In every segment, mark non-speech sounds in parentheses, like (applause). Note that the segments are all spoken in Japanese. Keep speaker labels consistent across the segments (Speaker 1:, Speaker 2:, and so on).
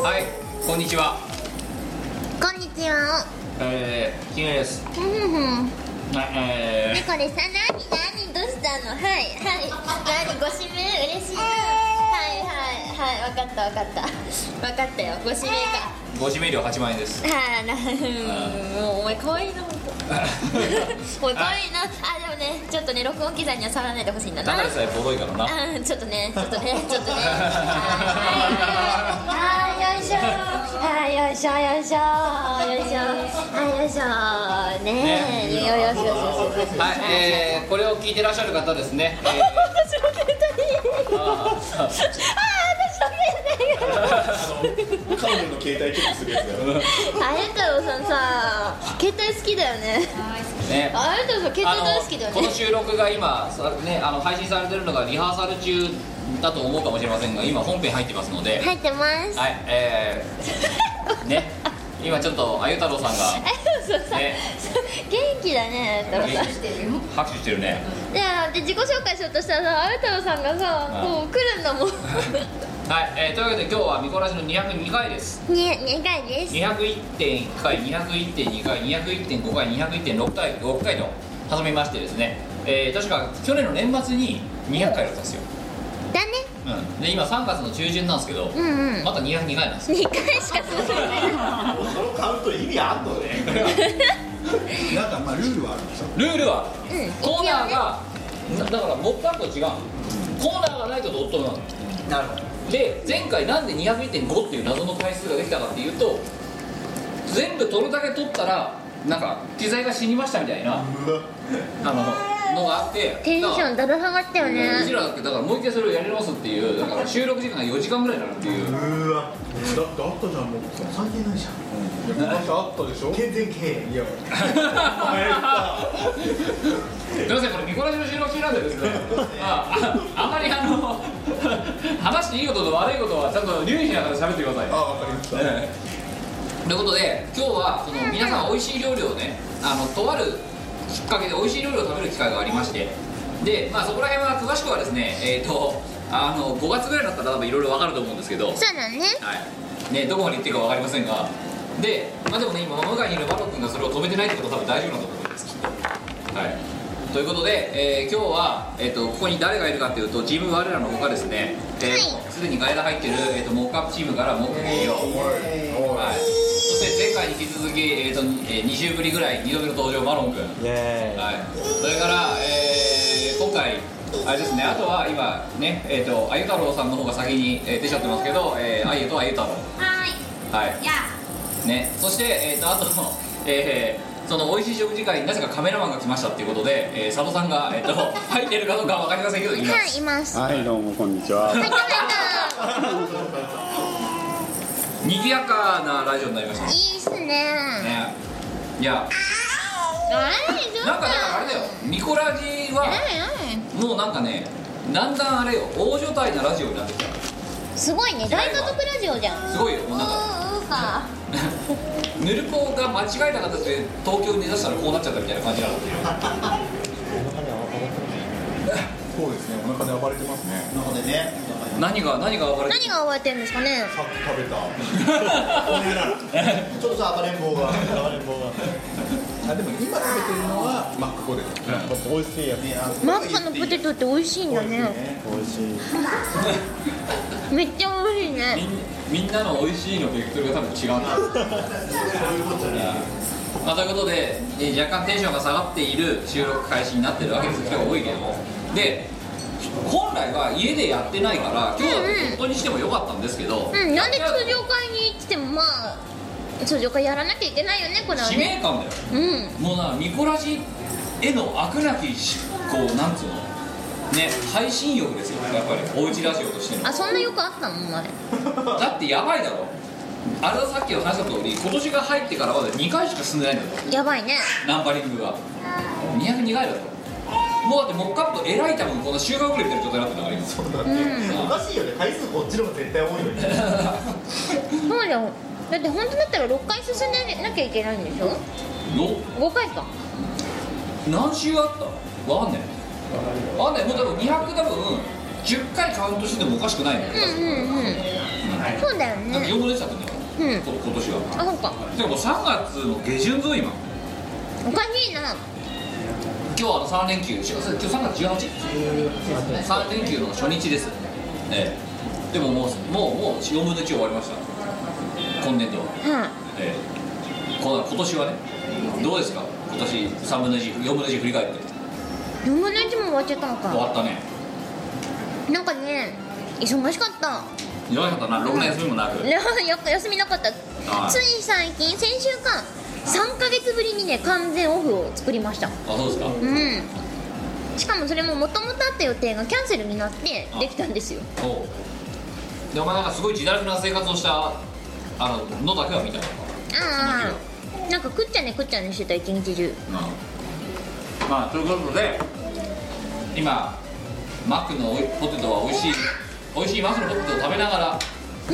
Speaker 1: はい、こんにちは。
Speaker 2: こんにちは。
Speaker 1: えー、キムです。
Speaker 2: ふふふ
Speaker 1: はい、え
Speaker 2: ねこれさ、なになにどうしたの？はいはい。なにご指名嬉しいな。はいはいはい。わかったわかった。わかったよ。ご指名か。
Speaker 1: ー、ご指名料8万円
Speaker 2: (laughs)
Speaker 1: です。
Speaker 2: あーなうんもうお前可愛いな (laughs) 本当。お前可愛いな。あでもねちょっとね録音機材には触らないでほしいんだな。
Speaker 1: だからさえボロいからな。
Speaker 2: あーちょっとねちょっとねちょっとね。はいはいはい。あーよいしょ。あーよいしょよいしょよいしょ。あーよいしょねえ。よよよしよしよしよし。
Speaker 1: はい、えー、これを聞いてらっしゃる方ですね。え
Speaker 2: 私の携帯ああ私の携帯がああ
Speaker 1: ー
Speaker 3: (laughs) カーメンの携帯チェックするやつだよ
Speaker 2: や太郎さんさ携帯好きだよね
Speaker 1: ね、
Speaker 2: あや太郎さん携帯大好きだよ
Speaker 1: この
Speaker 2: ね
Speaker 1: 収録が今さねあの配信されてるのがリハーサル中だと思うかもしれませんが今本編入ってますので、
Speaker 2: 入ってます
Speaker 1: はい、えー、ね、今ちょっとあゆ太郎さん
Speaker 2: あ
Speaker 1: が
Speaker 2: や太郎さん
Speaker 1: ね
Speaker 2: 元気だねあや太郎さん
Speaker 1: 拍手してるね。
Speaker 2: であで自己紹介しようとしたらさあや太郎さんがさ
Speaker 1: うん
Speaker 2: こう来るんだもん
Speaker 1: はい、えー、というわけで今日はミコラジの202回です。
Speaker 2: ね願いです
Speaker 1: 201.1回、201.2回、201.5回、201.6回、6回と挟みましてですね、えー確か去年の年末に200回だったんですよ。
Speaker 2: だね
Speaker 1: うん、で今3月の中旬なんですけど、
Speaker 2: うんうん
Speaker 1: また202回なんですよ。
Speaker 2: 2回しか進んでない
Speaker 3: そのカウント意味あんのねなんかまあルールはあるんですよ
Speaker 1: ルールは、
Speaker 2: うん
Speaker 1: コーナーが、なだからモップアップと違うコーナーがないとドットなの
Speaker 3: なるほ
Speaker 1: で前回なんで201.5っていう謎の回数ができたかっていうと全部取るだけ取ったらなんか機材が死にましたみたいなあののがあって
Speaker 2: テンシ
Speaker 1: だから
Speaker 2: ョンだだ下がったよ
Speaker 1: うち
Speaker 2: ね
Speaker 1: らだってだからもう一回それをやり直すっていうだから収録時間が4時間ぐらいになるって (laughs) いう
Speaker 3: うわだってあったじゃんもう関係ないじゃんだってあったでしょ健全経営いや
Speaker 1: すみません、これ見殺しの収録中なんでですね。あ、ああまりあの話していいことと悪いことはちゃんと留意しながら喋ってください。
Speaker 3: あわかりました
Speaker 1: ええということで今日はその皆さん美味しい料理をねあのとあるきっかけで美味しい料理を食べる機会がありましてでまあそこら辺は詳しくはですねえっ、とあの5月ぐらいだったら多分いろいろわかると思うんですけど
Speaker 2: そうだね
Speaker 1: はい、ね、どこまで行ってるか分かりませんがで、まあ、でもね今向かいにいるマロ君がそれを止めてないってことは多分大丈夫だと思うんですきっとはいということで、えー今日は、えー、とここに誰がいるかというとチーム我らのほかですねえー
Speaker 2: はい
Speaker 1: すで、にガイダ入ってる、えー、とモックアップチームからモック企業はい、そして前回に引き続き、えーとえ2週ぶりぐらい2度目の登場マロン君はい、それから、えー今回あれですねあとは今ねえっ、とあゆ太郎さんの方が先に、えー出ちゃってますけど、えー、あゆとあゆ太郎
Speaker 2: はい
Speaker 1: はい
Speaker 2: や
Speaker 1: ねそしてえっ、とあと (laughs) えーその美味しい食事会になぜかカメラマンが来ましたっていうことで、えー佐渡さんが、えー、と (laughs) 入ってるかどうかは分かりませんけどいます
Speaker 2: はいいます
Speaker 4: はい、どうもこんにちは。
Speaker 2: 入った入った
Speaker 1: 賑やかなラジオになりましたね
Speaker 2: いいっすね
Speaker 1: いや
Speaker 2: あれちょっと
Speaker 1: なんかだからあれだよミコラジは
Speaker 2: うんう
Speaker 1: もうなんかねだんだんあれよ大所帯なラジオになってき
Speaker 2: んすごいね大家族ラジオじゃん
Speaker 1: たすごいよもうなんか
Speaker 2: うんうんか (laughs)
Speaker 1: ヌルポが間違えた形で東京に出だしたらこうなっちゃったみたいな感じなのっていう
Speaker 3: そうですねお腹で暴れてますねお腹でね
Speaker 1: 何が何が暴れて
Speaker 2: 何が覚えてるんですかね
Speaker 3: さっき食べたちょっとさ暴れん坊が暴れん坊があでも今食べてるのはマックポテト美味しいやつ
Speaker 2: マックのポテトって美味しいんだね
Speaker 3: 美味しい
Speaker 2: めっちゃ美味しい
Speaker 1: み
Speaker 2: ね
Speaker 1: んみんなの美味しいのベクトルが多分違うんだまあ、ということで、えー若干テンションが下がっている収録開始になってるわけです今日多いけどもで本来は家でやってないから今日は本当にしてもよかったんですけど、
Speaker 2: うんなんで通常会に来てもまあ通常会やらなきゃいけないよねこれは
Speaker 1: 使
Speaker 2: ね
Speaker 1: 命感だよ
Speaker 2: うん
Speaker 1: もうなミコラジへの飽くなきこうなんつうのね配信欲ですよやっぱりおうちラジオとしての
Speaker 2: あそんなよくあったのお前
Speaker 1: だってやばいだろあれはさっきの話した通り今年が入ってからまだ2回しか進んでないんだよ
Speaker 2: やばいね
Speaker 1: ナンバリングが202回だぞもうだってモックアップえらい多分この週間遅れみたいな状態になってんだから (laughs) 今
Speaker 3: そうだね、おかしいよね回数こっちの方が絶対多いのに
Speaker 2: そうだよだって本当だったら6回進んでなきゃいけないんでしょ
Speaker 1: の
Speaker 2: 5回か
Speaker 1: 何週あったわかんないわかんないもう多分200多分10回カウントしててもおかしくないのよ、
Speaker 2: うんうんうんそうだよ
Speaker 1: なんか
Speaker 2: ね
Speaker 1: 4分でしたもんね、
Speaker 2: うん
Speaker 1: こ今年は
Speaker 2: あそうか
Speaker 1: でも3月の下旬ぞ今
Speaker 2: おかしいな
Speaker 1: 今日はあの3連休しかも今日3月18日3連休の初日です、ええ、でももうもうもう4分の1終わりました今年度は、
Speaker 2: は
Speaker 1: ええ、この今年はねどうですか今年3分の14分の1振り返って
Speaker 2: い4分の1も終わっちゃったの
Speaker 1: 終
Speaker 2: か
Speaker 1: わったね
Speaker 2: なんかね忙しかった (laughs)
Speaker 1: よかったな6年休みもなく、
Speaker 2: ねよく休みなかった
Speaker 1: はい
Speaker 2: つい最近先週か3ヶ月ぶりにね完全オフを作りました
Speaker 1: あそうですか、
Speaker 2: うんしかもそれも元々あった予定がキャンセルになってできたんですよ
Speaker 1: そうでお前なんかすごい自堕落な生活をしたあののだけは見たのか
Speaker 2: ああなんかくっちゃねくっちゃねしてた一日中
Speaker 1: まあということで今マックのおいポテトは美味しい美味しいマックのポテトを食べながら、
Speaker 2: うん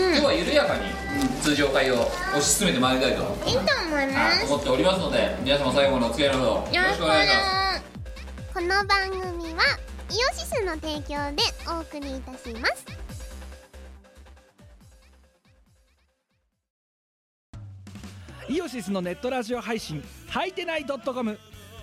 Speaker 1: 今日は緩やかに通常会を推し進めてまいりたいと
Speaker 2: いいと思います
Speaker 1: 思っておりますので皆様最後までお付き合いのほどよろしくお願いします
Speaker 4: この番組はイオシスの提供でお送りいたします
Speaker 5: イオシスのネットラジオ配信「はいてない .com」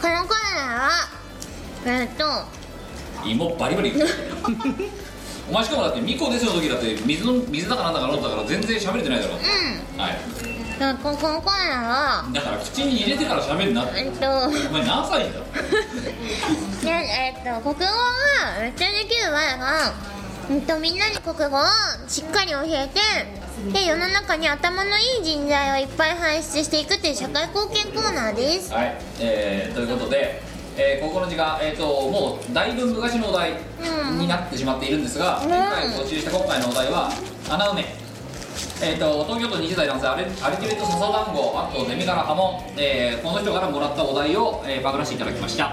Speaker 2: このコーナーはえっと
Speaker 1: 芋バリ
Speaker 2: (laughs)
Speaker 1: バリお前しかもだってミコですの時だって水の水だかなんだか飲んだから全然喋れてないだろ、はい
Speaker 2: うんこのコーナーは
Speaker 1: だから口に入れてから喋るなって
Speaker 2: えっと
Speaker 1: お前何歳だよ
Speaker 2: (laughs) でえっと国語はめっちゃできる前が、うんと、みんなに国語をしっかり教えてで世の中に頭のいい人材をいっぱい輩出していくっていう社会貢献コーナーです
Speaker 1: はい、えーということで、えーここの時間、えー、ともうだいぶ昔のお題
Speaker 2: うん
Speaker 1: になってしまっているんですが、
Speaker 2: うん
Speaker 1: 前回募集した今回のお題は穴埋めえー、と東京都20代男性アレアルティメット笹団子あとゼミから波紋、えーこの人からもらったお題を、えー、パクらせていただきました、
Speaker 2: う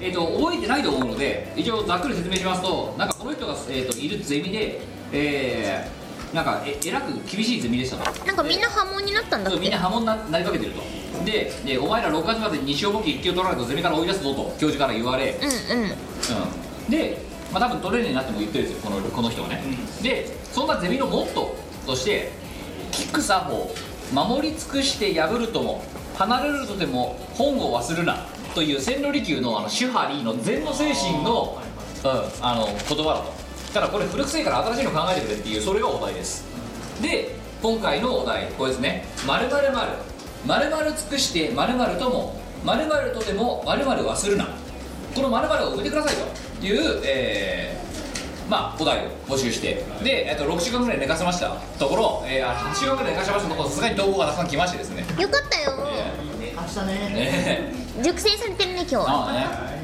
Speaker 1: えー、と覚えてないと思うので一応ざっくり説明しますとなんかこの人が、えー、といるゼミで、えーなんかええらく厳しいゼミでしたと
Speaker 2: んなんかみんな波紋になったんだっ
Speaker 1: そうみん
Speaker 2: て
Speaker 1: な波紋にななりかけてるとででお前ら6月まで西表一級取らないとゼミから追い出すぞと教授から言われ、
Speaker 2: うんうん
Speaker 1: うん、で、まあ、多分トレーニーになっても言ってるんですよこのこの人はね、でそんなゼミのモットーとして「聞く作法守り尽くして破るとも離れるとでも本を忘れるな」という千利休のあのシュハリーの禅の精神の,、うん、あの言葉だとただこれ古くせえから新しいの考えてくれっていうそれがお題ですで今回のお題これですね「まるまるまるまる尽くしてまるまるともまるまるとでもまるまる忘れるな」この〇〇を埋めてくださいという、えーまあ、お題を募集してで、えっと6週間ぐらい寝かせましたところ、えー、8週間ぐらい寝かせましたところさすがに投稿がたくさん来ましてですね
Speaker 2: よかったよ
Speaker 1: ね
Speaker 2: 熟成されてるね今日は
Speaker 1: ああね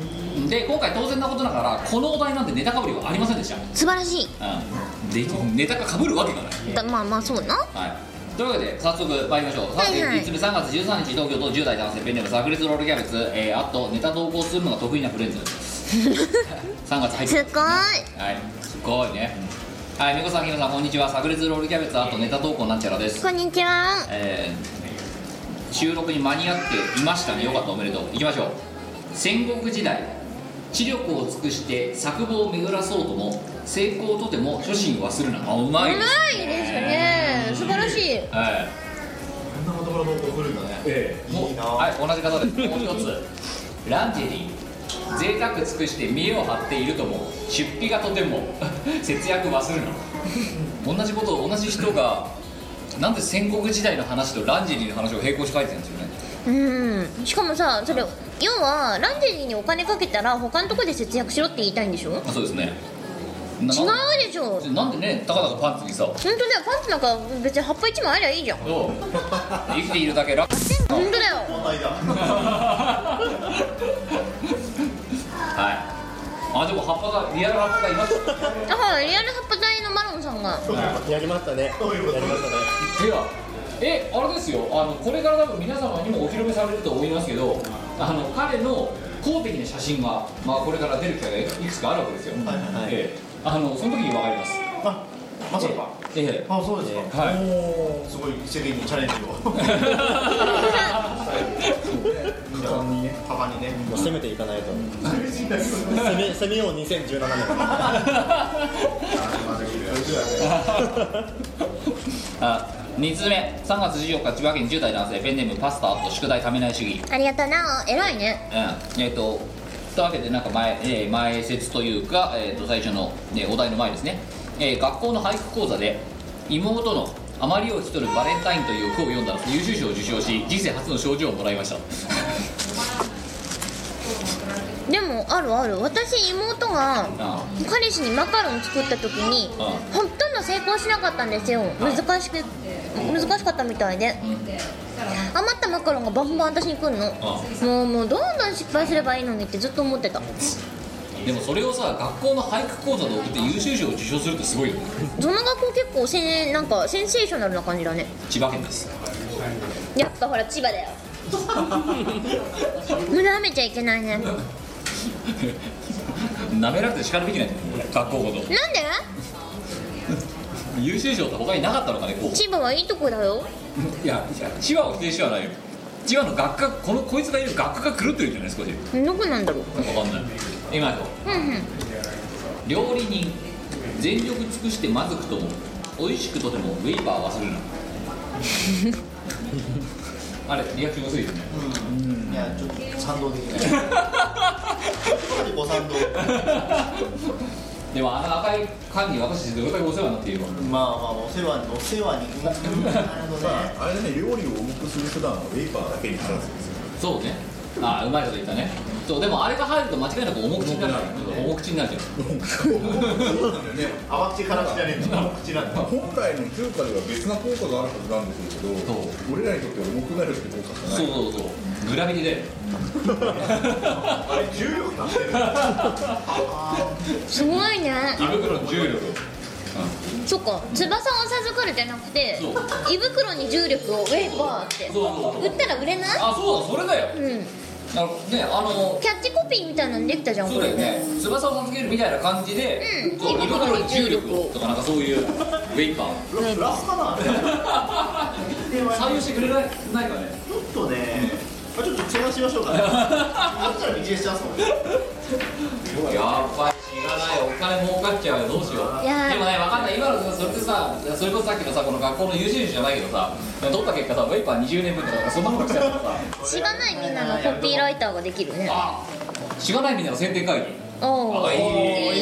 Speaker 1: で今回当然なことながらこのお題なんてネタかぶりはありませんでした、
Speaker 2: 素晴らしい
Speaker 1: うん、でネタがかぶるわけがない
Speaker 2: だまあまあそうな
Speaker 1: はい、というわけで早速参りましょう、
Speaker 2: はいはい
Speaker 1: 3つ目3月13日東京都10代男性ペンネームサクレスロールキャベツ、えーあとネタ投稿するのが得意なフレンズ3月入って
Speaker 2: すごい
Speaker 1: はい、すごいね。はい、みこさん、ひろさん、こんにちは。炸裂ロールキャベツアートネタ投稿なんちゃらです
Speaker 2: こ。んにちは
Speaker 1: えー収録に間に合っていましたね。よかった、おめでとう。いきましょう。戦国時代、知力を尽くして作望を巡らそうとも、成功とても初心忘れな。あ、う
Speaker 2: う
Speaker 1: ま
Speaker 2: ま
Speaker 1: いです。
Speaker 2: いですね素晴らしい
Speaker 1: はい。こんなところも送るんだね。ええ。もうはい、同じ方です。もう一つ。ランジェリー。贅沢尽くして見栄を張っているとも出費がとても (laughs) 節約忘れな同じことを同じ人がなんで戦国時代の話とランジェリーの話を並行して書いてるんですよね
Speaker 2: うんしかもさそれ要はランジェリーにお金かけたら他のとこで節約しろって言いたいんでしょ違う
Speaker 1: あそうですね違
Speaker 2: でしょ本
Speaker 1: なんでねたかだかパンツにさ
Speaker 2: 当だよパンツなんか別に葉っぱ一枚ありゃいいじゃん
Speaker 1: どう生きているだけ (laughs) 楽
Speaker 2: 本当だよ
Speaker 1: はいあでも葉っぱがリアル葉っぱがいます
Speaker 2: だからリアル葉っぱ大のマロンさんが
Speaker 3: やりましたねやりましたね
Speaker 1: いやえあれですよあのこれから多分皆様にもお披露目されると思いますけどあの彼の公的な写真が、まあ、これから出る機会がいくつかあるわけですよ、
Speaker 6: はいはいはい
Speaker 1: ええあのその時に分かります
Speaker 6: あ、まさか。 (laughs)
Speaker 1: ええ
Speaker 6: あ、そうですか。
Speaker 1: はい
Speaker 6: おーすごい世間にチャレンジを。果敢にね。果敢にね。
Speaker 3: もう攻めていかないと攻め攻めよう2017年
Speaker 1: あ2つ目3月14日千葉県10代男性ペンネームパスタと宿題ためない主義
Speaker 2: ありがとうな偉いね
Speaker 1: うんえっ、とというわけでなんか前,、えー前説というか、えー、と最初の、ね、お題の前ですね、えー学校の俳句講座で妹のあまりを引き取るバレンタインという句を読んだら優秀賞を受賞し人生初の賞状をもらいました
Speaker 2: でもあるある私妹が
Speaker 1: あ
Speaker 2: 彼氏にマカロン作った時に
Speaker 1: あ
Speaker 2: ほとんど成功しなかったんですよ難しく難しかったみたいで余ったマカロンがバンバン私に来るの
Speaker 1: あ
Speaker 2: もうもうどんどん失敗すればいいのにってずっと思ってた
Speaker 1: でもそれをさ学校の俳句講座で送って優秀賞を受賞するってすごいよね
Speaker 2: その学校結構せんなんかセンセーショナルな感じだね
Speaker 1: 千葉県です (laughs)
Speaker 2: やっぱほら千葉だよもうなめちゃいけないねなんで
Speaker 1: なめられて叱るべきなんだよ学校ごと優秀賞って他になかったのかね候補
Speaker 2: 千葉はいいとこだよ
Speaker 1: いやいや千葉を否定してはないよ千葉の学科このこいつがいる学科が狂ってるんじゃない少し
Speaker 2: どこなんだろう
Speaker 1: なんかわかんない今と
Speaker 2: うんうん
Speaker 1: 料理人全力尽くしてまずくとも美味しくとてもウェイパーは (laughs) 忘れるなあれリアクション薄いですね
Speaker 6: うん。 (laughs) いや、ちょっと賛同できない。
Speaker 3: (laughs)
Speaker 6: かなりご賛同。
Speaker 1: でもあの赤い缶に私どれだけお世話になっているか
Speaker 6: まあまあ、お世話に、お世話に。うんなるほどね。
Speaker 7: あれだね料理を重くする手段はウェイパーだけに話すん (laughs) ですよ
Speaker 1: そうねああうまいこと言ったねそうでもあれが入ると間違いなく重口になる重口になるじゃん
Speaker 6: 淡口から口じゃねえんだ。口なんだ。
Speaker 7: 本来の中華では別な効果があるはずなんですけど
Speaker 1: そ
Speaker 7: 俺らにとって重くなるって効果が
Speaker 1: そう
Speaker 7: ない
Speaker 1: そうそうグラビテで
Speaker 6: あれ、重力だってる。
Speaker 2: すごいね
Speaker 1: (laughs) 胃袋の重力
Speaker 2: そっか翼を授かるじゃなくて
Speaker 1: そう
Speaker 2: 胃袋に重力をウェイパーって
Speaker 1: そうそうそう
Speaker 2: 売ったら売れない
Speaker 1: あそうだそれだよ
Speaker 2: うん
Speaker 1: あのねあの
Speaker 2: キャッチコピーみたいなのできたじゃん
Speaker 1: そう
Speaker 2: こ
Speaker 1: だ
Speaker 2: れ
Speaker 1: よね翼を授けるみたいな感じで、
Speaker 2: うん
Speaker 1: そう胃袋に重力をとかなんかそういうウェイパー
Speaker 6: プラスかな。
Speaker 1: 採用してくれないないかね
Speaker 6: ちょっとね、まあ、ちょっと提案しましょうかね。あったら道しちゃうもんね。
Speaker 1: やっぱり知らないお金儲かっちゃうよどうしよう
Speaker 2: いやー
Speaker 1: でもね分かんない今のそれってさそれこそさっきのさこの学校の優秀じゃないけどさ取った結果さウェイパー20年分とかそんなこと来ちゃうからさ
Speaker 2: 知らないみんなのコピーライターができるね
Speaker 1: あしがないみんなの宣伝会議
Speaker 2: お
Speaker 1: あ
Speaker 2: ー
Speaker 1: いい
Speaker 2: い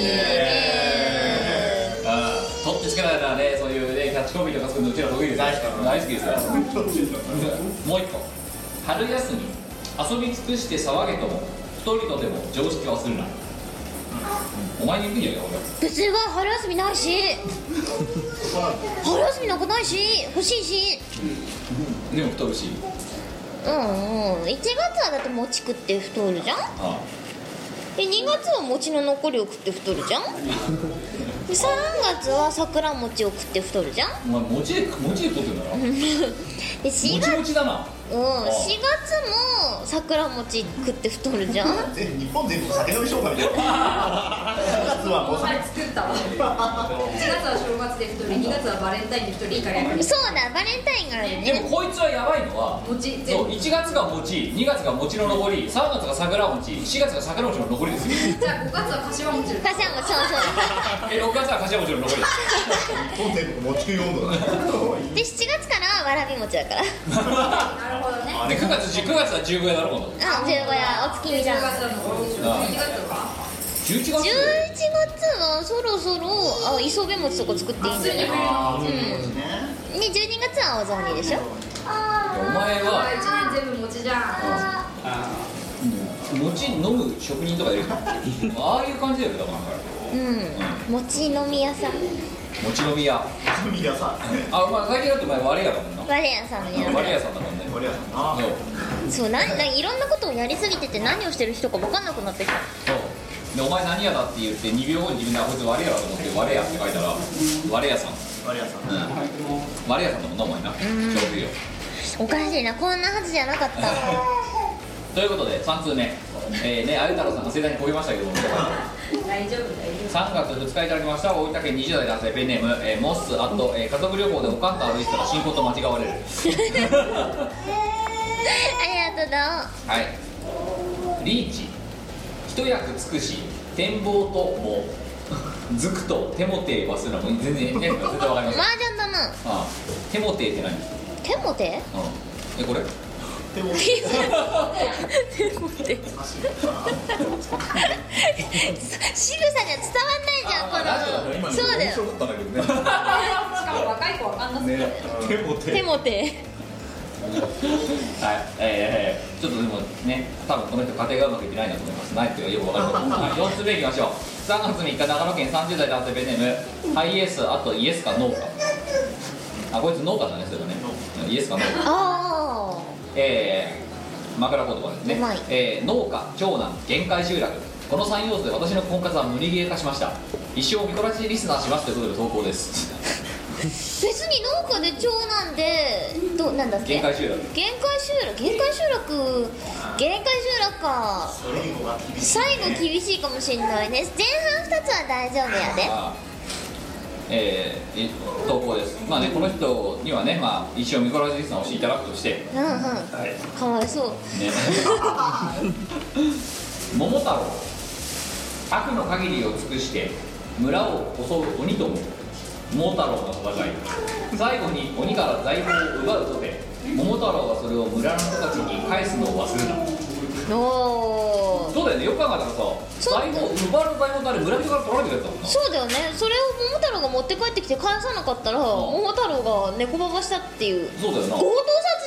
Speaker 2: いね
Speaker 1: うん取ってつけないからねそういうねキャッチコピーとか作るのうちら得意ですよ大好きですよもう一個春休み遊び尽くして騒げとも太りとでも常識は忘れない、お前に言ってんじゃねえ
Speaker 2: 別には春休みないし春休みなんかないし欲しいし
Speaker 1: か俺でも太るし
Speaker 2: うんうん1月はだって餅食って太るじゃん
Speaker 1: あ
Speaker 2: で2月は餅の残りを食って太るじゃんで3月は桜餅を食って太るじゃん (laughs)
Speaker 1: あお前餅で餅で取ってんだろも
Speaker 2: で4
Speaker 1: ち
Speaker 2: 月,、
Speaker 1: もちだな
Speaker 2: うん、4月も桜餅食って太るじゃん
Speaker 6: 全日本全国酒飲み商会みたいな。9月はもう
Speaker 8: あれ作ったわ1月は正月で1人2月はバレンタインで1人いかれ
Speaker 2: そうだバレンタインがある
Speaker 1: でも
Speaker 2: ね
Speaker 1: こいつはやばいのは
Speaker 8: 餅全
Speaker 1: そう
Speaker 8: 部
Speaker 1: 1月が餅2月が餅の残り3月が桜餅4月が桜餅の残りですよ (laughs)
Speaker 8: じゃあ5月は柏餅
Speaker 2: パシャもそうそ
Speaker 1: え6月は柏餅の残りです (laughs)
Speaker 6: 日本全国持ち込むの。
Speaker 2: うで7月からわらび餅だから
Speaker 8: なるほどね
Speaker 1: で9月10 9月は十五夜だろ今度
Speaker 2: あ十五夜お月見
Speaker 8: 10
Speaker 2: じ
Speaker 8: 月
Speaker 2: ゃん11
Speaker 8: は残りでしょ
Speaker 1: ああ
Speaker 8: 12月は
Speaker 1: 11月
Speaker 2: 月はそろそろあ磯辺餅とか作っていいんじゃない
Speaker 8: 普通に冬の
Speaker 2: で12月は青雑煮でしょ
Speaker 1: お前は
Speaker 8: あ一年全部餅じゃん
Speaker 1: 餅飲む職人とかいるじゃんああいう感じだよだから
Speaker 2: うん餅飲み屋さん
Speaker 1: 餅飲み屋
Speaker 6: 神谷さん。
Speaker 1: あまあ最近だってお前割れ屋だもんな
Speaker 2: 我屋さんのや
Speaker 1: 割れ屋さんだもんね
Speaker 6: 神谷さんな。
Speaker 1: そう
Speaker 2: そうなんなんいろんなことをやりすぎてて何をしてる人か分かんなくなってきた
Speaker 1: そうでお前何屋だって言って2秒後に自分であこいつ割れ屋だと思って割れ屋って書いたら割れ屋さん
Speaker 6: 神谷さん。
Speaker 1: うん割れ屋さんだもんなお前な上手よ
Speaker 2: おかしいなこんなはずじゃなかった
Speaker 1: ということで3通目えーねあゆ太郎さんが盛大にこげましたけども
Speaker 8: 大丈夫大 (laughs) 丈
Speaker 1: 3月2日いただきました大分県20代男性ペンネーム、えーモッスあと、えー家族旅行でおかんと歩いてたら進行と間違われる
Speaker 2: ありがとうだ
Speaker 1: はいリーチ一役尽くし展望ともずくとテモテーはすらもう全然ね全然わかりま (laughs) せんあ
Speaker 2: 麻雀だな
Speaker 1: あテモテーって何、うん、
Speaker 2: 手も手
Speaker 1: えこれ
Speaker 6: でも
Speaker 2: 手も (laughs) 手仕草が伝わんないじゃんこのそうだよ
Speaker 7: 面白かったんだけどね。
Speaker 8: 夫しかも若い子わかんなすぎて
Speaker 6: 手も手。
Speaker 2: 手も手
Speaker 1: はいえー、ちょっとでもね多分この人家庭がうまくいってないなと思いますないっていうのはよくわか (laughs) ると思う、はい、4つ目いきましょう3月3日長野県30代男性ペンネームハイエースあとイエスかノーかあこいつノーかだねそれだねイエスかノーか
Speaker 2: あ
Speaker 1: えー、枕言葉ですね
Speaker 2: うまい、
Speaker 1: えー農家長男限界集落この3要素で私の婚活は無理ゲー化しました一生見こらしリスナーしますということで投稿です
Speaker 2: ー別に農家で長男でどうなんだっけ
Speaker 1: 限界集落
Speaker 2: 限界集落限界集落限界集落か
Speaker 6: 最後が厳しい。
Speaker 2: 最後厳しいかもしれないね前半2つは大丈夫やで
Speaker 1: あーえーい投稿ですまあねこの人にはね、まあ、一生見こらしリスナーをしていただくとして
Speaker 2: うんうん
Speaker 1: はいね
Speaker 2: かわいそう
Speaker 1: 桃太郎悪の限りを尽くして村を襲う鬼とも桃太郎の戦い最後に鬼から財宝を奪うとて桃太郎はそれを村の人たちに返すのを忘れた
Speaker 2: おー
Speaker 1: そうだよねよく考えたらさ
Speaker 2: そう
Speaker 1: 財宝奪われた財宝ってあれ村人から取られてるやつだもんな
Speaker 2: そうだよねそれを桃太郎が持って帰ってきて返さなかったら桃太郎が猫ばばしたっていう
Speaker 1: そうだよな
Speaker 2: 強盗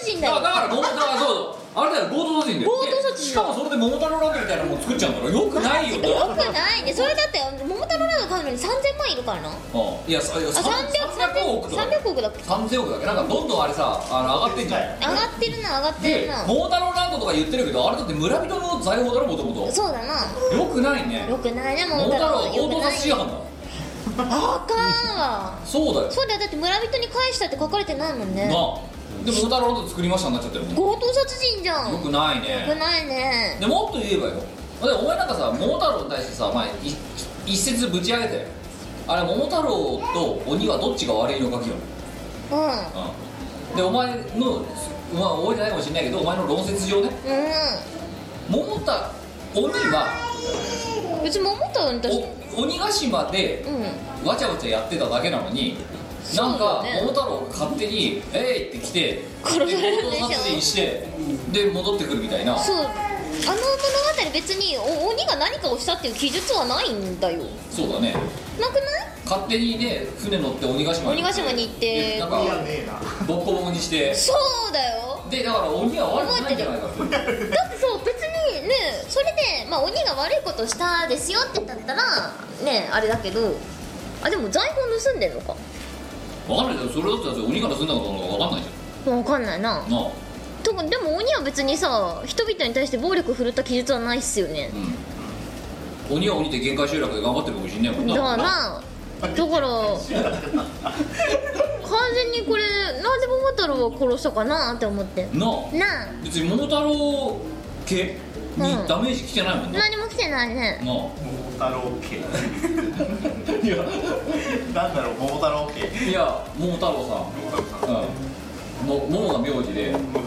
Speaker 2: 殺人だよ
Speaker 1: だだから桃太郎はそうだあれだよ強盗殺人だよ
Speaker 2: 強盗殺
Speaker 1: で
Speaker 2: 人
Speaker 1: しかもそれで桃太郎ラグみたいなのも作っちゃうんだろよくないよ
Speaker 2: よくないねそれだって桃太郎なんか買うのに3000万いるからなあ
Speaker 1: うんいやさいやさ300
Speaker 2: 300
Speaker 1: 億とか
Speaker 2: 300億だっけ
Speaker 1: 3000億だっけなんかどんどんあれさあの上がってんじゃん
Speaker 2: 上がってるな上がってる
Speaker 1: で
Speaker 2: な
Speaker 1: 桃太郎ランドとか言ってるけどあれだって村人の財宝だろもとも
Speaker 2: そうだな
Speaker 1: とよくないね
Speaker 2: よくないね桃
Speaker 1: 桃
Speaker 2: 太
Speaker 1: 太郎
Speaker 2: 郎
Speaker 1: は
Speaker 2: よ
Speaker 1: 強
Speaker 2: く
Speaker 1: 盗
Speaker 2: な
Speaker 1: 殺
Speaker 2: い
Speaker 1: 人犯だ
Speaker 2: あかんわ
Speaker 1: そうだよ
Speaker 2: そうだよだって村人に返したって書かれてないもん
Speaker 1: な
Speaker 2: ね
Speaker 1: あで桃太郎ランド作りましたになっちゃってるもんよ
Speaker 2: 強盗殺人じゃんよ
Speaker 1: くない
Speaker 2: く
Speaker 1: ね
Speaker 2: ないね
Speaker 1: でもっと言えばよでお前なんかさ桃太郎に対してさ、まあ、い一説ぶち上げてあれ桃太郎と鬼はどっちが悪いのか議論
Speaker 2: うんうん
Speaker 1: うんでお前のまあ覚えてないかもしれないけどお前の論説上ね桃太鬼は
Speaker 2: 別に桃太郎に対して
Speaker 1: お鬼ヶ島で
Speaker 2: うん
Speaker 1: わちゃわちゃやってただけなのになんか
Speaker 2: そうだね
Speaker 1: 桃太郎が勝手に「えい!」って来て
Speaker 2: 殺されるんでしょ
Speaker 1: 強盗殺人してで戻ってくるみたいな
Speaker 2: そうあの物語別にお鬼が何かをしたっていう記述はないんだよ
Speaker 1: そうだね
Speaker 2: なくない
Speaker 1: 勝手にね船乗って鬼ヶ島
Speaker 2: 鬼ヶ島に行って
Speaker 1: でなん
Speaker 6: いや
Speaker 1: か
Speaker 6: ねえな。
Speaker 1: ボッコボコにして
Speaker 2: そうだよ
Speaker 1: でだから鬼は悪くないんじゃないかっていう
Speaker 2: だってそう別にねそれで、まあ、鬼が悪いことしたですよって言ったらねあれだけどあでも財宝盗んでんのか
Speaker 1: 分かんないじゃんそれだってだって鬼から住んだことなのか分かんないじ
Speaker 2: 分かんないな
Speaker 1: ゃんなあ
Speaker 2: とかでも鬼は別にさ人々に対して暴力振るった記述はないっすよね
Speaker 1: うん鬼は鬼で限界集落で頑張ってるかもしんないもん
Speaker 2: だ
Speaker 1: な
Speaker 2: からなだから完全にこれなぜ桃太郎を殺したかなって思って
Speaker 1: なあ
Speaker 2: なあ
Speaker 1: 別に桃太郎系
Speaker 2: うん
Speaker 1: にダメージきてないもんな、
Speaker 2: 何も来てないね
Speaker 1: なあ
Speaker 6: 桃太郎系。いや、なんだろう桃太郎系。
Speaker 1: いや桃太郎さんうんも桃が名字で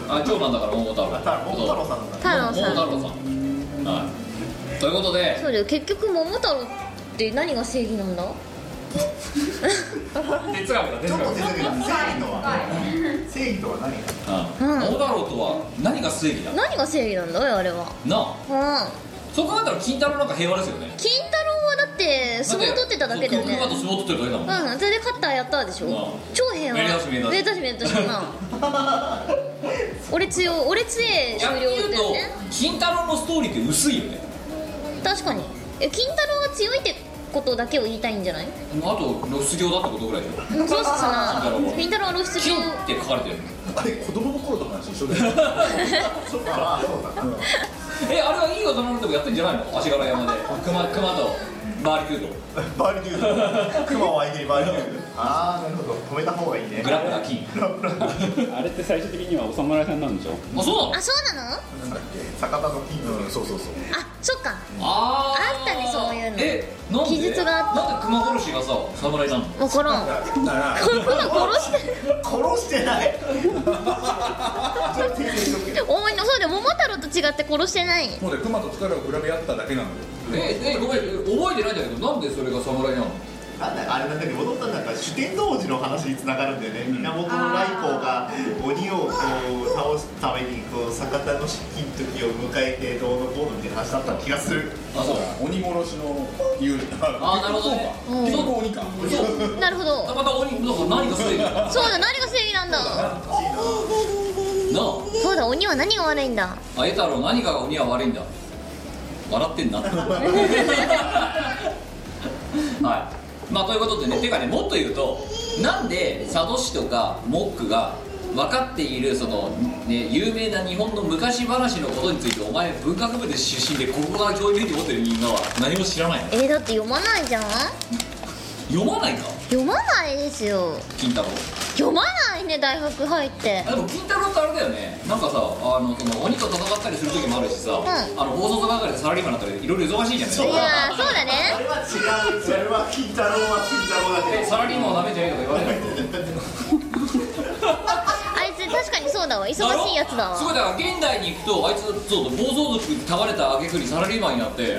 Speaker 1: あ長男だから桃太郎
Speaker 6: あ、ただ桃太郎さんだ。
Speaker 2: 太郎さ
Speaker 1: 桃
Speaker 2: ん
Speaker 1: 太郎さんはいということで
Speaker 2: そうだよ結局桃太郎って何が正義な
Speaker 1: (laughs)
Speaker 2: んだ
Speaker 6: ちょっと手だけど正義とは
Speaker 1: 哲学だ哲学だ
Speaker 8: 夫
Speaker 6: 正義とは何か。
Speaker 1: うん
Speaker 2: うん
Speaker 1: 桃太郎とは何が正義だな
Speaker 2: 何が正義なんだよあれは
Speaker 1: あ
Speaker 2: うん
Speaker 1: そこだったら金太郎なんか平和ですよね
Speaker 2: 金太郎はだっって相撲取ってただけだよね
Speaker 1: クマと相撲取ってるだけだもん
Speaker 2: うんそれでカッターやったでしょ、
Speaker 1: うん
Speaker 2: 超変な
Speaker 1: めでたしめでたし
Speaker 2: めでたしめでたしな俺強俺強え
Speaker 1: 逆
Speaker 2: 終
Speaker 1: に
Speaker 2: 了
Speaker 1: 言う
Speaker 2: だ
Speaker 1: と
Speaker 2: よね
Speaker 1: 金太郎のストーリーって薄いよね
Speaker 2: 確かにえ金太郎が強いってことだけを言いたいんじ
Speaker 1: (laughs)
Speaker 2: ゃない
Speaker 1: あと露出業だってことぐらいでしょ
Speaker 2: そうっす
Speaker 1: 金
Speaker 2: な
Speaker 1: 太郎は
Speaker 2: 金太郎は露出
Speaker 1: 金
Speaker 2: 狂
Speaker 1: って書かれてる
Speaker 9: あれ子供の頃と話一緒だよそっかそうだ
Speaker 1: えあれはいい大人のでもやってんじゃないの足柄山で熊熊とバーリキューと
Speaker 7: バーリデュードクマを相手にバーリデュードああなるほど止めた方がいいね
Speaker 1: グラップラー金
Speaker 7: グラップラー
Speaker 10: あれって最終的にはお侍さんなんでしょ
Speaker 1: あそうなの
Speaker 2: あそうなのあ
Speaker 7: 坂田の金のそうそうそう
Speaker 2: そっか
Speaker 1: あー
Speaker 2: あったねそういうの
Speaker 1: えなんで
Speaker 2: 記述があった
Speaker 1: なんで熊殺しがさ侍なの
Speaker 2: 分
Speaker 1: (laughs)
Speaker 2: からんこの子殺して
Speaker 7: 殺してないちょっと訂正しとけ
Speaker 2: お前そうだよ桃太郎と違って殺してない
Speaker 3: もうね熊と力を比べ合っただけなんだよ
Speaker 1: ええごめん覚えてないんだけどなんでそれが侍なの
Speaker 7: なんだあれなんだけど戻ったんだから主天童寺の話に繋がるんだよね、源頼光が鬼をこう倒すためにこう坂田の漆器の時を迎えてどうのこうのみたいな話だった気がする
Speaker 1: あそう
Speaker 3: 鬼殺しの言う
Speaker 1: あーなるほどね
Speaker 3: 結局鬼か
Speaker 1: そう
Speaker 2: なるほど
Speaker 1: また鬼だから何がすごいなあ
Speaker 2: そうだ何が正義なんだそうだ鬼は何が悪いんだ
Speaker 1: あえ太郎何かが鬼は悪いんだ笑ってんな (laughs) はいまあということでねてかねもっと言うとなんで佐渡市とかモックが分かっているその、ね、有名な日本の昔話のことについてお前文学部で出身でここが教育に持ってるみんなは何も知らないの
Speaker 2: えー、だって読まないじゃん
Speaker 1: 読まないか
Speaker 2: 読まないですよ
Speaker 1: 金太郎
Speaker 2: 読まないね大学入って
Speaker 1: あでも金太郎ってあれだよねなんかさあのその鬼と戦ったりする時もあるしさ、
Speaker 2: ん
Speaker 1: あの大卒ばかりでサラリーマンだったりいろいろ忙しいじゃない
Speaker 2: いやーそうだね
Speaker 7: あれは違うそれは金太郎は金太郎だけ
Speaker 1: えサラリーマンはダメじゃねえとか言われない
Speaker 7: (laughs)
Speaker 2: あいつ確かにそうだわ忙しいやつだ
Speaker 1: すご
Speaker 2: わ
Speaker 1: いだから現代に行くとあいつそう暴走族に倒れた挙句にサラリーマンになって、とりあ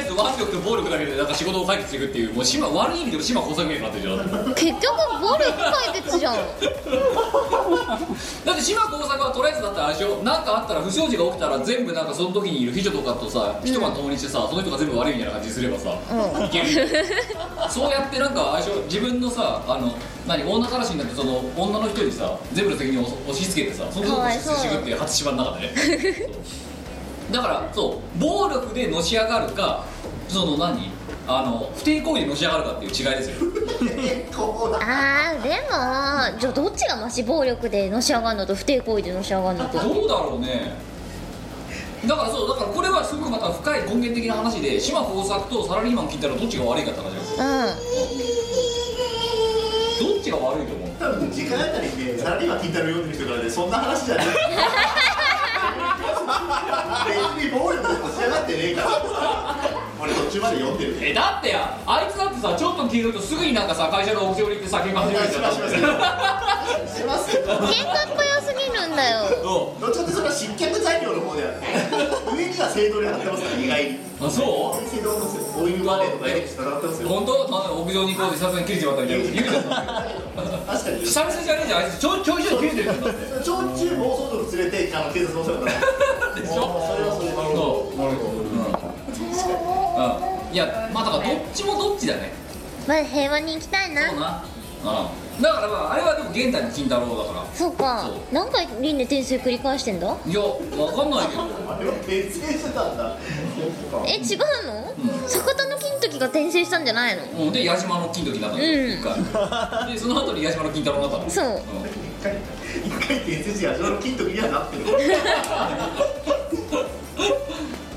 Speaker 1: えず腕力と暴力だけでなんか仕事を解決していくっていうもう島悪い意味でも島小作みたいになってるじゃん
Speaker 2: 結局暴力解決じゃん
Speaker 1: だって島耕作はとりあえずだってあれでしょなんかあったら不祥事が起きたら全部なんかその時にいる秘女とかとさ一晩共にしてさ、その人が全部悪いみたいな感じにすればさ、いけるそうやってなんかあれでしょ自分のさあの何女からしになってその女の人にさ全部の責任を押し付けてさその人を押し付けていくっていう初島の中でねそうだからそう暴力でのし上がるかその何あの不貞行為でのし上がるかっていう違いですよ
Speaker 7: こうだ
Speaker 2: あーでもじゃあどっちがマシ暴力でのし上がるのと不貞行為でのし上がるのと
Speaker 1: どうだろうねだからそうだからこれはすごくまた深い根源的な話で島耕作とサラリーマン聞いたらどっちが悪いかって話なんですよ
Speaker 2: う
Speaker 1: どっちが悪いと思う
Speaker 7: 多分時間あたりでサラリーマン金太郎読んでる人からねそんな話じゃない (laughs) 別に暴力とか仕上がってねえ (laughs) から俺途中まで読んでるね
Speaker 1: えだってやあいつだってさちょっと聞いるとすぐになんかさ会社の屋上に行って叫び始めるじゃん
Speaker 7: しますし (laughs) しますけど
Speaker 2: ん喧嘩っぽよすぎるんだよ
Speaker 1: そ
Speaker 7: どっちかってそれは失脚材料の方であって上には正道に貼ってますから意外に
Speaker 1: うあそう
Speaker 7: 正道なんですよオイルバレーとかエレクシ戦ってますよ
Speaker 1: 本当なんか屋上に行こうでさすがに切れちまったみたいな言うじゃん
Speaker 7: 確かに
Speaker 1: 久々じゃねえじゃんあいつちょちょいちょい切れてるんだって
Speaker 7: 小中暴走族連れてあの警察の人が
Speaker 1: でしょそれはそれなるほどなるほどうんいやまあだからどっちもどっちだね
Speaker 2: まあ平和に行きたいな
Speaker 1: そうなうんだからまああれはでも現代の金太郎だから
Speaker 2: そうか
Speaker 1: そう
Speaker 2: 何回輪廻転生繰り返してんだ
Speaker 1: いや、わかんないけど。
Speaker 7: あれは転生してたんだ
Speaker 2: え違うの、坂田の金時が転生したんじゃないの
Speaker 1: うん、で、矢島の金時だったの
Speaker 2: うん
Speaker 1: 一回。で、その後に矢島の金太郎になったの。
Speaker 2: そう
Speaker 7: 一回転生して味の金時にはなってる
Speaker 1: (laughs)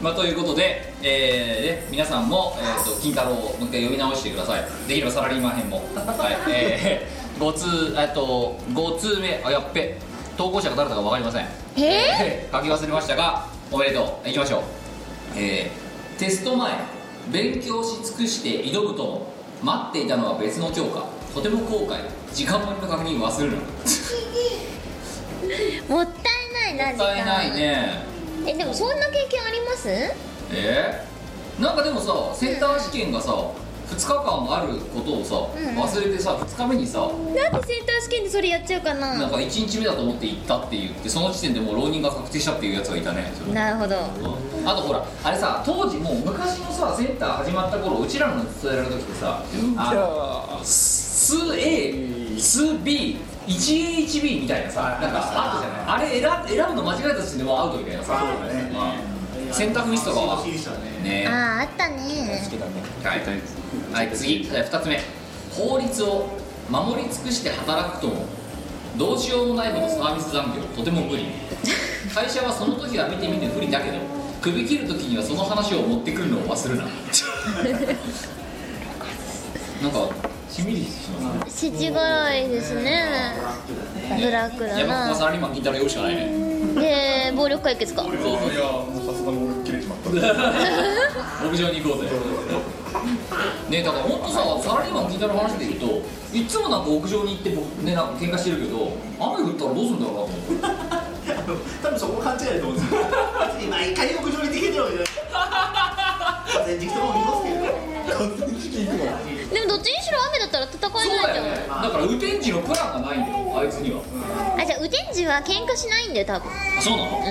Speaker 1: まあ、ということで、えーね、皆さんも、えー、と金太郎をもう一回読み直してください。できればサラリーマン編も。はい、えー、5通、 (laughs) えっと、5通目、あ、やっべ、投稿者が誰だかわかりません。
Speaker 2: え
Speaker 1: えー書 (laughs) き忘れましたが、おめでとう。いきましょう。えーテスト前、勉強し尽くして挑むとも、待っていたのは別の教科、とても後悔、時間割りの確認忘れるな。
Speaker 2: ー、もったいない
Speaker 1: も
Speaker 2: な
Speaker 1: っ
Speaker 2: 時間
Speaker 1: たいないね
Speaker 2: えでもそんな経験あります
Speaker 1: えーなんかでもさセンター試験がさ2日間あることをさ
Speaker 2: んうん
Speaker 1: 忘れてさ2日目にさ
Speaker 2: なんでセンター試験でそれやっちゃうかな
Speaker 1: なんか1日目だと思って行ったって言ってその時点でもう浪人が確定したっていうやつがいたねそれ
Speaker 2: なるほど
Speaker 1: あとほらあれさ当時もう昔のさセンター始まった頃うちらの伝えられる時ってさあの 2A2B1A1B みたいなさなんかあったじゃないあれ選ぶ選ぶの間違えた時点でもうアウトみたいなさうんセンターフミスとかはね
Speaker 2: あーあったね
Speaker 1: はい、はい、次2つ目法律を守り尽くして働くともどうしようもないほどサービス残業とても無
Speaker 2: (laughs)
Speaker 1: 理会社はその時は見て見て不利だけど首切る時にはその話を持ってくるのを忘れ
Speaker 2: (laughs)
Speaker 1: るななんかしみりしますね
Speaker 2: 世知辛いですねブラックだ
Speaker 1: 山本サ
Speaker 2: な
Speaker 1: ラリーマン金太郎用しかないね
Speaker 2: で暴力解決か
Speaker 1: そうそう
Speaker 7: いやもうさすがに俺切れちまった
Speaker 1: 屋上に行こうぜねだから本当さサラリーマン聞いたの話で言うといつもなんか屋上に行って僕ねなんか喧嘩してるけど雨降ったらどうするんだろうなと思って
Speaker 6: 多分そこ勘違いだと思うんですよ別に毎回屋上にできてるわけじゃない全然人も見ますけ
Speaker 2: でもどっちにしろ雨だったら戦
Speaker 1: そ
Speaker 2: え
Speaker 1: う
Speaker 2: ない
Speaker 1: だ
Speaker 2: じ
Speaker 1: よ
Speaker 2: ゃん
Speaker 1: ねだから雨天時のプランがないんだよあいつには
Speaker 2: あじゃあ雨天時は喧嘩しないんだよ多分
Speaker 1: あそうなの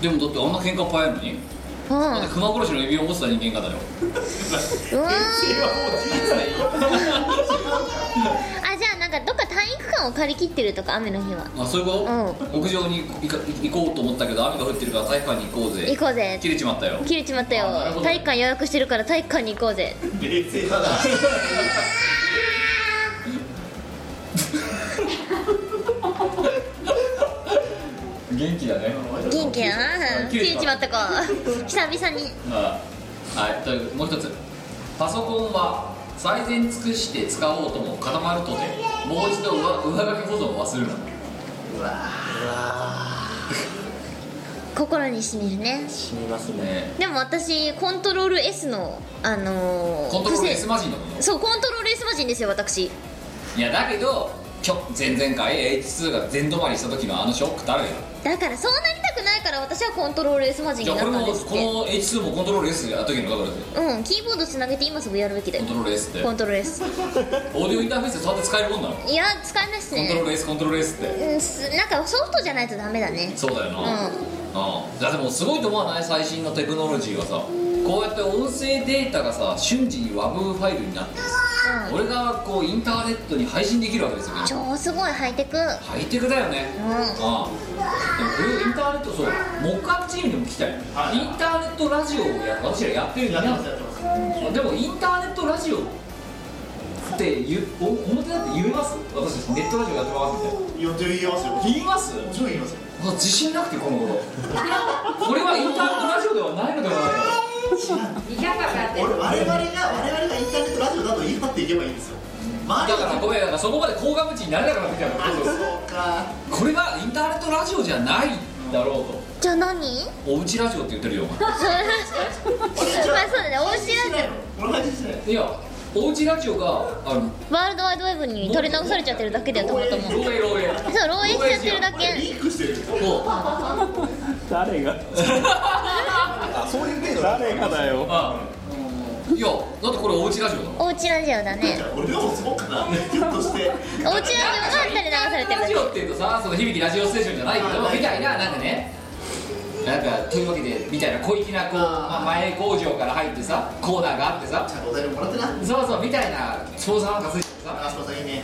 Speaker 1: でもだってあんな喧嘩っぱいあるのに
Speaker 2: うんうん
Speaker 1: だって熊殺しの指輪を持ってた人間かだよ
Speaker 2: うわーあじゃあなんかどっか体育館を借り切ってるとか雨の日は
Speaker 1: あそういうこと、屋上に行か行こうと思ったけど雨が降ってるから体育館に行こうぜ
Speaker 2: 行こうぜ
Speaker 1: 切れちまったよ
Speaker 2: 切れちまった
Speaker 1: あなるほ
Speaker 2: よ
Speaker 1: ど
Speaker 2: 体育館予約してるから体育館に行こうぜ
Speaker 6: ど冷静だな
Speaker 1: 元気だね
Speaker 2: 元気やな
Speaker 1: 切
Speaker 2: 切れ
Speaker 1: れ
Speaker 2: ち
Speaker 1: ち
Speaker 2: ま
Speaker 1: ま
Speaker 2: っ
Speaker 1: った
Speaker 2: か久々に
Speaker 1: あはいというもう一つパソコンは最善尽くして使おうとも固まるとてもう一度上上書き保存を忘れるな
Speaker 2: 心にしみるね
Speaker 1: ね
Speaker 2: でも私コントロール S のあのー、
Speaker 1: コントロール S
Speaker 2: 癖
Speaker 1: マジンのこと
Speaker 2: そうコントロール S マジンですよ私
Speaker 1: いやだけどきょ前々回 H2 が全止まりした時のあのショックたるよ
Speaker 2: だからそうなりたくないから私はコントロール S マジン
Speaker 1: じゃ
Speaker 2: に
Speaker 1: あ
Speaker 2: な
Speaker 1: こ
Speaker 2: っ
Speaker 1: れも
Speaker 2: たんですっ
Speaker 1: こ
Speaker 2: て
Speaker 1: の H2 もコントロール S やった時のことですよ
Speaker 2: うんキーボードつなげて今すぐやるべきだ
Speaker 1: コ
Speaker 2: よ
Speaker 1: ントロール S って
Speaker 2: コントロール S
Speaker 1: オーディオインターフェースでそうやって使えるもんなの
Speaker 2: いや使えないっす
Speaker 1: コントロー
Speaker 2: ね
Speaker 1: ル S コントロール S って
Speaker 2: うんすなんかソフトじゃないとダメだね
Speaker 1: そうだよな
Speaker 2: う
Speaker 1: うんんだってもうすごいと思わない最新のテクノロジーはさこうやって音声データがさ瞬時に WAV ファイルになって
Speaker 2: う
Speaker 1: 俺がこうインターネットに配信できるわけですよね
Speaker 2: ん超すごいハイテク
Speaker 1: ハイテクだよね、
Speaker 2: うん
Speaker 1: ああでもこれをインターネットそうモックアップチームにも聞きたい、インターネットラジオをや私らやってるんだでもインターネットラジオって言うお表だって言えます私たちネットラジオやってますみたいな
Speaker 6: 予定言いますよも
Speaker 1: 言います
Speaker 6: ちろん言いますよ
Speaker 1: あ自信なくてこの頃これはインターネットラジオではないのではないか
Speaker 8: 200回もやって
Speaker 6: 俺
Speaker 8: る
Speaker 6: 我々が我々がインターネットラジオだと言い張っていけばいいんですよ周
Speaker 1: だ
Speaker 6: り
Speaker 1: か
Speaker 6: が
Speaker 1: らごめんだからそこまで高が口になれなくなってきたの
Speaker 6: あそうか
Speaker 1: これがインターネットラジオじゃないだろう
Speaker 2: じゃあ何 (laughs)
Speaker 1: とおうちラジオって言ってるよお前
Speaker 2: それまあそうだねおうちラジ
Speaker 6: 俺はしてない
Speaker 1: いやおうちラジオがあの
Speaker 2: オワールドワイドウェブに取り直されちゃってるだけだよたまたま
Speaker 1: 漏洩漏洩
Speaker 2: そう漏洩しちゃってるだ
Speaker 6: リ
Speaker 2: け
Speaker 6: ンクしてる
Speaker 1: そう
Speaker 10: 誰が
Speaker 7: あそういう程度
Speaker 10: 誰がだよ
Speaker 1: あいやだってこれおうちラジオだもん
Speaker 2: おうちラジオだね
Speaker 6: 俺らもそうかなちょっとして
Speaker 2: おうちラジオが垂れ流されてるだ
Speaker 1: ラ
Speaker 2: け
Speaker 1: ジオっていうとさその響きラジオステーションじゃないけどみたいななんかねなんかというわけでみたいな小粋なこう、まあ、前工場から入ってさコーナーがあってさ
Speaker 6: ちゃんとお便りもらってな
Speaker 1: そうそうみたいな調査なんかついて
Speaker 6: あ
Speaker 1: さ
Speaker 6: そうだいいね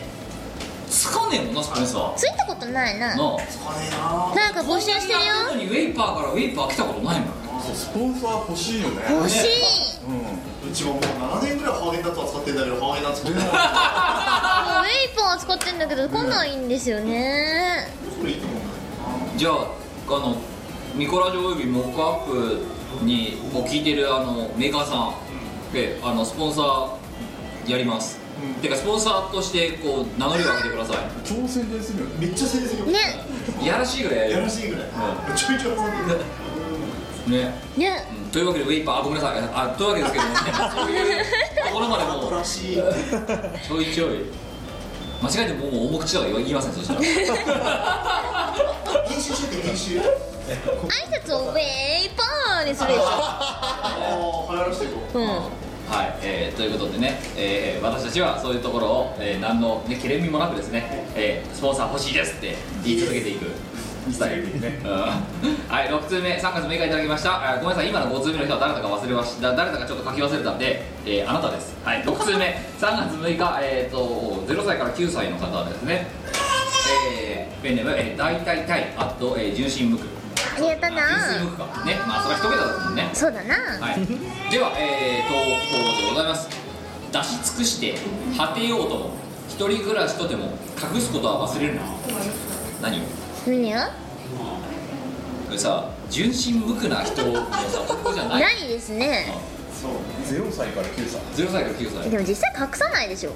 Speaker 1: つかねえもんなスポンサー
Speaker 2: ついたことない
Speaker 1: な
Speaker 2: な
Speaker 1: あ
Speaker 6: そこねな
Speaker 2: なんか募集してる
Speaker 1: な
Speaker 2: よ
Speaker 1: のにウェイパーからウェイパー来たことないもん
Speaker 7: そうスポンサー欲しいよね
Speaker 2: 欲しいも
Speaker 7: うん
Speaker 6: うちももう7年ぐらいハーゲンダッツは使ってんだけどハーゲンダッツも
Speaker 2: うウェイパー使ってんだけど来ないんですよね
Speaker 6: これいいと思う
Speaker 1: じゃああのミコラジオおよびモックアップにも聞いてるあのメーカーさんであのスポンサーやります、てかスポンサーとしてこう名乗りを上げてくださ
Speaker 7: 超宣伝するよね
Speaker 6: めっちゃ先生
Speaker 2: ね
Speaker 1: いいやらしいぐらいや
Speaker 6: や
Speaker 1: る
Speaker 6: らしいぐらいめちょいちょい遊んでる
Speaker 1: ね、
Speaker 2: ね
Speaker 1: うんというわけでウェイパーあごめんなさいあというわけですけ
Speaker 2: (laughs)
Speaker 1: どもねそういうところまでも
Speaker 6: らしい
Speaker 1: ちょいちょい間違えてもう重口とか言いませんそしたら
Speaker 6: 編集しといて編集
Speaker 2: 挨拶をウェイパーにするでし
Speaker 6: ああ流行らしていこ
Speaker 2: ょうん
Speaker 1: はい、えーということでね、えー私たちはそういうところを、えー何の、ね、けれみもなくですね、えースポンサー欲しいですって言い続けていく実際うん (laughs) はい6通目3月6日いただきましたあごめんなさい今の5通目の人は誰だか忘れました誰だかちょっと書き忘れたんで、えーあなたですはい6通目3月6日えっ、と0歳から9歳の方ですねえー、ペンネーム、えー、大体タイあと、えー、純真無垢
Speaker 2: ありがとうな
Speaker 1: 純真無垢かねまあそれは一桁ですもんね
Speaker 2: そうだな
Speaker 1: はい、では、えー、投稿でございます出し尽くして果てようとも一人暮らしとても隠すことは忘れるな何を
Speaker 2: 何よ
Speaker 1: これさ純真無垢な人のさここじゃない
Speaker 2: ないですね
Speaker 3: 0歳から9歳
Speaker 1: 0歳から9歳
Speaker 2: でも実際隠さないでしょ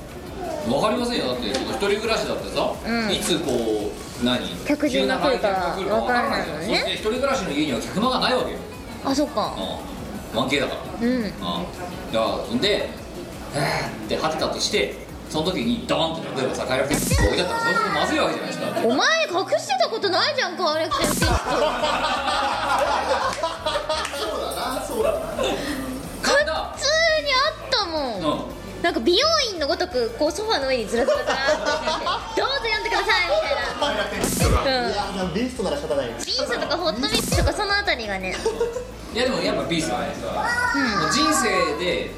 Speaker 1: わかりませんよだって一人暮らしだってさ、
Speaker 2: うん
Speaker 1: いつこう何
Speaker 2: 客人が来るか
Speaker 1: 急な来るわからないじゃん
Speaker 2: わからない
Speaker 1: そ
Speaker 2: もんね
Speaker 1: して一人暮らしの家には客間がないわけよ、
Speaker 2: あそっか
Speaker 1: うん、1K だから
Speaker 2: うん
Speaker 1: うん、だからで「えーってはてたとしてその時にドーンって例えばさ快楽天置いてあったらそうするとまずいわけじゃないですか
Speaker 2: お前隠してたことないじゃんカーレクテンピ
Speaker 1: (laughs) ただ
Speaker 2: 普通にあったもん、
Speaker 1: うん
Speaker 2: なんか美容院のごとくこうソファーの上にずらずらずらってどうぞ読んでくださいみたいなうん
Speaker 6: ベストなら仕方ない
Speaker 2: ビーストとかホットミックスとかそのあたりがね
Speaker 1: いやでもやっぱビーストだねもう人生で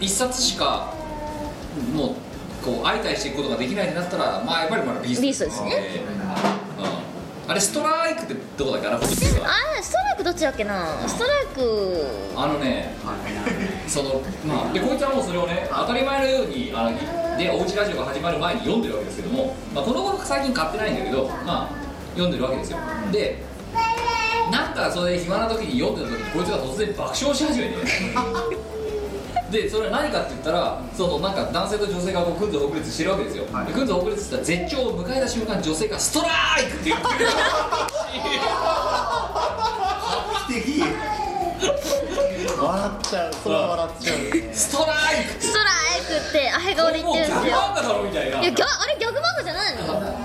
Speaker 1: 一冊しかもうこう相対していくことができないってなったらまあやっぱりまだビースト
Speaker 2: ビーストですね
Speaker 1: うん、あれストライクってどこだっけあらほっていうか
Speaker 2: あストライクどっちだっけなストライク
Speaker 1: あのねそのまあでこいつはもうそれをね当たり前のようにあのでおうちラジオが始まる前に読んでるわけですけども、まあ、この子最近買ってないんだけどまあ読んでるわけですよでなんかそれで暇な時に読んでた時にこいつが突然爆笑し始めてでそれは何かって言ったらそのなんか男性と女性がこうくんずほぐれつしてるわけですよ、でくんずほぐれつした絶頂を迎えた瞬間女性が「ストライク!」って言ってくれる
Speaker 6: 的笑っちゃうそれは笑っちゃう
Speaker 1: ストライク
Speaker 2: ストライクってあへが俺言
Speaker 1: もう
Speaker 2: って
Speaker 1: 逆
Speaker 2: るんですよ
Speaker 1: 漫画だろみたいない
Speaker 2: やギャあれギャグ漫画じゃないの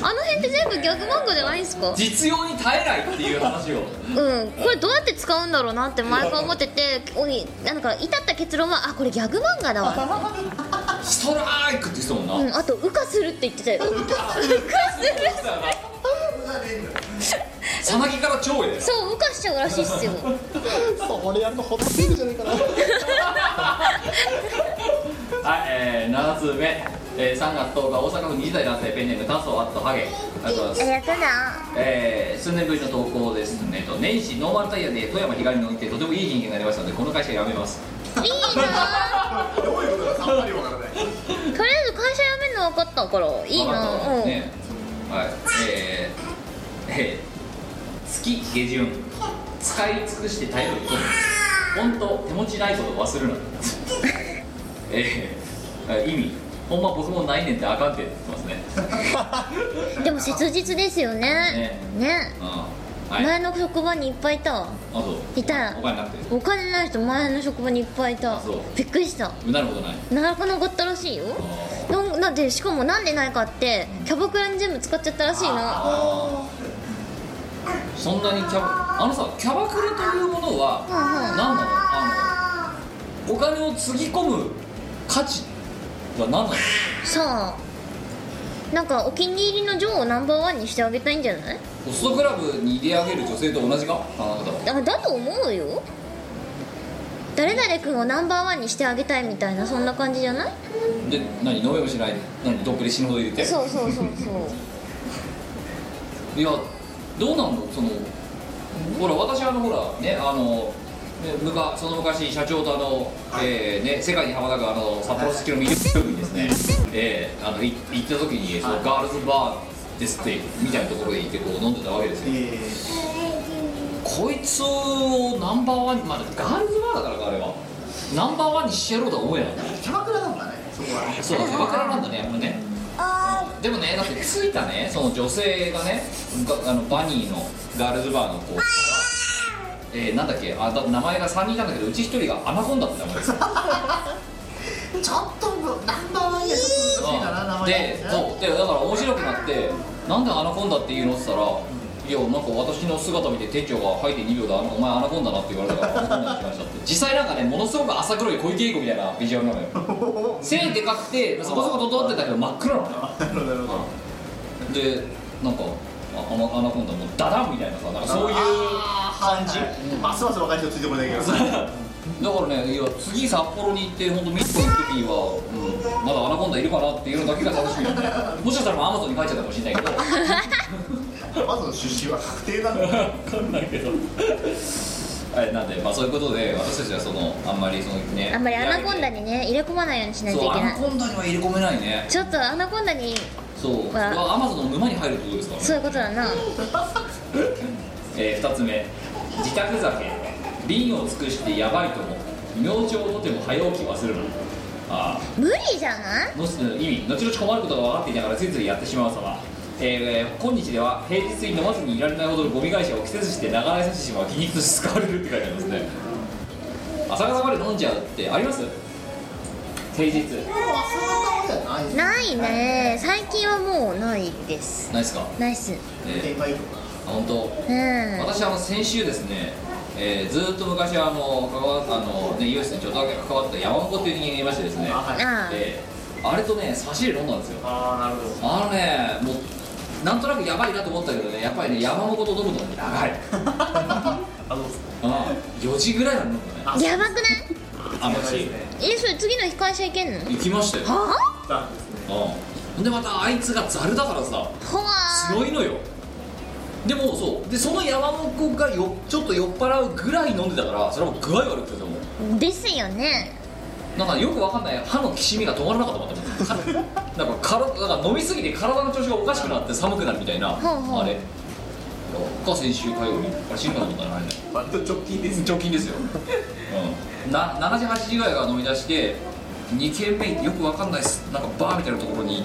Speaker 2: あの辺って全部ギャグ漫画じゃないんすか
Speaker 1: 実用に耐えないっていう話を
Speaker 2: うんこれどうやって使うんだろうなって毎回思ってておいなんか至った結論はあこれギャグ漫画だわ、
Speaker 1: ストライクって言ってたもんな、
Speaker 2: うん、あと羽化するって言ってたよ羽化する
Speaker 1: さなぎから超えだよ
Speaker 2: そう羽化しちゃうらしいっすよ
Speaker 3: それやるとホットピークじゃないかな
Speaker 1: はい、えー、7通目、えー、3月10日大阪府20代男性ペンネームタソアットハゲありがとうございます
Speaker 2: やだな
Speaker 1: えー数年ぶりの投稿ですねと年始ノーマルタイヤで富山日帰りの運転とてもいい人間になりましたのでこの会社辞めます
Speaker 2: いいな
Speaker 7: どういうことかさっぱりわからない
Speaker 2: とりあえず会社辞めるの分かったからいい
Speaker 1: わかった
Speaker 2: な
Speaker 1: わ
Speaker 2: うん、
Speaker 1: ねはいえー、えー、月下旬使い尽くして頼ること本当手持ちないこと忘れるなえー、意味ほんま僕もないねんってあかんてって言ってますね
Speaker 2: でも切実ですよねね
Speaker 1: うんはい
Speaker 2: 前の職場にいっぱいいたわ
Speaker 1: あと
Speaker 2: いた
Speaker 1: お金なくて
Speaker 2: お金ない人前の職場にいっぱいいた
Speaker 1: あそう
Speaker 2: びっくりした
Speaker 1: 無駄なことない
Speaker 2: なかなかったらしいよなんなんでしかもなんでないかってキャバクラに全部使っちゃったらしいな
Speaker 1: そんなにキャバあのさキャバクラというものは
Speaker 2: うんうん
Speaker 1: 何なのあのお金をつぎ込む価値は何なの
Speaker 2: さあなんかお気に入りの女王をナンバーワンにしてあげたいんじゃない
Speaker 1: ホストクラブに入れ上げる女性と同じかあなたは
Speaker 2: あだと思うよ誰々君をナンバーワンにしてあげたいみたいなそんな感じじゃない
Speaker 1: で何飲めもしないで何どっぷり死ぬほど入れて
Speaker 2: そうそうそう
Speaker 1: いやどうなんのそのほら私あのほらねあのねむかその昔社長とあの、えーね、世界に羽ばたくあの札幌スキーの魅力にですね、えーあのい行った時にそのガールズバーですってみたいなところで行ってこう飲んでたわけですよ、こいつをナンバーワンにまあガールズバーだからかあれはナンバーワンにしてやろうとは思えない
Speaker 7: キャバクラなんだねそこは
Speaker 1: そうだね、バカなんだね、やっぱね。でもね、だって着いたね、その女性がね、があのバニーのガールズバーの子。えー、なんだっけ、あ、だ名前が三人なんだけど、うち一人がアナコンダって名前です。
Speaker 6: (laughs) ちょっとナンバーワンにはちょっと難しいかな名前
Speaker 1: で、そう、で、だから面白くなって、なんでアナコンダって言うのって言ったら。いやなんか私の姿見て店長が「はいて2秒であのお前アナコンダな」って言われたから「アナコンダにしました」って実際なんかねものすごく浅黒い小池栄子みたいなビジュアルなのよ背でかくてそこそこ整ってたけど真っ黒なのよ
Speaker 6: なるほどなるほど
Speaker 1: でなんかああのアナコンダもうダダンみたいなさなんかそういう感じ、
Speaker 6: ますます若い人ついてこないけどさ
Speaker 1: だからねいや次札幌に行って本当ミッコに行く時には、うん、まだアナコンダいるかなっていうのだけが楽しみだ (laughs) ねもしかしたらアマゾンに帰っちゃったかもしれないけど
Speaker 6: まずの出身は確定なんだよ
Speaker 1: 分かんないけど (laughs) はいなんでまあそういうことで私たちはそのあんまりそのね
Speaker 2: あんまりアナコンダにね入れ込まないようにしないと
Speaker 1: そう
Speaker 2: いけ
Speaker 1: アナ
Speaker 2: ない
Speaker 1: コンダには入れ込めないね
Speaker 2: ちょっとアナコンダに
Speaker 1: そう
Speaker 2: わ
Speaker 1: アマゾンの沼に入るってことですからね
Speaker 2: そういうことだな
Speaker 1: えー、2つ目自宅酒瓶を尽くしてやばいとも明朝とても早起き忘れるあ
Speaker 2: 無理じゃない
Speaker 1: あのす意味後々困ることが分かっていながらついついやってしまう様えーえー今日では平日に飲まずにいられないほどのゴミ会社を着せずして流れさせてしまう皮肉として使われるって書いてありますね朝方まで飲んじゃうってあります平日
Speaker 2: ないね最近はもうないです
Speaker 1: ないですか
Speaker 2: ナイスうん
Speaker 1: えー、あ本当私あの先週ですね、えー、ずーっと昔あの関わあのねイオシスにちょっとだけ関わった山本っていう人間がいましてですね
Speaker 6: あはい
Speaker 2: あ
Speaker 1: であれとね差し入れ飲んだんですよ
Speaker 6: ああな
Speaker 3: (laughs)
Speaker 6: るほど
Speaker 1: あのねもうなんとなくやばいなと思ったけどねやっぱりね山本と飲むとね長
Speaker 2: (laughs)
Speaker 1: い
Speaker 6: あの
Speaker 1: あ4時ぐらいは飲むね
Speaker 2: あやばくない
Speaker 1: あの日
Speaker 2: えそれ次の日会社行けんのは
Speaker 1: 行きましたよ
Speaker 2: あ
Speaker 6: なんですね
Speaker 1: うんほんでまたあいつがザルだからさ
Speaker 2: ほわ
Speaker 1: 強いのよでもそうでその山本がよちょっと酔っ払うぐらい飲んでたからそれはもう具合悪くてさもう
Speaker 2: ーですよね
Speaker 1: なんかよくわかんない歯のきしみが止まらなかったもん私なんかからなんか飲みすぎて体の調子がおかしくなって寒くなるみたいな、
Speaker 2: ほうほう
Speaker 1: あれが先週火曜日あれ新幹線だな
Speaker 6: 割と直近です
Speaker 1: 直近ですよ、うん、な7時8時ぐらいから飲み出して2軒目よくわかんないっすなんかバーみたいなところに行っ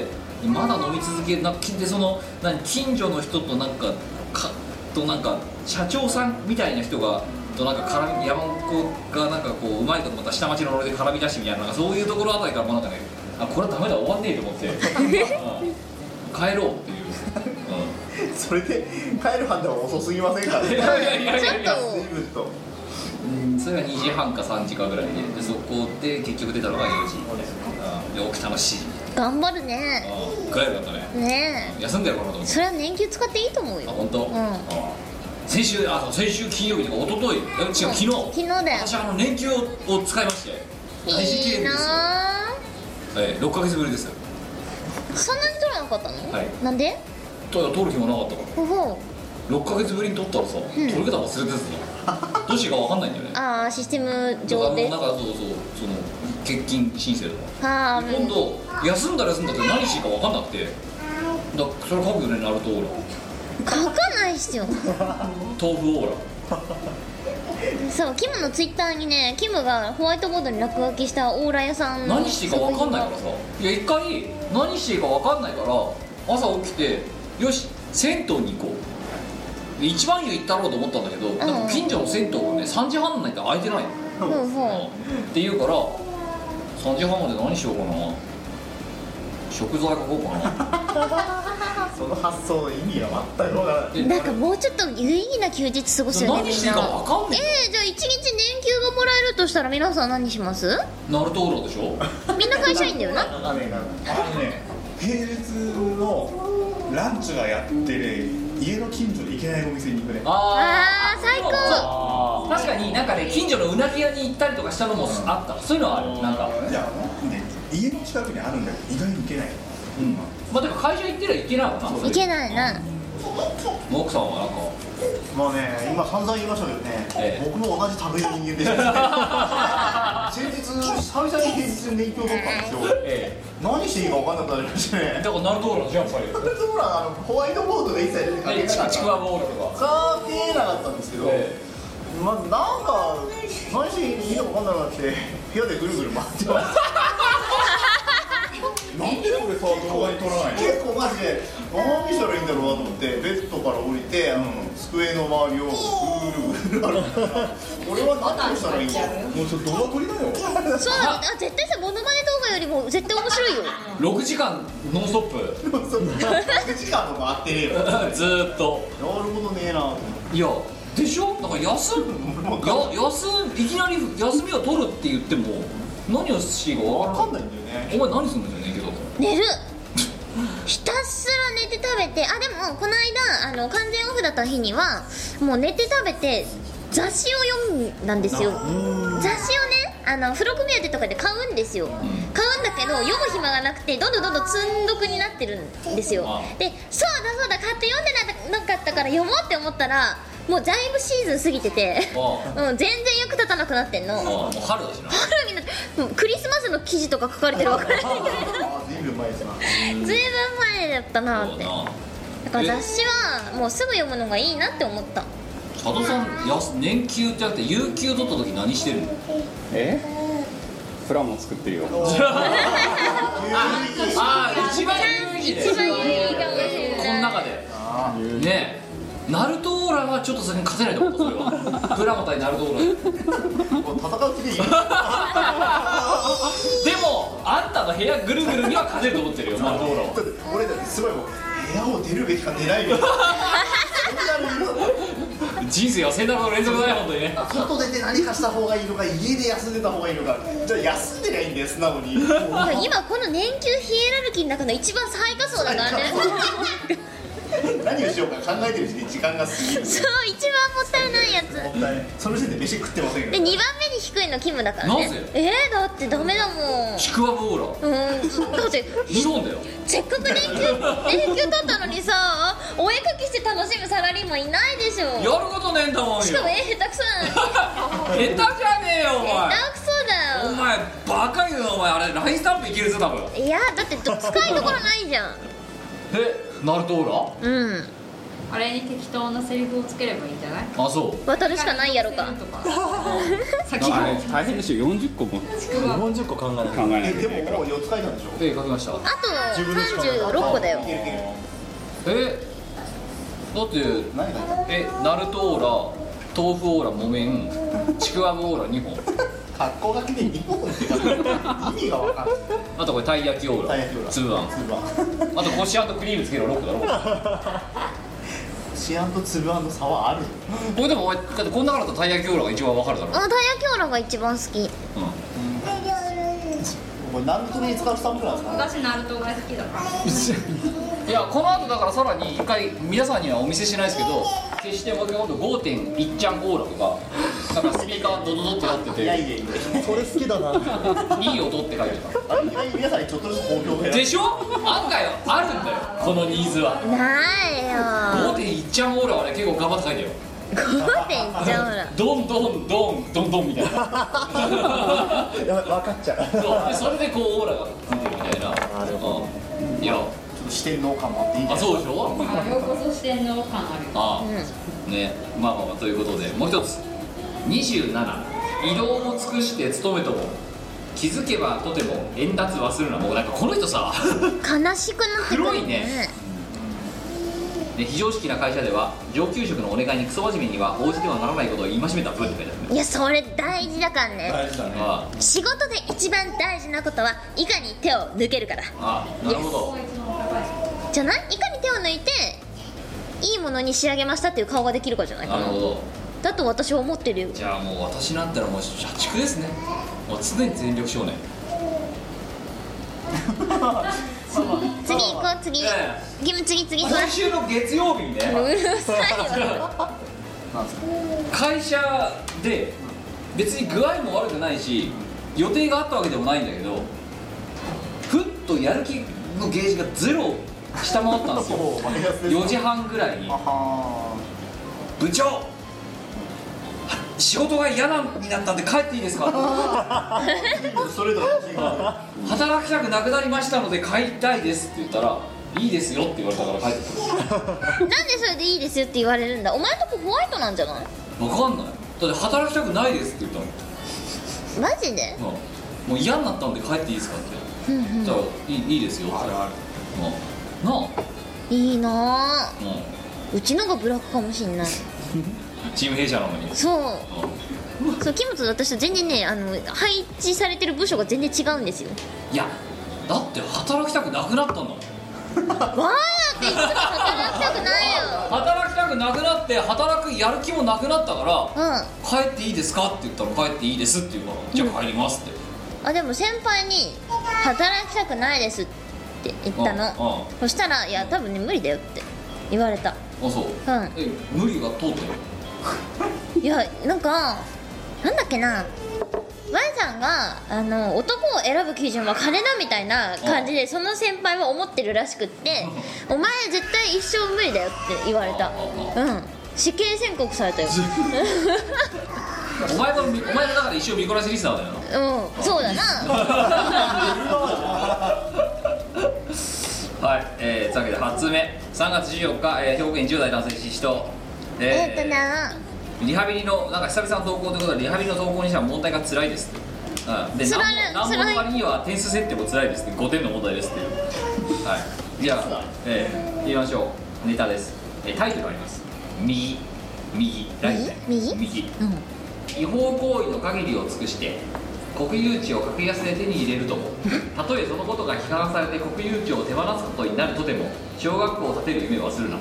Speaker 1: てまだ飲み続けなきでその何近所の人となんかかとなんか社長さんみたいな人がとなんか絡み山子がなんかこううまいことまた下町の俺で絡み出してみたいななんかそういうところあたりからもうなんかねあこれはダメだ終わんねえと思って、うん帰ろうっていう、う
Speaker 6: それで帰る判断は遅すぎませんか
Speaker 1: ん、い
Speaker 6: ね
Speaker 1: やいやいやいやいや
Speaker 2: ちょっと
Speaker 6: 随分と
Speaker 1: うんそれが2時半か3時かぐらいででそこで結局出たのが4時うんで起き楽しい
Speaker 2: 頑張るね
Speaker 1: うんぐらいだったね
Speaker 2: ね
Speaker 1: 休んでやろうかなと思って
Speaker 2: えそれは年休使っていいと思う
Speaker 1: あ
Speaker 2: よ
Speaker 1: 本当、
Speaker 2: うん
Speaker 1: うん先週あそう先週金曜日とか一昨日え違う昨日
Speaker 2: 昨日だよ
Speaker 1: 私あの年休をを使いまして大事
Speaker 2: い
Speaker 1: 件
Speaker 2: い
Speaker 1: ですよ、
Speaker 2: な
Speaker 1: え6か月ぶりですよ
Speaker 2: ーそんなに取らなかったの、
Speaker 1: はい
Speaker 2: なんで
Speaker 1: と取る日もなかったから
Speaker 2: ほほう
Speaker 1: 6か月ぶりに取ったらさ、取るけた忘
Speaker 2: (laughs)
Speaker 1: れてたどうしていいか分かんないんだよね
Speaker 2: ああシステム
Speaker 1: だから
Speaker 2: 上
Speaker 1: もう
Speaker 2: で
Speaker 1: なんかそうそうその欠勤申請とか
Speaker 2: ああ
Speaker 1: 今度休んだら休んだって何していいか分かんなくてだからそれ書くよねナルトオーラ
Speaker 2: 書かないっすよ
Speaker 1: 豆腐オーラ
Speaker 2: そうキムのツイッターにねキムがホワイトボードに落書きしたオーラ屋さんの
Speaker 1: 何していいか分かんないからさいや一回何していいか分かんないから朝起きてよし銭湯に行こうで一番湯行ったろうと思ったんだけど、なんか近所の銭湯がね3時半になって空いてないの
Speaker 2: ほうほ
Speaker 1: って言うから3時半まで何しようかな食材書こうかな
Speaker 6: その発想の意味が全く分からない
Speaker 1: で
Speaker 2: うなんかもうちょっと有意義な休日過ごすよね
Speaker 1: 何
Speaker 2: み
Speaker 1: し
Speaker 2: ん
Speaker 1: ていいか
Speaker 2: な
Speaker 1: 分かん
Speaker 2: え
Speaker 1: ね
Speaker 2: ー、じゃあ1日年休がもらえるとしたら皆さん何します
Speaker 1: えナルトオーラでしょ
Speaker 2: みんな会社員だよな
Speaker 6: あれが
Speaker 3: あのね平日のランチがやってる家の近所で行けないお店に行くね
Speaker 2: あー最高
Speaker 1: そう確かになんかね近所のうなぎ屋に行ったりとかしたのもあったそういうのはあるなんか
Speaker 3: いやね家の近くにあるんだけど意外に行けない
Speaker 1: まあでも会社行ってりゃいけないもんない
Speaker 2: けないな
Speaker 1: もう奥さんはなん
Speaker 6: まあね今散々言いましたけどね、
Speaker 1: ええ
Speaker 6: 僕も同じ類の人間でした
Speaker 1: (laughs) か
Speaker 6: 先日久々に平日に勉強取ったんですよ
Speaker 1: え
Speaker 6: 何していいか分かんなくなりました
Speaker 1: え
Speaker 6: ね
Speaker 1: (laughs) だからナルトオーラのジャンプ
Speaker 6: それとほらあのホワイトボードで一切出て
Speaker 1: あ
Speaker 6: かけ
Speaker 1: るよ
Speaker 6: なかった
Speaker 1: ちくわボールとか
Speaker 6: かけなかったんですけど、
Speaker 1: え
Speaker 6: まずなんか何していいのか分かんなくなって部屋でぐるぐる回ってます
Speaker 3: (laughs) なんで俺さ動画に撮らないの
Speaker 6: 結構マジで何したらいいんだろうなと思ってベッドから降りて、あの机の周りをぐるぐる歩いて
Speaker 3: (laughs)
Speaker 6: 俺は何をしたらいいんだろう
Speaker 3: もうちょっと動画撮りなよ
Speaker 2: そうだあ絶対さモノマネ動画よりも絶対面白いよ
Speaker 1: 6時間ノンストップ (laughs)
Speaker 6: そんな6時間とかあってねえよなる
Speaker 1: ずーっと
Speaker 6: ほどねえなと思って
Speaker 1: いやでしょだから休むや休むいきなり休みを取るって言っても何をしていいか分
Speaker 6: 分
Speaker 1: か
Speaker 6: か
Speaker 1: ん
Speaker 6: ん
Speaker 1: な
Speaker 6: ないいんだよね
Speaker 1: お前何するんだよねけど
Speaker 2: 寝るひたすら寝て食べてあでもこの間あの完全オフだった日にはもう寝て食べて雑誌を読んだんですよ雑誌をねあの付録目当てとかで買うんですよ買うんだけど読む暇がなくてどんどんどんどん積んどくになってるんですよでそうだそうだ買って読んでなかったから読もうって思ったらもうだいぶシーズン過ぎてて、
Speaker 1: あ
Speaker 2: うん、全然役立たなくなってんの
Speaker 1: あもう春だしな
Speaker 2: 春になってもうクリスマスの記事とか書かれてるわからない
Speaker 7: あずいぶん前ですな
Speaker 2: ずいぶん前だったな
Speaker 1: そ
Speaker 2: っ
Speaker 1: う
Speaker 2: て
Speaker 1: だな
Speaker 2: だから雑誌はもうすぐ読むのがいいなって思った
Speaker 1: 加藤さんやす年休じゃなくて有給取った時何してるの
Speaker 10: えプラモ作ってるよ
Speaker 1: ああ一番有意義で
Speaker 2: 一番有意義かもしれ
Speaker 1: この
Speaker 2: ない
Speaker 1: 中でねえナルトオーラはちょっと先に勝てないってことそれは (laughs) プラモ対ナルトオーラ
Speaker 7: もう戦う
Speaker 6: (laughs)
Speaker 7: 気でいい
Speaker 1: でもあんたの部屋ぐるぐるには勝てると思ってるよナルトオーラは
Speaker 7: 俺だってすごいもう部屋を出るべきか出ないべきかそんなルールだった
Speaker 1: 人生はセダの連続だよ本当にね
Speaker 7: 外出て何かした方がいいのか家で休んでた方がいいのかじゃあ休んでりゃいいんだよ素直に
Speaker 2: 今この年休ヒエラルキーの中の一番最下層だからね
Speaker 7: 何をしようか考えてるうちに時間が過ぎる
Speaker 2: そう一番もったいないやつ
Speaker 7: もったいないその時点で飯食ってませんよ
Speaker 2: で2番目に低いのキムだからね
Speaker 1: なぜ
Speaker 2: えー、だってダメだもん
Speaker 1: ちくわぶオーラ
Speaker 2: うんだって
Speaker 1: ひどんだよ
Speaker 2: せっかく年休年休取ったのにさお絵かきして楽しむサラリーマンいないでしょ
Speaker 1: やることねえんだもんよ
Speaker 2: しかも絵下手くそな
Speaker 1: 下
Speaker 2: のに
Speaker 1: 手じゃねえよお
Speaker 2: 下
Speaker 1: 前
Speaker 2: 手くそだよ
Speaker 1: お前バカ言うなお前あれラインスタンプいけるぞ多分
Speaker 2: いやだってど使いどころないじゃん
Speaker 1: えナルトオー
Speaker 2: うん
Speaker 8: あれに適当なセリフをつければいいんじゃない
Speaker 1: ラあそう
Speaker 2: 渡るしかないやろか
Speaker 8: 先
Speaker 10: あ
Speaker 8: の
Speaker 10: れ大変でしょ40個も考
Speaker 8: ちくわ
Speaker 3: 四十個考えな
Speaker 10: え
Speaker 3: い
Speaker 7: え
Speaker 10: なきゃいけない
Speaker 7: で
Speaker 10: か
Speaker 7: もも
Speaker 10: ら
Speaker 7: う4つ書いたんでしょ
Speaker 1: 絵描きました
Speaker 2: あと36個だよ
Speaker 7: いけるいける
Speaker 1: えだって
Speaker 7: 何書いたの
Speaker 1: えナルトオーラ豆腐オーラ木綿ちくわぶオーラ2本
Speaker 7: 格好書きで2本って書く意味が分かんない
Speaker 1: あとこれたい焼きオー
Speaker 7: たい
Speaker 1: ラ
Speaker 7: 焼きオーラ
Speaker 1: つぶあん
Speaker 7: 粒あん
Speaker 1: あとこしあんとクリームつける6個だろ
Speaker 7: シアンと粒あんの差はある
Speaker 1: これでもお前だってこん中だったらたい焼きオーラが一番わかるだ
Speaker 7: (laughs)
Speaker 1: ろ
Speaker 2: あたい焼きオーラが一番好き
Speaker 1: う
Speaker 7: これ何のために使うスタンプなんですかね
Speaker 8: 昔ナルトが好きだから
Speaker 1: んいやこの後だからさらに一回皆さんにはお見せしないですけど決してもう一回今度5.1ちゃんオーラとかなんかスピーカードドドってなって
Speaker 7: いやい
Speaker 1: て
Speaker 7: やいや
Speaker 3: それ好きだな。
Speaker 1: いい音って書いてた
Speaker 7: あれ意外に皆さんにちょっとずつ好評を減ら
Speaker 1: ですしょ案外あるんだよこのニーズは
Speaker 2: ないよ
Speaker 1: 5.1ちゃんオーラはね結構頑張って書いてよ
Speaker 2: 5点じゃんほら
Speaker 1: どんどんどんどんどんみたい (laughs) な
Speaker 3: やばい分かっちゃ
Speaker 1: そうでそれでこうオーラがついてるみたいななるほど、うんいや
Speaker 7: ちょっと視点の感もあっていいんじ
Speaker 1: あ
Speaker 7: ゃない
Speaker 1: そうでしょ
Speaker 8: あようこそ四天王感あるよ
Speaker 1: ああ、
Speaker 2: う
Speaker 1: ねまあまあまあということでもう一つ27移動も尽くして勤めとも気づけばとても円達はするなもうなんかこの人 (laughs) さ
Speaker 2: ん悲しくなってくる
Speaker 1: 黒いねね非常識な会社では上級職のお願いにクソ真面目には応じてはならないことを戒めた分って書いてあるね
Speaker 2: いやそれ大事だからね
Speaker 7: 大事だね
Speaker 1: あ
Speaker 2: 仕事で一番大事なことはいかに手を抜けるから
Speaker 1: あああなるほど
Speaker 2: じゃないいかに手を抜いていいものに仕上げましたっていう顔ができるかじゃない
Speaker 1: な
Speaker 2: か
Speaker 1: る
Speaker 2: な
Speaker 1: ほど
Speaker 2: だと私は思ってるよ
Speaker 1: じゃあもう私なんてのはもう社畜ですねもう常に全力少年
Speaker 2: 次行こう次
Speaker 1: いやいや
Speaker 2: ギム次次それ
Speaker 1: 今週の月曜日に
Speaker 2: (laughs)
Speaker 1: ね
Speaker 2: うるさいよ
Speaker 1: 会社で別に具合も悪くないし予定があったわけでもないんだけどふっとやる気のゲージがゼロを下回ったん
Speaker 10: (laughs)
Speaker 1: ですよ
Speaker 7: そうマイナスです
Speaker 1: 4時半ぐらいに
Speaker 7: あは
Speaker 1: 「部長仕事が嫌なになったんで帰っていいですか?
Speaker 7: ーそれぞれ気が」
Speaker 1: 働きたくなくなりましたので帰りたいです」って言ったら「いいですよ」って言われたから帰ってく
Speaker 2: なんでそれでいいですよって言われるんだお前のとこホワイトなんじゃない
Speaker 1: るわかんないだって働きたくないですって言ったの
Speaker 2: マジで
Speaker 1: うんもう嫌になったんで帰っていいですかって言ったら「いいいいですよ」って
Speaker 7: るある
Speaker 1: うんなあ
Speaker 2: いいなあ
Speaker 1: うん
Speaker 2: うちのがブラックかもしんない
Speaker 1: チーム弊社なのに
Speaker 2: そう
Speaker 1: う
Speaker 2: そうキムと私と全然ねあの配置されてる部署が全然違うんですよ
Speaker 1: んいやだって働きたくなくなったんだもん
Speaker 2: わーっていつも働きたくな
Speaker 1: 働きたくなくなって働くやる気もなくなったから
Speaker 2: いよ
Speaker 1: 「帰っていいですか?」って言ったら「帰っていいです」って言うから「じゃあ帰ります」って
Speaker 2: うんあでも先輩に「働きたくないです」ってって言ったの
Speaker 1: う
Speaker 2: そしたら「いや多分ね無理だよ」って言われた
Speaker 1: あそう、
Speaker 2: うん
Speaker 1: え無理が通ったよ
Speaker 2: いやなんかなんだっけなワンさんがあの男を選ぶ基準は金だみたいな感じでその先輩は思ってるらしくって「お前絶対一生無理だよ」って言われたうん死刑宣告されたよ
Speaker 1: お前のお前の中で一生見こなしリスナーだ (laughs) よな
Speaker 2: (laughs) うんそうだな
Speaker 1: はい、えー、というわけで8つ目3月14日、えー、兵庫県10代男性し人
Speaker 2: えっとな
Speaker 1: リハビリのなんか久々の投稿ということでリハビリの投稿にしては問題が辛いですってうん、で
Speaker 2: 辛い
Speaker 1: 難問難問の割には点数設定も辛いですって5点の問題ですっていうはいじゃあ、えー、言いましょうネタです、えー、タイトルあります右右ライト
Speaker 2: 右
Speaker 1: 右
Speaker 2: うん
Speaker 1: 違法行為の限りを尽くして国有地を格安で手に入れる
Speaker 2: (laughs)
Speaker 1: ともたとえそのことが批判されて国有地を手放すことになるとでも小学校を建てる夢はするな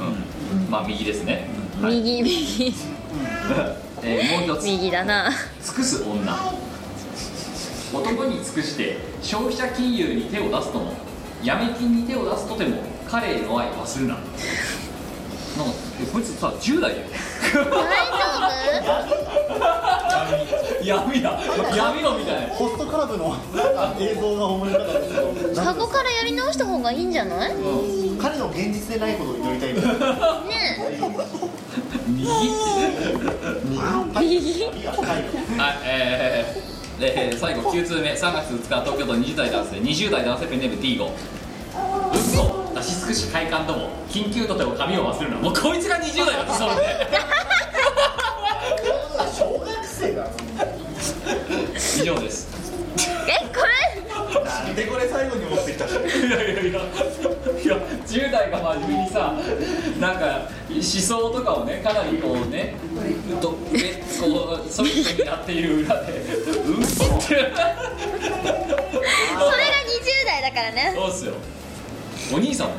Speaker 1: うん、まあ右ですね、はい
Speaker 2: 右右
Speaker 1: (laughs) えーもう一つ
Speaker 2: 右だな
Speaker 1: 尽くす女男に尽くして消費者金融に手を出すとも闇金に手を出すとても彼への愛はするななんかえこいつさ10代だよ
Speaker 2: 大丈
Speaker 1: 闇だ闇のみたい
Speaker 3: ホストクラブのあ映像が思い浮かんだんですけど
Speaker 2: 夫カゴからやり直した方がいいんじゃないね
Speaker 6: 彼の現実でないことを祈りたいみたいな
Speaker 1: (laughs) 右
Speaker 2: 右
Speaker 6: 髪が深いの
Speaker 1: はい、えーえー最後9通目3月2日東京都20代男性20代男性ペンネーム D5 嘘出し尽くし快感とも緊急とても髪を忘れるなもうこいつが20代だってそれで
Speaker 6: 小学生だ
Speaker 1: 以上です
Speaker 2: えこれ
Speaker 6: でこれ最後に持ってきたし
Speaker 1: いやいやいやいや10代が真面目にさなんか思想とかをねかなりこうねどでこうそういうふうになっている裏で嘘って
Speaker 2: それが20代だからね
Speaker 1: そうっすよお兄さんも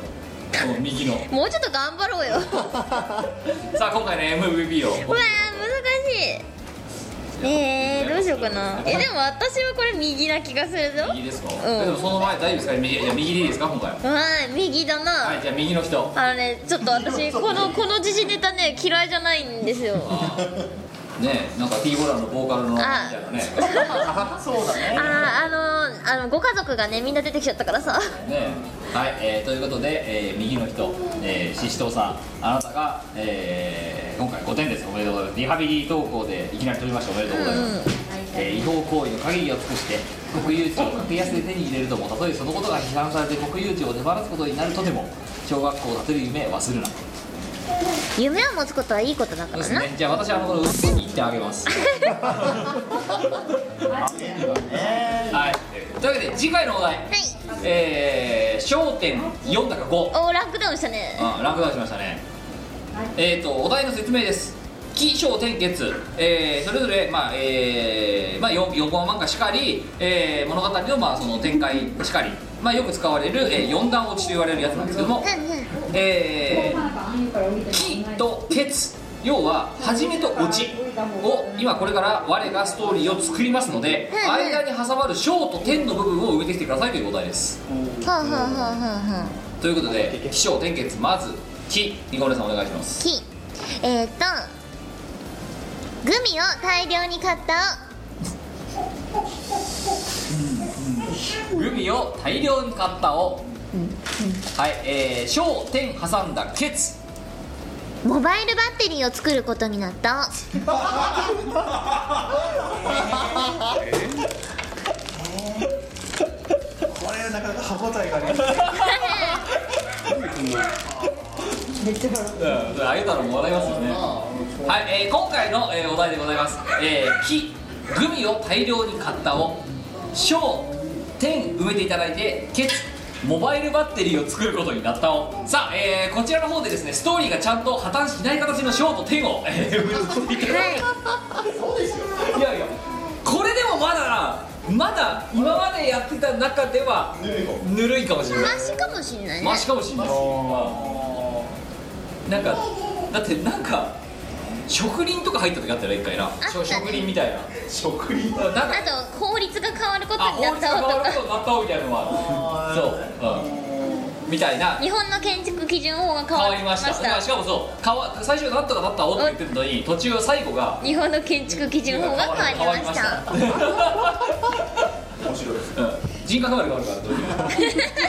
Speaker 1: この右の
Speaker 2: もうちょっと頑張ろうようわ
Speaker 1: さあ今回の MVP を
Speaker 2: ー難しいえー、どうしようかなえでも私はこれ右な気がするぞ
Speaker 1: 右ですか、
Speaker 2: うん
Speaker 1: えでもその前大丈夫ですか右いや右でいいですか今回は
Speaker 2: はい右だな、
Speaker 1: いじゃあ右の人
Speaker 2: あのねちょっと
Speaker 1: (laughs)
Speaker 2: 私このこの時事ネタね嫌いじゃないんですよあ
Speaker 1: ねえなんか T ボランのボーカルのみ
Speaker 2: あ
Speaker 1: たいなね
Speaker 6: そうだね
Speaker 2: ーあのあのご家族がねみんな出てきちゃったからさ
Speaker 1: ねえはい、えーということで、えー右の人、えー、ししとうさんあなたが、えー今回5点ですおめでとうございますリハビリ投稿でいきなり取りましたおめでとうございます、えー違法行為の限りを尽くして国有地を格安で手に入れるともたとえそのことが批判されて国有地を手放すことになるとでも小学校を建てる夢は忘れるな
Speaker 2: 夢を持つことはいいことだ
Speaker 1: そう
Speaker 2: か
Speaker 1: で
Speaker 2: ら
Speaker 1: す
Speaker 2: な
Speaker 1: ねじゃあ私はあのこの嘘に行ってあげ (laughs) ますはいというわけで次回のお題
Speaker 2: はい
Speaker 1: えー、焦点4だか5
Speaker 2: おーランクダウンしたね
Speaker 1: あランクダウンしましたね、えっ、とお題の説明です起承転結、えーそれぞれ、まあえーまあ、4, 4コマ漫画しかり、えー物語の,、まあその展開しかり、まあ、よく使われる、え4段落ちと言われるやつなんですけども、えー、起と結要は始めと落ちを今これから我がストーリーを作りますので間に挟まる小と点の部分を埋めてきてくださいというお題です
Speaker 2: はあはあはあはあはあ
Speaker 1: ということで起承転結まず起ニコレさんお願いします
Speaker 2: きえー、っとグミを大量に買った
Speaker 1: グミを大量に買ったを、はいえー、小点挟んだケツ
Speaker 2: モバイルバッテリーを作ることになった
Speaker 7: これなかなか歯応えがね
Speaker 1: うんあげたらもらいますよねはい、えー今回の、えーお題でございます「えー、木グミを大量に買ったを」小点埋めていただいてケツモバイルバッテリーを作ることになったをさあ、えーこちらの方でですねストーリーがちゃんと破綻しない形の小と点を、えー埋めていただいていやいやこれでもまだまだ今までやってた中ではぬるいかもしれない
Speaker 2: マシかもしんないね
Speaker 1: マシかもしれないなんかだってなんか職人とか入った時あったら一回な職人みたいな
Speaker 6: 職人
Speaker 1: なんか
Speaker 2: あと法律が変わること
Speaker 1: あ (laughs)
Speaker 2: にな
Speaker 1: 法
Speaker 2: っ
Speaker 1: 律
Speaker 2: た
Speaker 1: が変わ
Speaker 2: わ
Speaker 1: る
Speaker 2: と
Speaker 1: ことに
Speaker 2: か
Speaker 1: なったわみたいなのもあるそう、うん、みたいな
Speaker 2: 日本の建築基準法が変
Speaker 1: 変
Speaker 2: わ
Speaker 1: わ
Speaker 2: り
Speaker 1: り
Speaker 2: ま
Speaker 1: ま
Speaker 2: し
Speaker 1: したたまあしかもそう変わ最初なんとかなったおって言ってるのに途中最後が
Speaker 2: 日本の建築基準法が変わりました
Speaker 1: 変わりました
Speaker 7: 面白いです
Speaker 1: うん人格があるからどうにも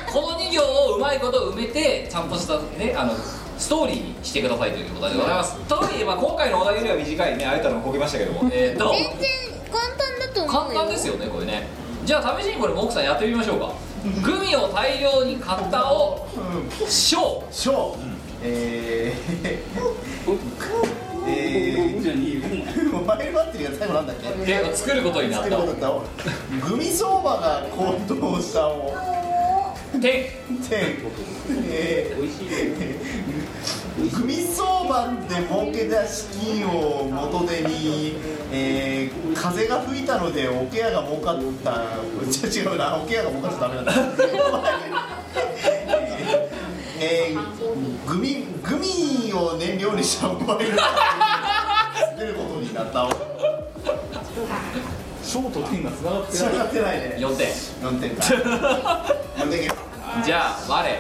Speaker 1: この2行をうまいこと埋めてちゃんとしたねあのストーリーにしてくださいということでございますとはいえば今回のお題よりは短いねあえたのもこけましたけどもえーっと
Speaker 2: 全然簡単だと思う
Speaker 1: 簡単ですよねこれねじゃあ試しにこれも奥さんやってみましょうかグミを大量に買ったを小
Speaker 7: ショーえーえ
Speaker 10: じゃねえよ
Speaker 7: ーモバイルバッテリーが最後なんだっけ
Speaker 1: で作ることになっ
Speaker 7: 作
Speaker 1: た
Speaker 7: ることだったをグミ相場が高騰したを
Speaker 1: 点
Speaker 7: 点え
Speaker 10: 美味しいよ
Speaker 7: ーグミ相場で儲けた資金を元手に、えー風が吹いたのでおケアが儲かったじゃ違うなおケアが儲かっちゃダメなんだえーグミグミを燃料にしたモバイル作ることになったを
Speaker 3: ショーと点が繋がって
Speaker 7: つながってないね
Speaker 1: 4点
Speaker 7: 4点か4点か
Speaker 1: じゃあ我
Speaker 2: はい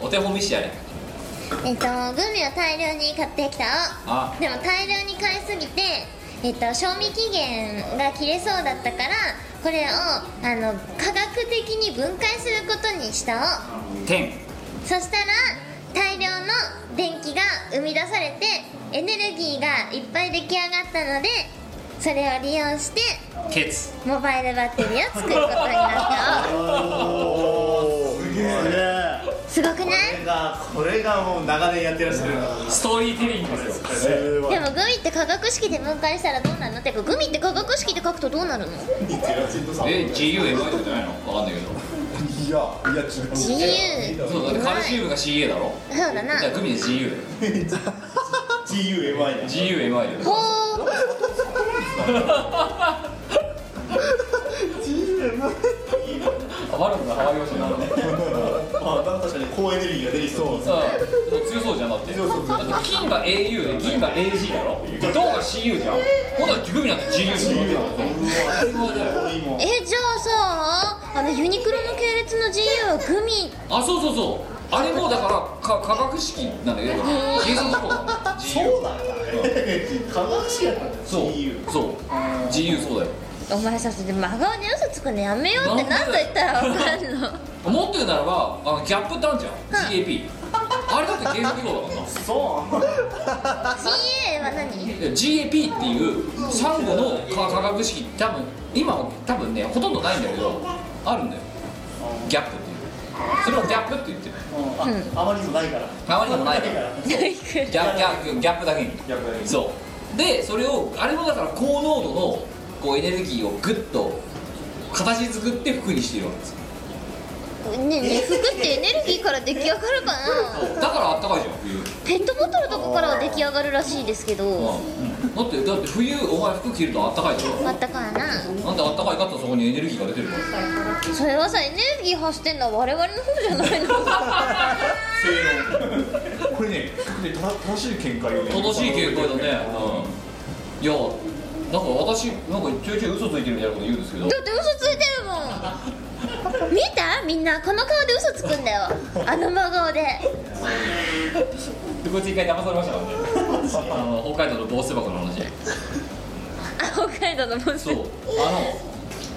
Speaker 1: お手本見してやれ
Speaker 2: えっとグミを大量に買ってきた
Speaker 1: あ
Speaker 2: でも大量に買いすぎてえっと賞味期限が切れそうだったからこれをあの科学的に分解することにしたを
Speaker 1: 点
Speaker 2: そしたら大量の電気が生み出されてエネルギーがいっぱい出来上がったのでそれを利用して
Speaker 1: ケツ
Speaker 2: モバイルバッテリーを作ることになった
Speaker 7: (laughs)
Speaker 2: よ
Speaker 7: おーすげえ
Speaker 2: すごくない
Speaker 7: これがこれがもう長年やってらっしゃる
Speaker 1: ストーリーテリングですよ
Speaker 7: すごい
Speaker 2: でもグミって化学式で分解したらどうなるのってかグミって化学式で書くとどうなるの
Speaker 1: え GU 描いてるんじゃないのわかんないけど
Speaker 3: いやいや違う
Speaker 2: 自由
Speaker 1: そうだってカルシウムが CA だろ
Speaker 2: そうだな
Speaker 1: じゃあグミで GU だよ
Speaker 7: GUMI や
Speaker 1: GU 描いてる
Speaker 2: ほー
Speaker 1: あ悪くなハワイ語しなるね
Speaker 7: あ確かに高エネルギーが出るそう
Speaker 1: うん強そうじゃんだってだって金が au で銀が ag だろ銅が cu じゃんほんならグミなんて gu だよ
Speaker 2: えじゃあさあのユニクロの系列の自由はグミ
Speaker 1: あそうそうそうあれもだからか化学式なんだけど計算機構だもん GU
Speaker 7: なんだね科学士やったんだ
Speaker 1: そう
Speaker 7: GU
Speaker 1: そう GU そうだよ
Speaker 2: お前さそれで真顔で嘘つくのやめようって何度言ったら分かんの
Speaker 1: 持ってるならばあのギャップってあるじゃん GAP あれだって計算機構だからな
Speaker 2: CA は何
Speaker 1: いや GAP っていうサンゴの化化学式多分今は多分ねほとんどないんだけどあるんだよギャップっていうそれをギャップって言ってる
Speaker 7: あまりにもないから
Speaker 1: あまりにもないから
Speaker 2: ないく
Speaker 1: ギャギャギャップだけに
Speaker 7: やっぱり
Speaker 1: そうでそれをあれもだから高濃度のこうエネルギーをグッと形作って服にしているわけですよ
Speaker 2: ねえねえ服ってエネルギーから出来上がるかな
Speaker 1: だからあったかいじゃん冬、
Speaker 2: ペットボトルとかからは出来上がるらしいですけど
Speaker 1: だってだって冬お前服着るとあったかいじゃん
Speaker 2: あったかいな
Speaker 1: なんであったかいかってそこにエネルギーが出てるから
Speaker 2: それはさエネルギー発してんのは我々の方じゃないの
Speaker 3: これねねた正しい見解をね
Speaker 1: 正しい警戒だね、うん、いやなんか私なんかちょいちょい嘘ついてるみたいなこと言うんですけど
Speaker 2: だって嘘ついてるもん見たみんなこの顔で嘘つくんだよあの真顔で
Speaker 1: でこいつ一回騙されましたからね (laughs) あの北海道の防水箱の話
Speaker 2: あ北海道のモンス
Speaker 1: そうあの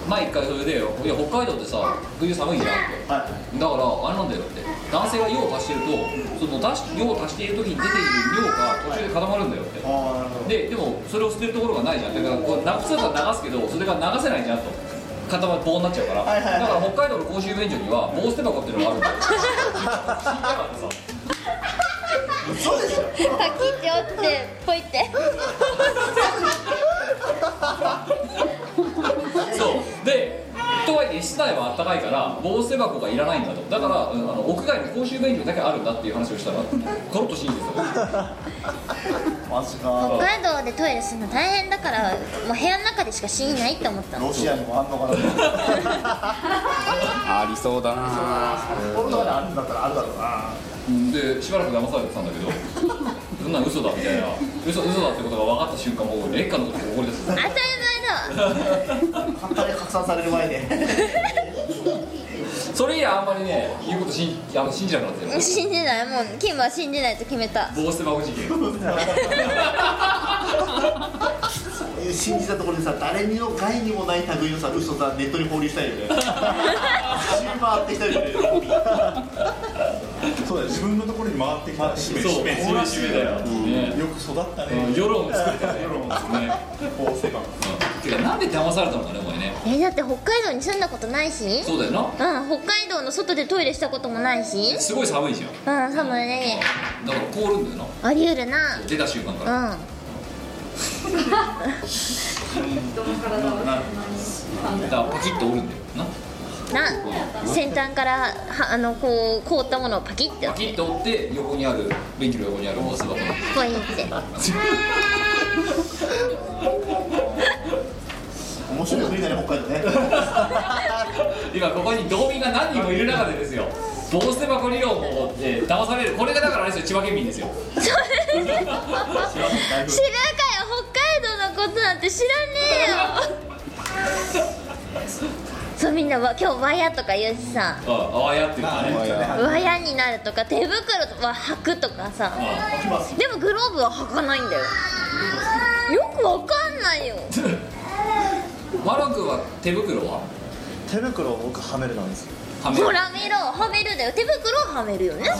Speaker 1: 前一回それで「いや北海道ってさ冬寒いじゃん」ってだからあれなんだよって男性が用を足してるとその出し用を足している時に出ている量が途中で固まるんだよって
Speaker 7: ああなるほ
Speaker 1: ででもそれを捨てるところがないじゃんだからこうな普通だったら流すけどそれが流せないじゃんと固まって棒になっちゃうから、
Speaker 7: はいはいはい
Speaker 1: だから北海道の公衆便所には棒捨て箱っていうのがあるんだよ
Speaker 7: どそうでしょ
Speaker 2: パキッて折ってポイって
Speaker 1: そうでとはいえ室内は暖かいから防捨て箱がいらないんだとだから、うんあの屋外の公衆便所だけあるんだっていう話をしたらコロッと真実を
Speaker 7: マジ
Speaker 2: 北
Speaker 7: か
Speaker 2: 海道でトイレするの大変だからもう部屋の中でしか死にないって思ったの
Speaker 7: ロシアにもあんのかな
Speaker 10: ありそうだな
Speaker 7: ポルトガルにあるんだったらあるだろうな
Speaker 1: でしばらく騙されてたんだけどそんなん嘘だみたいな嘘嘘だってことが分かった瞬間もう劣化のことで怒り出す
Speaker 2: 当たり前だわ
Speaker 7: 簡単に拡散される前で
Speaker 1: それ以来あんまりね言うこと信じあの信じなくなってる
Speaker 2: 信じないもうキムは信じないと決めた
Speaker 1: 帽子孫事件
Speaker 7: 信じたところでさ誰にも害にもない類のさ嘘さネットに放流したいよね走り回ってきたよね
Speaker 3: そうだよ自分のところに回ってきたしめ
Speaker 1: そう締め締めだよ、ね
Speaker 3: よく育った
Speaker 1: うん
Speaker 3: ね
Speaker 1: 世論を作った
Speaker 10: (laughs)
Speaker 1: ね世論を作ね
Speaker 3: 法制化
Speaker 1: てかなんで騙されたのかねお前ね
Speaker 2: えだって北海道に住んだことないし
Speaker 1: そうだよな
Speaker 2: うん、北海道の外でトイレしたこともないし
Speaker 1: すごい寒いじゃん
Speaker 2: うん多分ね
Speaker 1: だから凍るんだよ
Speaker 2: あり得るな
Speaker 1: な出た瞬間から
Speaker 2: うん
Speaker 8: 人の体は
Speaker 7: な
Speaker 1: だからパキッと折るんだよな
Speaker 2: な先端からはあのこう凍ったものをパキッて
Speaker 1: パキッと折って横にある便器の横にあるホース箱に
Speaker 2: ポインって
Speaker 7: 面白い国だね北海道ね
Speaker 1: 今ここに道民が何人もいる中でですよ棒捨て箱理論を、えー騙されるこれがだからあれですよ千葉県民ですよ
Speaker 2: それ知らんかよ北海道のことなんて知らねえよそうみんなわ今日ワヤとか言うしさ
Speaker 1: ああああやってるかね
Speaker 10: まあいや
Speaker 2: ワヤになるとか手袋は履くとかさ
Speaker 1: あ
Speaker 2: でもグローブは履かないんだよよくわかんないよ
Speaker 1: あ (laughs) マロン君は手袋は
Speaker 3: 手袋を僕はめるなんですよ
Speaker 1: はめ
Speaker 2: ほら見ろはめるだよ手袋ははめるよね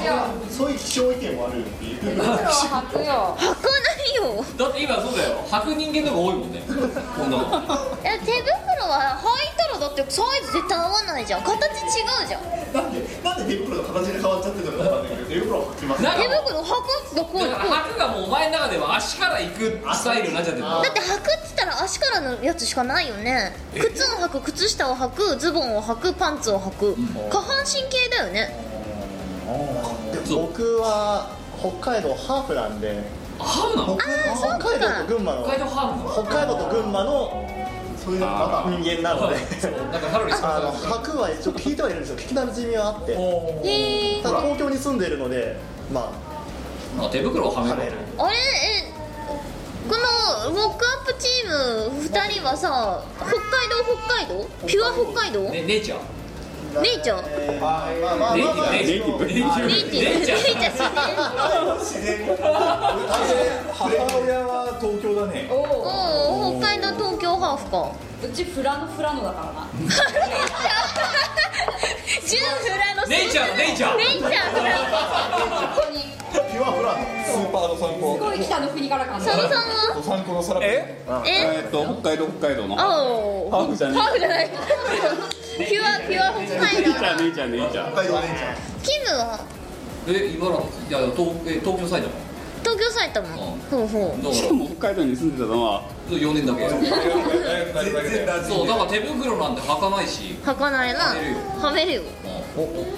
Speaker 7: そういう気象意見もあるよっていう
Speaker 8: はくよ
Speaker 2: 履かないよ
Speaker 1: だって今そうだよ履く人間の方が多いもんねこんなの
Speaker 2: え手袋は履いたらだってサイズ絶対合わないじゃん形違うじゃん
Speaker 7: なんでなんで手袋の形に変わっちゃってるのかわかんないけど手袋を履きます
Speaker 1: なん
Speaker 2: 手
Speaker 1: か
Speaker 2: 袋履くとこうこう
Speaker 1: だから
Speaker 2: だ
Speaker 1: 履くがもうお前の中では足から行くスタイルになっちゃってる
Speaker 7: あ
Speaker 2: って履くっつったら足からのやつしかないよね靴を履く靴下を履くズボンを履くパンツを履く下半身系だよね
Speaker 1: そう
Speaker 3: 僕は北海道ハーフなんで
Speaker 1: ハーフなの
Speaker 3: 僕は北海道と群馬の
Speaker 1: 北海道ハーフなの
Speaker 3: 北海道と群馬の
Speaker 7: そういうのまだ
Speaker 3: 人間なので
Speaker 1: なんかカロリー少
Speaker 3: あの
Speaker 1: なそう
Speaker 3: 白は一応聞いてはいるんですよ聞きなじみはあって
Speaker 1: おー
Speaker 2: へえ
Speaker 3: ただ東京に住んでいるのでま
Speaker 1: なんか手袋をはめ
Speaker 3: あ
Speaker 1: る
Speaker 3: はめる
Speaker 2: あれえこのウォークアップチーム2人はさ北海道北海道ピュア北海道
Speaker 1: ね、姉ちゃん
Speaker 2: 姉ちゃん
Speaker 7: まあまあまあ
Speaker 1: ネイ
Speaker 7: ま
Speaker 1: テ
Speaker 7: あまあ
Speaker 1: ィブネイティブ
Speaker 2: 姉ちゃん姉ちゃん自然
Speaker 3: 母親は東京だね
Speaker 8: おお
Speaker 2: おお北海道東京ハーフか (laughs)
Speaker 8: うちフラのフラのだからな
Speaker 2: 純フラの
Speaker 1: 姉ちゃん姉ちゃん
Speaker 2: 姉ちゃんフラ (laughs)
Speaker 8: ここに
Speaker 7: ピュアフラン
Speaker 3: スーパードサン
Speaker 8: す
Speaker 3: コ
Speaker 8: ごい北の国から感じ
Speaker 2: 佐野さんは
Speaker 3: ドサンコのサラえ
Speaker 2: え
Speaker 10: えっと北海道北海道の
Speaker 2: あ
Speaker 10: ハ
Speaker 2: お
Speaker 10: ーフじゃね
Speaker 2: ハーフじゃ (laughs) ないピュアピュア北海道
Speaker 10: えじゃあ姉ちゃん姉ちゃん
Speaker 7: 北海道姉ちゃん
Speaker 2: キムは
Speaker 1: え、茨城いや東え東京埼玉
Speaker 2: 東京埼玉
Speaker 1: ん
Speaker 2: ほうほう
Speaker 1: だ
Speaker 10: しかも北海道に住んでたのは
Speaker 1: 4年だけ
Speaker 3: 全然だ
Speaker 1: そうだから手袋なんて履かないし、
Speaker 2: 履かないな
Speaker 1: はめるよ
Speaker 2: はめるよ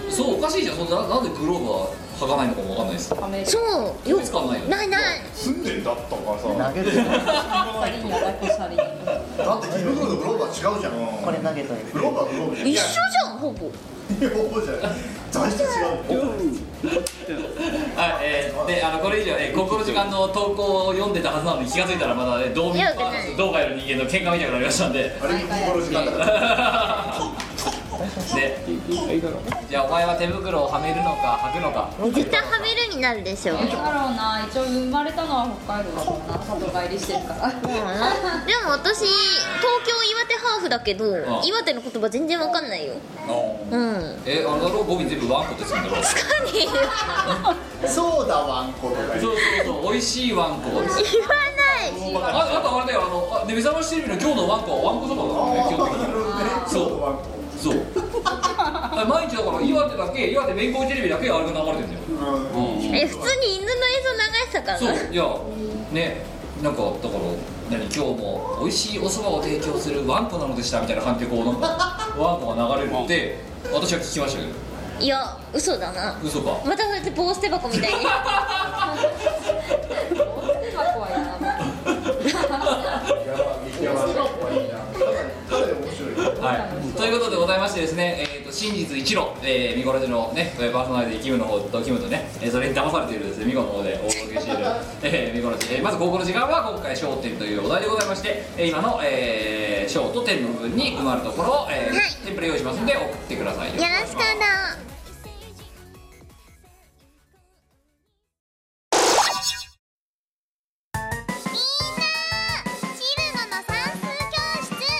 Speaker 1: うんそうおかしいじゃんそんななんでグローブは履かないのかもわかんないです
Speaker 8: アメリカ
Speaker 2: そう
Speaker 1: よく使わないよね
Speaker 2: ないない
Speaker 3: 住んでんだったからさ
Speaker 11: 投げるよ
Speaker 8: 二人にはラコサリ
Speaker 7: だって手袋とグローブは違うじゃん
Speaker 11: これ投げといて
Speaker 7: グローブはグローブじゃん
Speaker 2: 一緒じゃんほぼ
Speaker 7: そうじゃん材質違うもん
Speaker 1: (laughs) はい、えー、であのこれ以上、えー、ここの時間の投稿を読んでたはずなのに気がついたらまだ、ね、道民
Speaker 2: いやよく
Speaker 1: (laughs)
Speaker 2: ない
Speaker 1: 道外の人間の喧嘩みたいになりましたんで (laughs)
Speaker 7: あれに心時間だから
Speaker 1: でじゃあお前は手袋をはめるのか履くのか
Speaker 2: 絶対はめるになるでしょ
Speaker 8: えだろうな一応生まれたのは北海道だからな里帰りしてるから
Speaker 2: でも私東京岩手ハーフだけど
Speaker 1: ん
Speaker 2: 岩手の言葉全然わかんないようん
Speaker 1: えあれだろ語尾全部ワンコってするんだろ
Speaker 2: つかねえよ
Speaker 7: そうだワンコとか
Speaker 1: そうそうそう美味しいワンコ
Speaker 2: 言わない
Speaker 1: ああとあれだよあのあで目覚ましテレビの今日のワンコはワンコそばだからね基本的にそう
Speaker 7: ワンコ
Speaker 1: そう (laughs) あ毎日だから岩手だけ岩手弁護テレビだけあれが流れてんだよ、うん
Speaker 2: え普通に犬の映像流してたから
Speaker 1: そういやねなんかだから何今日も美味しいお蕎麦を提供するワンコなのでしたみたいな感じでこうなんか (laughs) ワンコが流れるって私は聞きましたけど
Speaker 2: いや嘘だな
Speaker 1: 嘘か
Speaker 2: またそうやって棒捨て箱みた (laughs) いに
Speaker 8: 箱はやばい
Speaker 7: やばいやばい
Speaker 1: はい、ということでございましてですね、えー、と真実一路、えー、見殺しのねえーパーソナリティキムの方とキムとね、えーそれに騙されているですねミコの方でお届けしてい (laughs) る、えー、見殺し、えーまず高校の時間は今回焦点というお題でございましてえー今の、えー、小と点の部分に埋まるところを、えーテンプレ用意しますので送ってくださいよ
Speaker 2: よろしくな
Speaker 4: みんなチルノの算数教室始まるよ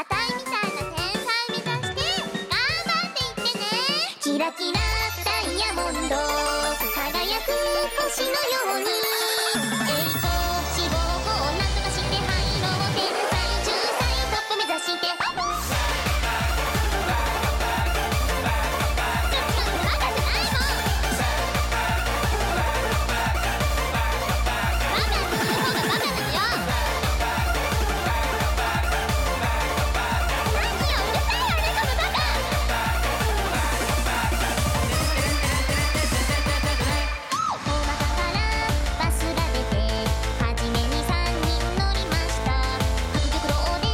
Speaker 4: あたいみたいな天才目指して頑張っていってねキラキラダイヤモンド輝く星のように栄光志望をなんとかして廃炉を天才中才トップ目指してあっちょっとまだじゃないもんバカって言う方がバカなのよ何ようるさいよねこのバカ「おばかからバスが出て」「はじめに3人乗りました」「白玉楼で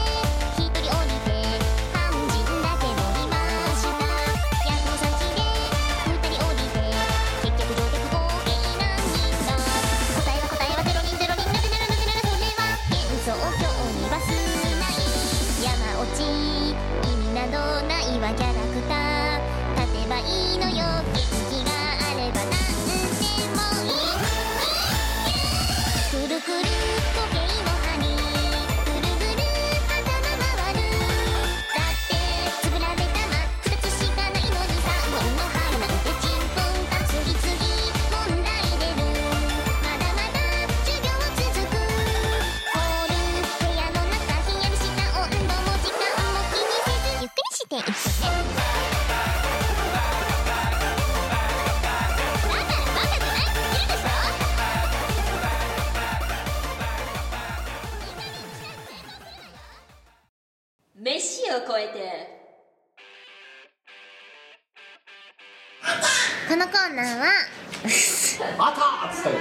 Speaker 4: 一人降りて」「半人だけ乗りました」「やっと先で二人降りて」「結局乗客合計何人だ」「答えは答えはゼロ人ゼロ人なぜならなぜならそれは幻想郷にはすない」「山落ち意味などないわキャラクター」「立てばいいのよ元気があればなんでもいい」くるくる時計の針ぐるぐる頭回るだってつぶられたま2つしかないのに3本の針なんてちんぽんか次々問題出るまだまだ授業続くホール部屋の中ひんやりした温度も時間も気にせずゆっくりしていってだからバカじゃないって言うでしょ
Speaker 8: 飯を超えて
Speaker 2: このコーナーは
Speaker 7: またっつったよ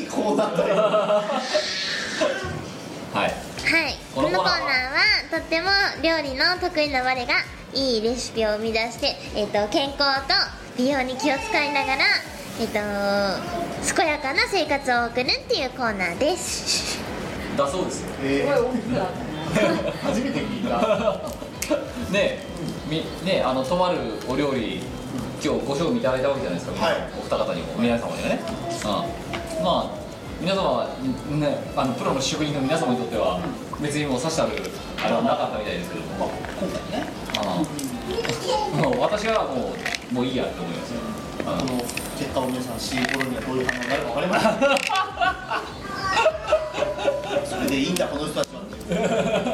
Speaker 7: いいコーナーだよ
Speaker 1: はい
Speaker 2: はい
Speaker 1: こ
Speaker 2: この
Speaker 1: の
Speaker 2: コ
Speaker 1: コ
Speaker 2: ー
Speaker 1: ーナー
Speaker 2: ナーはとっても料理の得意な我がいいレシピを生み出して、えっと健康と美容に気を使いながら、えっと健やかな生活を送るっていうコーナーです
Speaker 1: だそうですよ
Speaker 8: すごい大きくなった
Speaker 7: 初めて聞いた
Speaker 1: ねえみねえあの泊まるお料理今日ご賞味いただいたわけじゃないですか、
Speaker 7: はい
Speaker 1: お二方にも皆様にはね、うん、まあ皆様はねあのプロの職人の皆様にとっては別にもう差しあるあれはなかったみたいですけども、まあ、今回ねもう私はもうもういいやって思いますよ、
Speaker 7: あの結果を皆さん知る頃にはどういう反応になるか分かりませんそれでいいんだこの人たちは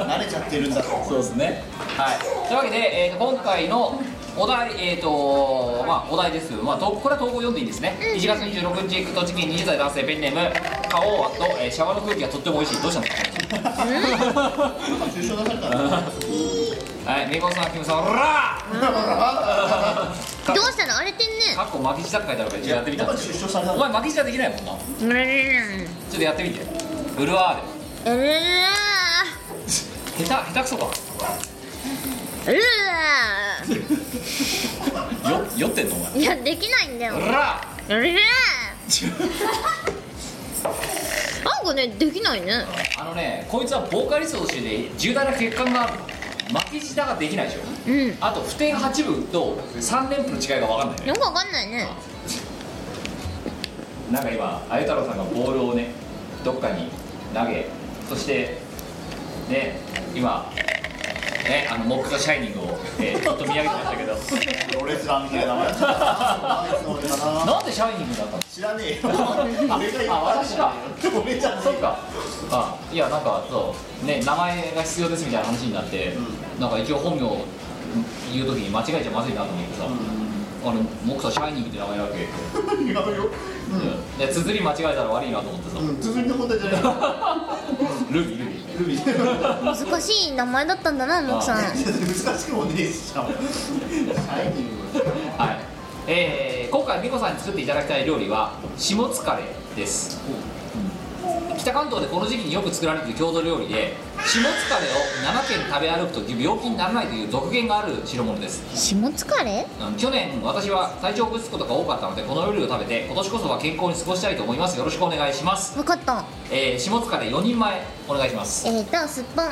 Speaker 7: 慣れちゃってるんだ
Speaker 1: そうですね。はい。というわけで、えーと、今回のお題、えっ、とまあ、お題です。まあ、とこれは投稿読んでいいんですね。1月26日、栃木県20代男性ペンネーム。顔をと、えーシャワーの空気がとっても美味しい。どうしたんですか。
Speaker 7: 中傷出されたら
Speaker 1: はい、メイコンさん、キムさん、おらー。
Speaker 2: どうしたの荒れてんね
Speaker 1: かっこ巻き舌って書いてあるから、ちょっとやってみたん
Speaker 7: やっ
Speaker 1: で
Speaker 7: ぱ
Speaker 1: す
Speaker 7: 出
Speaker 1: よ。
Speaker 7: 所された
Speaker 1: お前巻き舌できないもんな。ちょ
Speaker 2: うる
Speaker 1: っとやってみて。うるわー
Speaker 2: うる
Speaker 1: で。下手、下手くそか。
Speaker 2: うる
Speaker 1: よ、酔ってんの、お前。
Speaker 2: いやできないんだよ
Speaker 1: うらー。
Speaker 2: うるなんかねできないね
Speaker 1: あのね、こいつはボーカリストとしてね、重大な欠陥があるの巻き舌ができないでしょ
Speaker 2: うん
Speaker 1: あと不定8分と3連符の違いが分かんないね
Speaker 2: よくわかんないね
Speaker 1: なんか今あゆ太郎さんがボールをねどっかに投げそしてね今ねあのモックとシャイニングを、えーちょっと見上げてましたけど
Speaker 7: ロレスラーみたいな名前だ俺だな
Speaker 1: なんでシャイニングだったの
Speaker 7: 知らねえよ俺がいい
Speaker 1: あ私か
Speaker 7: 俺じゃね
Speaker 1: そっかあいやなんかそうね名前が必要ですみたいな話になって、なんか一応本名を言う時に間違えちゃまずいなと思ってさ、あのモックとシャイニングって名前だわけ、
Speaker 7: えよ違うよ
Speaker 1: うんで綴り間違えたら悪いなと思ってさ、
Speaker 7: うん続きの問題じゃない
Speaker 1: ルビールビー
Speaker 7: ルビー
Speaker 2: 難しい名前だったんだなもくさん
Speaker 7: 難しくもねえししかもシャイニング
Speaker 1: はい、えー今回美子さんに作っていただきたい料理は下津カレーです北関東でこの時期によく作られている郷土料理で下疲れを7軒食べ歩くと病気にならないという俗言がある代物です
Speaker 2: 下疲れ
Speaker 1: うん去年私は体調を崩すことが多かったのでこの料理を食べて今年こそは健康に過ごしたいと思いますよろしくお願いします、
Speaker 2: 分かった
Speaker 1: えー、下疲れ4人前お願いします
Speaker 2: えーとすっぽん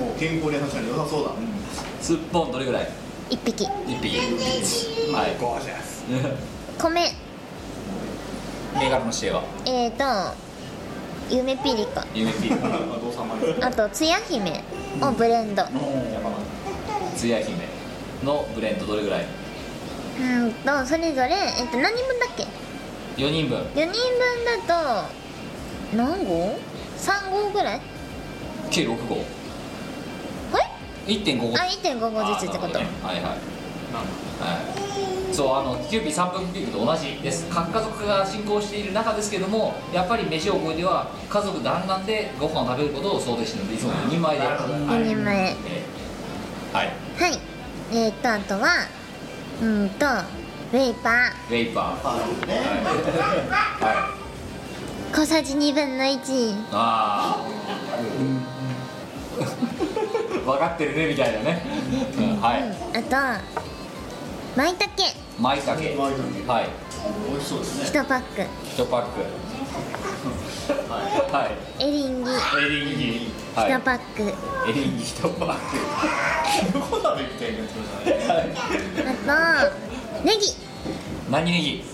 Speaker 6: お健康に話したら良さそうだ、
Speaker 1: すっぽんどれぐらい
Speaker 2: 1匹
Speaker 1: 1匹はい (laughs) ゴージャス
Speaker 2: 米
Speaker 1: 銘柄の指定は
Speaker 2: えーと夢ピリカ
Speaker 1: UMP (laughs)
Speaker 6: お父様に
Speaker 2: あとつや姫をブレンドう
Speaker 1: つや姫のブレンドどれぐらい
Speaker 2: ーんとそれぞれえっと何人分だっけ
Speaker 1: 4人分
Speaker 2: 4人分だと何合 ?3 合ぐらい
Speaker 1: 計6号
Speaker 2: え
Speaker 1: 1.5号
Speaker 2: あ1.5合ずつってこと
Speaker 1: あーなるほどねはいはいはいそうあのキューピー3分キューピーと同じです核家族が進行している中ですけどもやっぱり飯を超えては家族団らんでご飯を食べることを想定しているのでいつも2人前で
Speaker 2: 4人前は
Speaker 1: え
Speaker 2: い
Speaker 1: ーはい
Speaker 2: えーとあとはうーんとウェイパ
Speaker 1: ウェイパーはい、はい、
Speaker 2: ー小さじ2分の1
Speaker 1: ああ分かってるねみたいなね、うん、はい
Speaker 2: あとまいたけ
Speaker 1: マイタケはい
Speaker 2: 1パック
Speaker 1: 一パックはい
Speaker 2: エリンギ
Speaker 1: エリンギは
Speaker 2: 1
Speaker 1: い
Speaker 2: パック、
Speaker 1: エリンギ一パック
Speaker 2: あとネギ
Speaker 1: (laughs) 何ネギ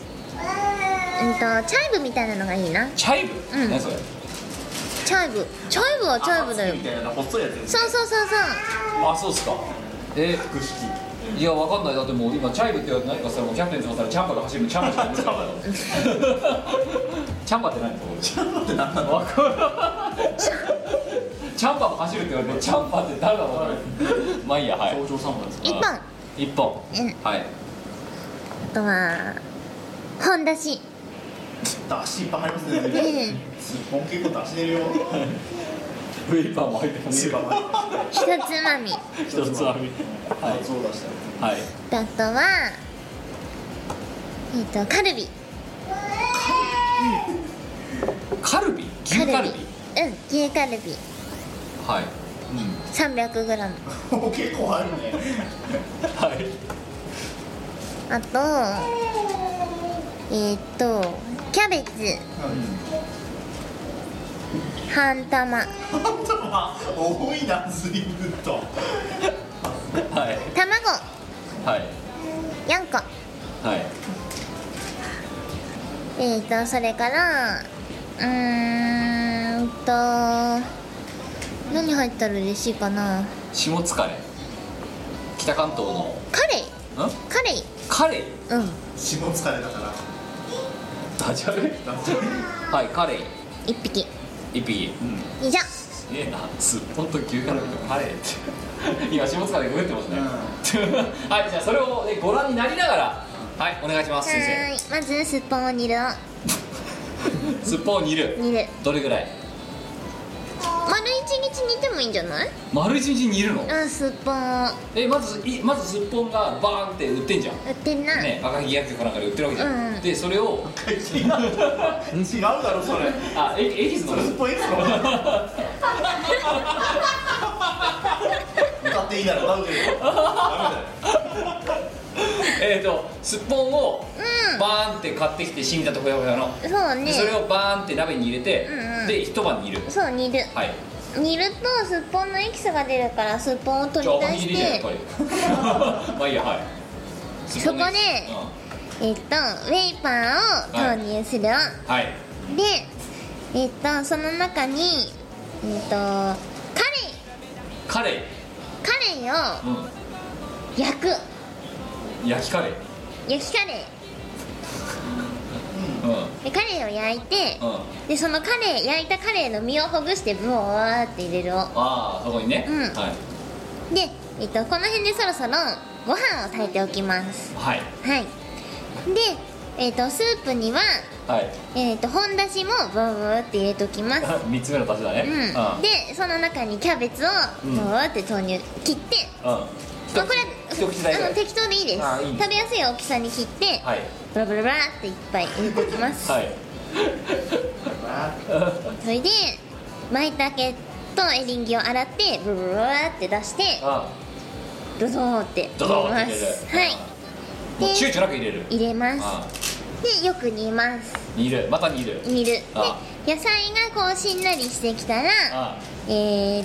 Speaker 2: うんとチャイブみたいなのがいいな
Speaker 1: チャイブ、
Speaker 2: うん
Speaker 1: 何それ
Speaker 2: チャイブチャイブはチャイブだよ
Speaker 6: みたいな細いやつです
Speaker 2: そうそうそうそ
Speaker 1: あそうっすかえ複式いやわかんないだってもう今チャイブって何かしたらもうキャプテンズまたらチャンバが走るチャンバじゃないですかチャンバって何チャンバって何なのわかんないチャンバも走るって言われてチャンバって誰だろうまあいいやはい
Speaker 6: お嬢様です
Speaker 2: う1本あ
Speaker 1: 一本
Speaker 2: うん
Speaker 1: はい
Speaker 2: とは本だし
Speaker 6: 出汁いっぱい入りますね
Speaker 2: うん1
Speaker 6: すっぽん結構出汁出るよ
Speaker 1: ウェイパーも入ってます
Speaker 2: つまみ
Speaker 1: 一つまみはい
Speaker 6: そう出した
Speaker 1: はい
Speaker 2: あとはえっ、とカルビ
Speaker 1: カルビ牛カルビ
Speaker 2: うん牛カルビ
Speaker 1: はい
Speaker 2: 300g
Speaker 6: お結構入るね
Speaker 1: はい
Speaker 2: あとえっ、とキャベツ半玉
Speaker 6: ちょっとまあ多いな随分と
Speaker 1: はい
Speaker 2: 卵
Speaker 1: はい
Speaker 2: 4個
Speaker 1: はい
Speaker 2: えっ、とそれからうーんと何入ったら嬉しいかな
Speaker 1: 下疲れ北関東の
Speaker 2: カレイ
Speaker 1: ん
Speaker 2: カレイ
Speaker 1: カレイ
Speaker 2: うん
Speaker 6: 下疲れだから
Speaker 1: ダジャレ
Speaker 6: ダジャレ
Speaker 1: はいカレイ
Speaker 2: 1匹
Speaker 1: 一匹
Speaker 2: 以上
Speaker 1: すげえなすっぽんと牛カルビとカレイって今下疲れググってますね、はいじゃあそれを、ね、ご覧になりながらはいお願いします
Speaker 2: は
Speaker 1: 先
Speaker 2: ーいまずすっぽんを煮る
Speaker 1: 生すっぽんを煮る
Speaker 2: 煮る
Speaker 1: どれぐらい
Speaker 2: 丸一日煮てもいいんじゃない
Speaker 1: 丸一日煮るの
Speaker 2: うんすっぽんを
Speaker 1: えまずいまずすっぽんがバーンって売ってんじゃん
Speaker 2: 売ってんな、
Speaker 1: ね赤木薬局かなんかで売ってるわけじゃん、
Speaker 2: うん
Speaker 1: でそれを
Speaker 6: 違うだろそれ
Speaker 1: あエキエキスの
Speaker 6: それすっぽんいいの歌っていいなら歌うけどダメだよ
Speaker 1: えっとすっぽんを
Speaker 2: うん
Speaker 1: バーンって買ってきて死んだとほやほやの
Speaker 2: そうね
Speaker 1: でそれをバーンって鍋に入れて、
Speaker 2: うんうん
Speaker 1: で一晩煮る
Speaker 2: そう煮る
Speaker 1: はい
Speaker 2: 煮るとすっぽんのエキスが出るからすっぽんを取
Speaker 1: じゃあ
Speaker 2: り
Speaker 1: おに
Speaker 2: 出
Speaker 1: ぎ
Speaker 2: し
Speaker 1: りじゃんやってぱり
Speaker 2: (laughs)
Speaker 1: まあいいやはい
Speaker 2: そこで
Speaker 1: うん
Speaker 2: えっとウェイパーを投入する、
Speaker 1: はい
Speaker 2: でえっとその中にえっとカレ
Speaker 1: カレ
Speaker 2: イカレイを
Speaker 1: ー、
Speaker 2: 焼く
Speaker 1: うん、焼きカレー
Speaker 2: 焼きカレ
Speaker 1: うんうん
Speaker 2: イでカレイを焼いてでそのカレイ焼いたカレイの身をほぐしてブワーって入れるを
Speaker 1: ああそこにね、
Speaker 2: うん
Speaker 1: はい
Speaker 2: で、えっと、この辺でそろそろご飯を炊いておきます
Speaker 1: はい
Speaker 2: はいで、えっと、スープには、
Speaker 1: はい
Speaker 2: えっと、本だしもブーブーって入れときます
Speaker 1: (laughs) 三つ目の足しだね
Speaker 2: うん、でその中にキャベツをブ
Speaker 1: ん
Speaker 2: ーって投入切って、
Speaker 1: うん、うん、
Speaker 2: まあ、これは
Speaker 1: 一口大ぐら
Speaker 2: あ
Speaker 1: い
Speaker 2: の適当でいいです
Speaker 1: あいいね
Speaker 2: 食べやすい大きさに切って、
Speaker 1: はい
Speaker 2: ブラブラブラっていっぱい入れておきます、
Speaker 1: はい
Speaker 2: それで舞茸とエリンギを洗ってブブブブーって出して
Speaker 1: あ
Speaker 2: ドドーって
Speaker 1: ドドー
Speaker 2: 入
Speaker 1: って
Speaker 2: れま
Speaker 1: 入れる
Speaker 2: すはい
Speaker 1: もう躊躇なく入れる
Speaker 2: 入れま
Speaker 1: あ
Speaker 2: すでよく煮ます
Speaker 1: 煮るまた煮る
Speaker 2: 煮るで
Speaker 1: あ
Speaker 2: 野菜がこうしんなりしてきたら
Speaker 1: あ
Speaker 2: えー、っ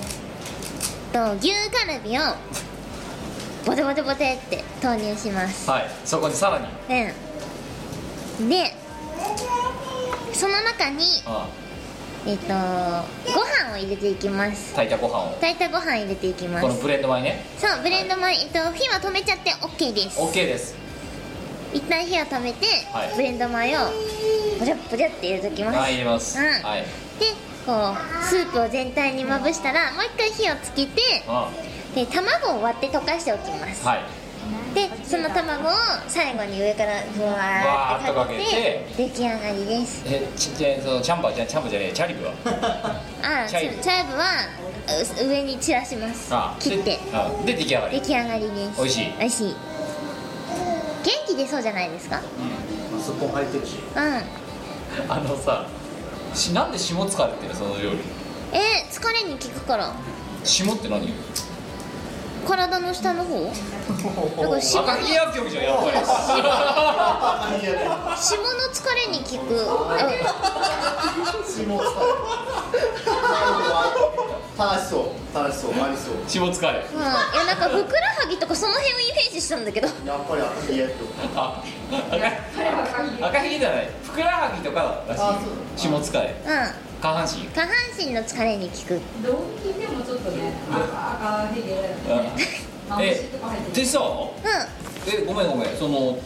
Speaker 2: と牛カルビをボテボテボテって投入します
Speaker 1: はいそこにさらに
Speaker 2: うんでその中に
Speaker 1: あ
Speaker 2: えっとご飯を入れていきます
Speaker 1: 炊いたご飯を
Speaker 2: 炊いたご飯入れていきます
Speaker 1: このブレンド米ね
Speaker 2: そうブレンド米、えっと、火は止めちゃって OK です
Speaker 1: OK です
Speaker 2: 一旦火を止めて、
Speaker 1: はい
Speaker 2: ブレンド米をポジャポジャって入れときます、
Speaker 1: はい入れます
Speaker 2: うん
Speaker 1: はい
Speaker 2: でこうスープを全体にまぶしたらもう一回火をつけて
Speaker 1: あ
Speaker 2: で卵を割って溶かしておきます、
Speaker 1: はい
Speaker 2: でその卵を最後に上からふわーってかけて
Speaker 1: わーっとかけ
Speaker 2: 出来上がりです
Speaker 1: えちちそのチャンバーじゃチャンバーじゃねえチャリブは
Speaker 2: あ
Speaker 1: チャイブ
Speaker 2: そうチャイブはう上に散らします
Speaker 1: あ
Speaker 2: 切って
Speaker 1: であで出来上が
Speaker 2: 出
Speaker 1: り
Speaker 2: 来上がりです
Speaker 1: 美味しい
Speaker 2: 美味しい元気出そうじゃないですか
Speaker 7: そこ入ってるし
Speaker 2: うん
Speaker 1: あのさしなんで霜使れてるその料理
Speaker 2: えー疲れに効くから
Speaker 1: 霜って何
Speaker 2: 体の下の方だから
Speaker 1: (laughs)
Speaker 2: 霜の
Speaker 1: 赤ひげ薬局じゃんやっぱり
Speaker 2: 霜の疲れに効くう
Speaker 7: 楽しそう楽しそうありそうん
Speaker 1: 霜疲れ
Speaker 2: ん、うん、いやなんかふくらはぎとかその辺をイメージしたんだけど
Speaker 7: やっぱり私家と
Speaker 1: あ赤赤ひげじゃないふくらはぎとからしい
Speaker 7: あそう
Speaker 1: 霜疲れ
Speaker 2: うん
Speaker 1: 下半
Speaker 2: 下
Speaker 1: 身
Speaker 2: 半身の疲れに効く
Speaker 8: 同期でもちょっとね、あ赤ひげだよ
Speaker 1: う
Speaker 8: ね。
Speaker 1: んえでさ
Speaker 2: う
Speaker 1: えごめんごめんその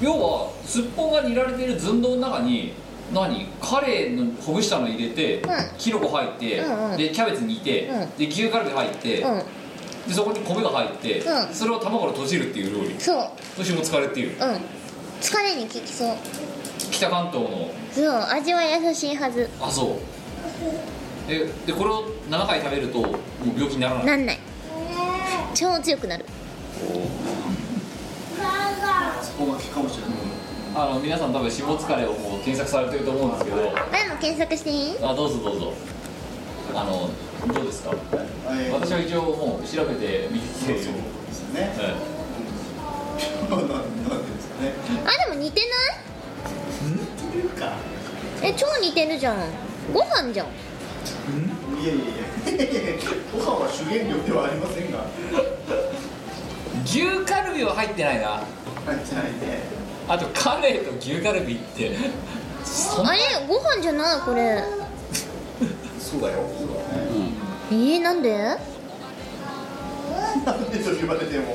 Speaker 1: 要はすっぽんが煮られてる寸胴の中に何カレーのほぐしたの入れて、
Speaker 2: ん
Speaker 1: キノコ入って、
Speaker 2: うんうん
Speaker 1: でキャベツ煮て、
Speaker 2: うん
Speaker 1: で牛カルビ入って、
Speaker 2: んうん
Speaker 1: でそこに米が入って、
Speaker 2: うん
Speaker 1: それを卵で閉じるっていう料理
Speaker 2: そう
Speaker 1: 私も疲れっていう
Speaker 2: うん疲れに効きそう
Speaker 1: 北関東の
Speaker 2: そう味は優しいはず
Speaker 1: あそうででこれを7回食べるともう病気にならない
Speaker 2: なんない超強くなる
Speaker 7: そこがきかもしれない
Speaker 1: あの皆さん多分下疲れをもう検索されてると思うんですけど
Speaker 2: あの検索していい
Speaker 1: あどうぞどうぞあのどうですか
Speaker 7: えー
Speaker 1: 私は一応もう調べて見てきてる
Speaker 7: そうですね
Speaker 1: はい
Speaker 7: なんなんですかね
Speaker 2: あでも似て
Speaker 7: いるか
Speaker 2: ないえ超似てるじゃんご飯じゃん
Speaker 7: いやいやいやいやいやご飯は主原料ではありませんが
Speaker 1: 牛カルビは入ってないな
Speaker 7: 入ってないね
Speaker 1: あとカレーと牛カルビって (laughs) そん
Speaker 2: あれご飯じゃないこれ
Speaker 1: そうだよ
Speaker 2: えー、なんで
Speaker 7: なんでと言われてもも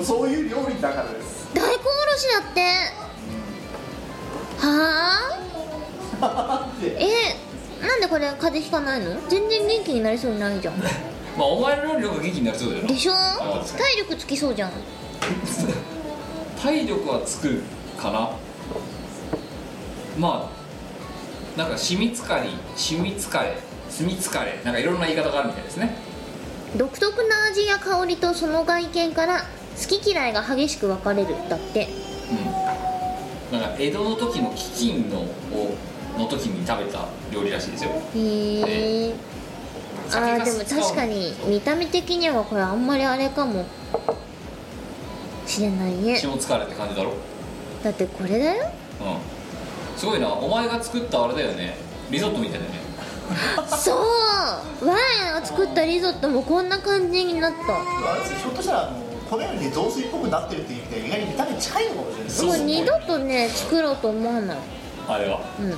Speaker 7: う (laughs) そういう料理だからです
Speaker 2: 大根おろしだってはあ
Speaker 7: で
Speaker 2: えなんでこれ風邪ひかないの全然元気になりそうにないじゃん
Speaker 1: まあお前の料理の方が元気になりそうだよな (laughs)
Speaker 2: でしょ
Speaker 1: あ
Speaker 2: 体力つきそうじゃん
Speaker 1: 体力はつくかなまあなんか染みつかり染みつかれ住みつかれなんかいろんな言い方があるみたいですね
Speaker 2: 独特な味や香りとその外見から好き嫌いが激しく分かれるだって
Speaker 1: うんなんか江戸の時の飢饉のをの時に食べた料理らしいですよ
Speaker 2: へえあーでも確かに見た目的にはこれあんまりあれかもしれないね
Speaker 1: 血も疲れって感じだろ
Speaker 2: だってこれだよ
Speaker 1: うんすごいなお前が作ったあれだよねリゾットみたいだよね
Speaker 2: そう我が作ったリゾットもこんな感じになった
Speaker 7: あれですよひょっとしたらあのこのように雑炊っぽくなってるっていう意味で意外に見た目近いのかもしれないです
Speaker 2: もう二度とね作ろうと思わない
Speaker 1: あれは
Speaker 2: うん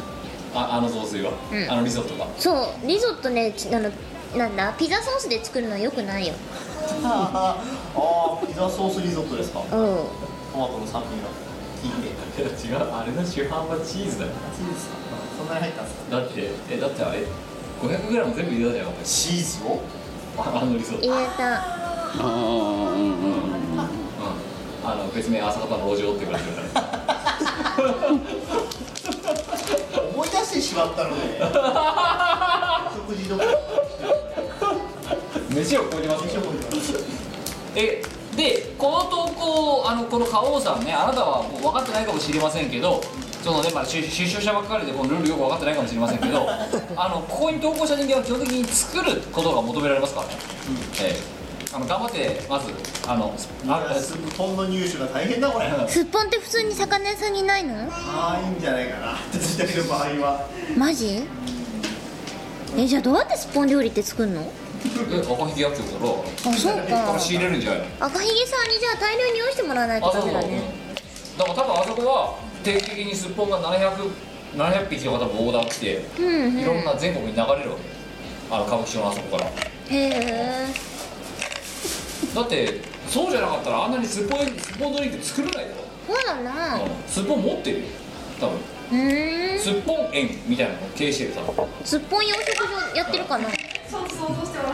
Speaker 1: ああの雑炊は、
Speaker 2: うん
Speaker 1: あのリゾットが (laughs)
Speaker 2: そうリゾットねちあのなんだピザソースで作るのはよくないよ
Speaker 7: ああーピザソースリゾットですか
Speaker 2: う
Speaker 7: ト
Speaker 2: ん
Speaker 7: マトの酸味が効いて
Speaker 1: いや違うあれの主犯はチーズだよ
Speaker 7: チーズそんなに入ったんですか
Speaker 1: だってえだってあれ 500g 全部入れたじゃんお前
Speaker 7: チーズを
Speaker 1: あのリゾット、
Speaker 2: 入れた
Speaker 10: ああうんうんうんうん
Speaker 1: うん、あの別名朝方の路上って言われてる
Speaker 2: (laughs)
Speaker 1: から
Speaker 7: 思い出してしまったので食事どこ
Speaker 1: 飯を超えてますよえでこの投稿をあのこの花王さんねあなたはもう分かってないかもしれませんけどそのねまだ出出所者ばっかりでこのルールよく分かってないかもしれませんけ (laughs) どあのここに投稿した人間は基本的に作ることが求められますからね、ええあの頑張ってまずあのあ
Speaker 7: すっぽんの入手が大変だこれ
Speaker 2: すっぽんって普通に魚屋さんにないの
Speaker 7: ああいいんじゃないかな私だけの場合は
Speaker 2: マジえじゃあどうやってすっぽん料理って作るの
Speaker 1: え赤ひげ薬局から
Speaker 2: あそうか
Speaker 1: 仕入れるんじゃないの
Speaker 2: 赤ひげさんにじゃあ大量に用意してもらわないと
Speaker 1: あそう
Speaker 2: ダ
Speaker 1: そうだ
Speaker 2: メだ
Speaker 1: ね
Speaker 2: ね
Speaker 1: だから多分あそこは定期的にすっぽんが700 700匹とか多分オーダー来て
Speaker 2: うんうん
Speaker 1: いろんな全国に流れるわけあの歌舞伎町のあそこから
Speaker 2: へえ
Speaker 1: だってそうじゃなかったらあんなにすっぽんすっぽんドリンク作れないだろ、
Speaker 2: そうだなう
Speaker 1: うん、すっぽん持ってるよ多分
Speaker 2: ーん
Speaker 1: すっぽん園みたいなのを経営してるさ
Speaker 2: すっぽん養殖場やってるかな
Speaker 8: そう想像しても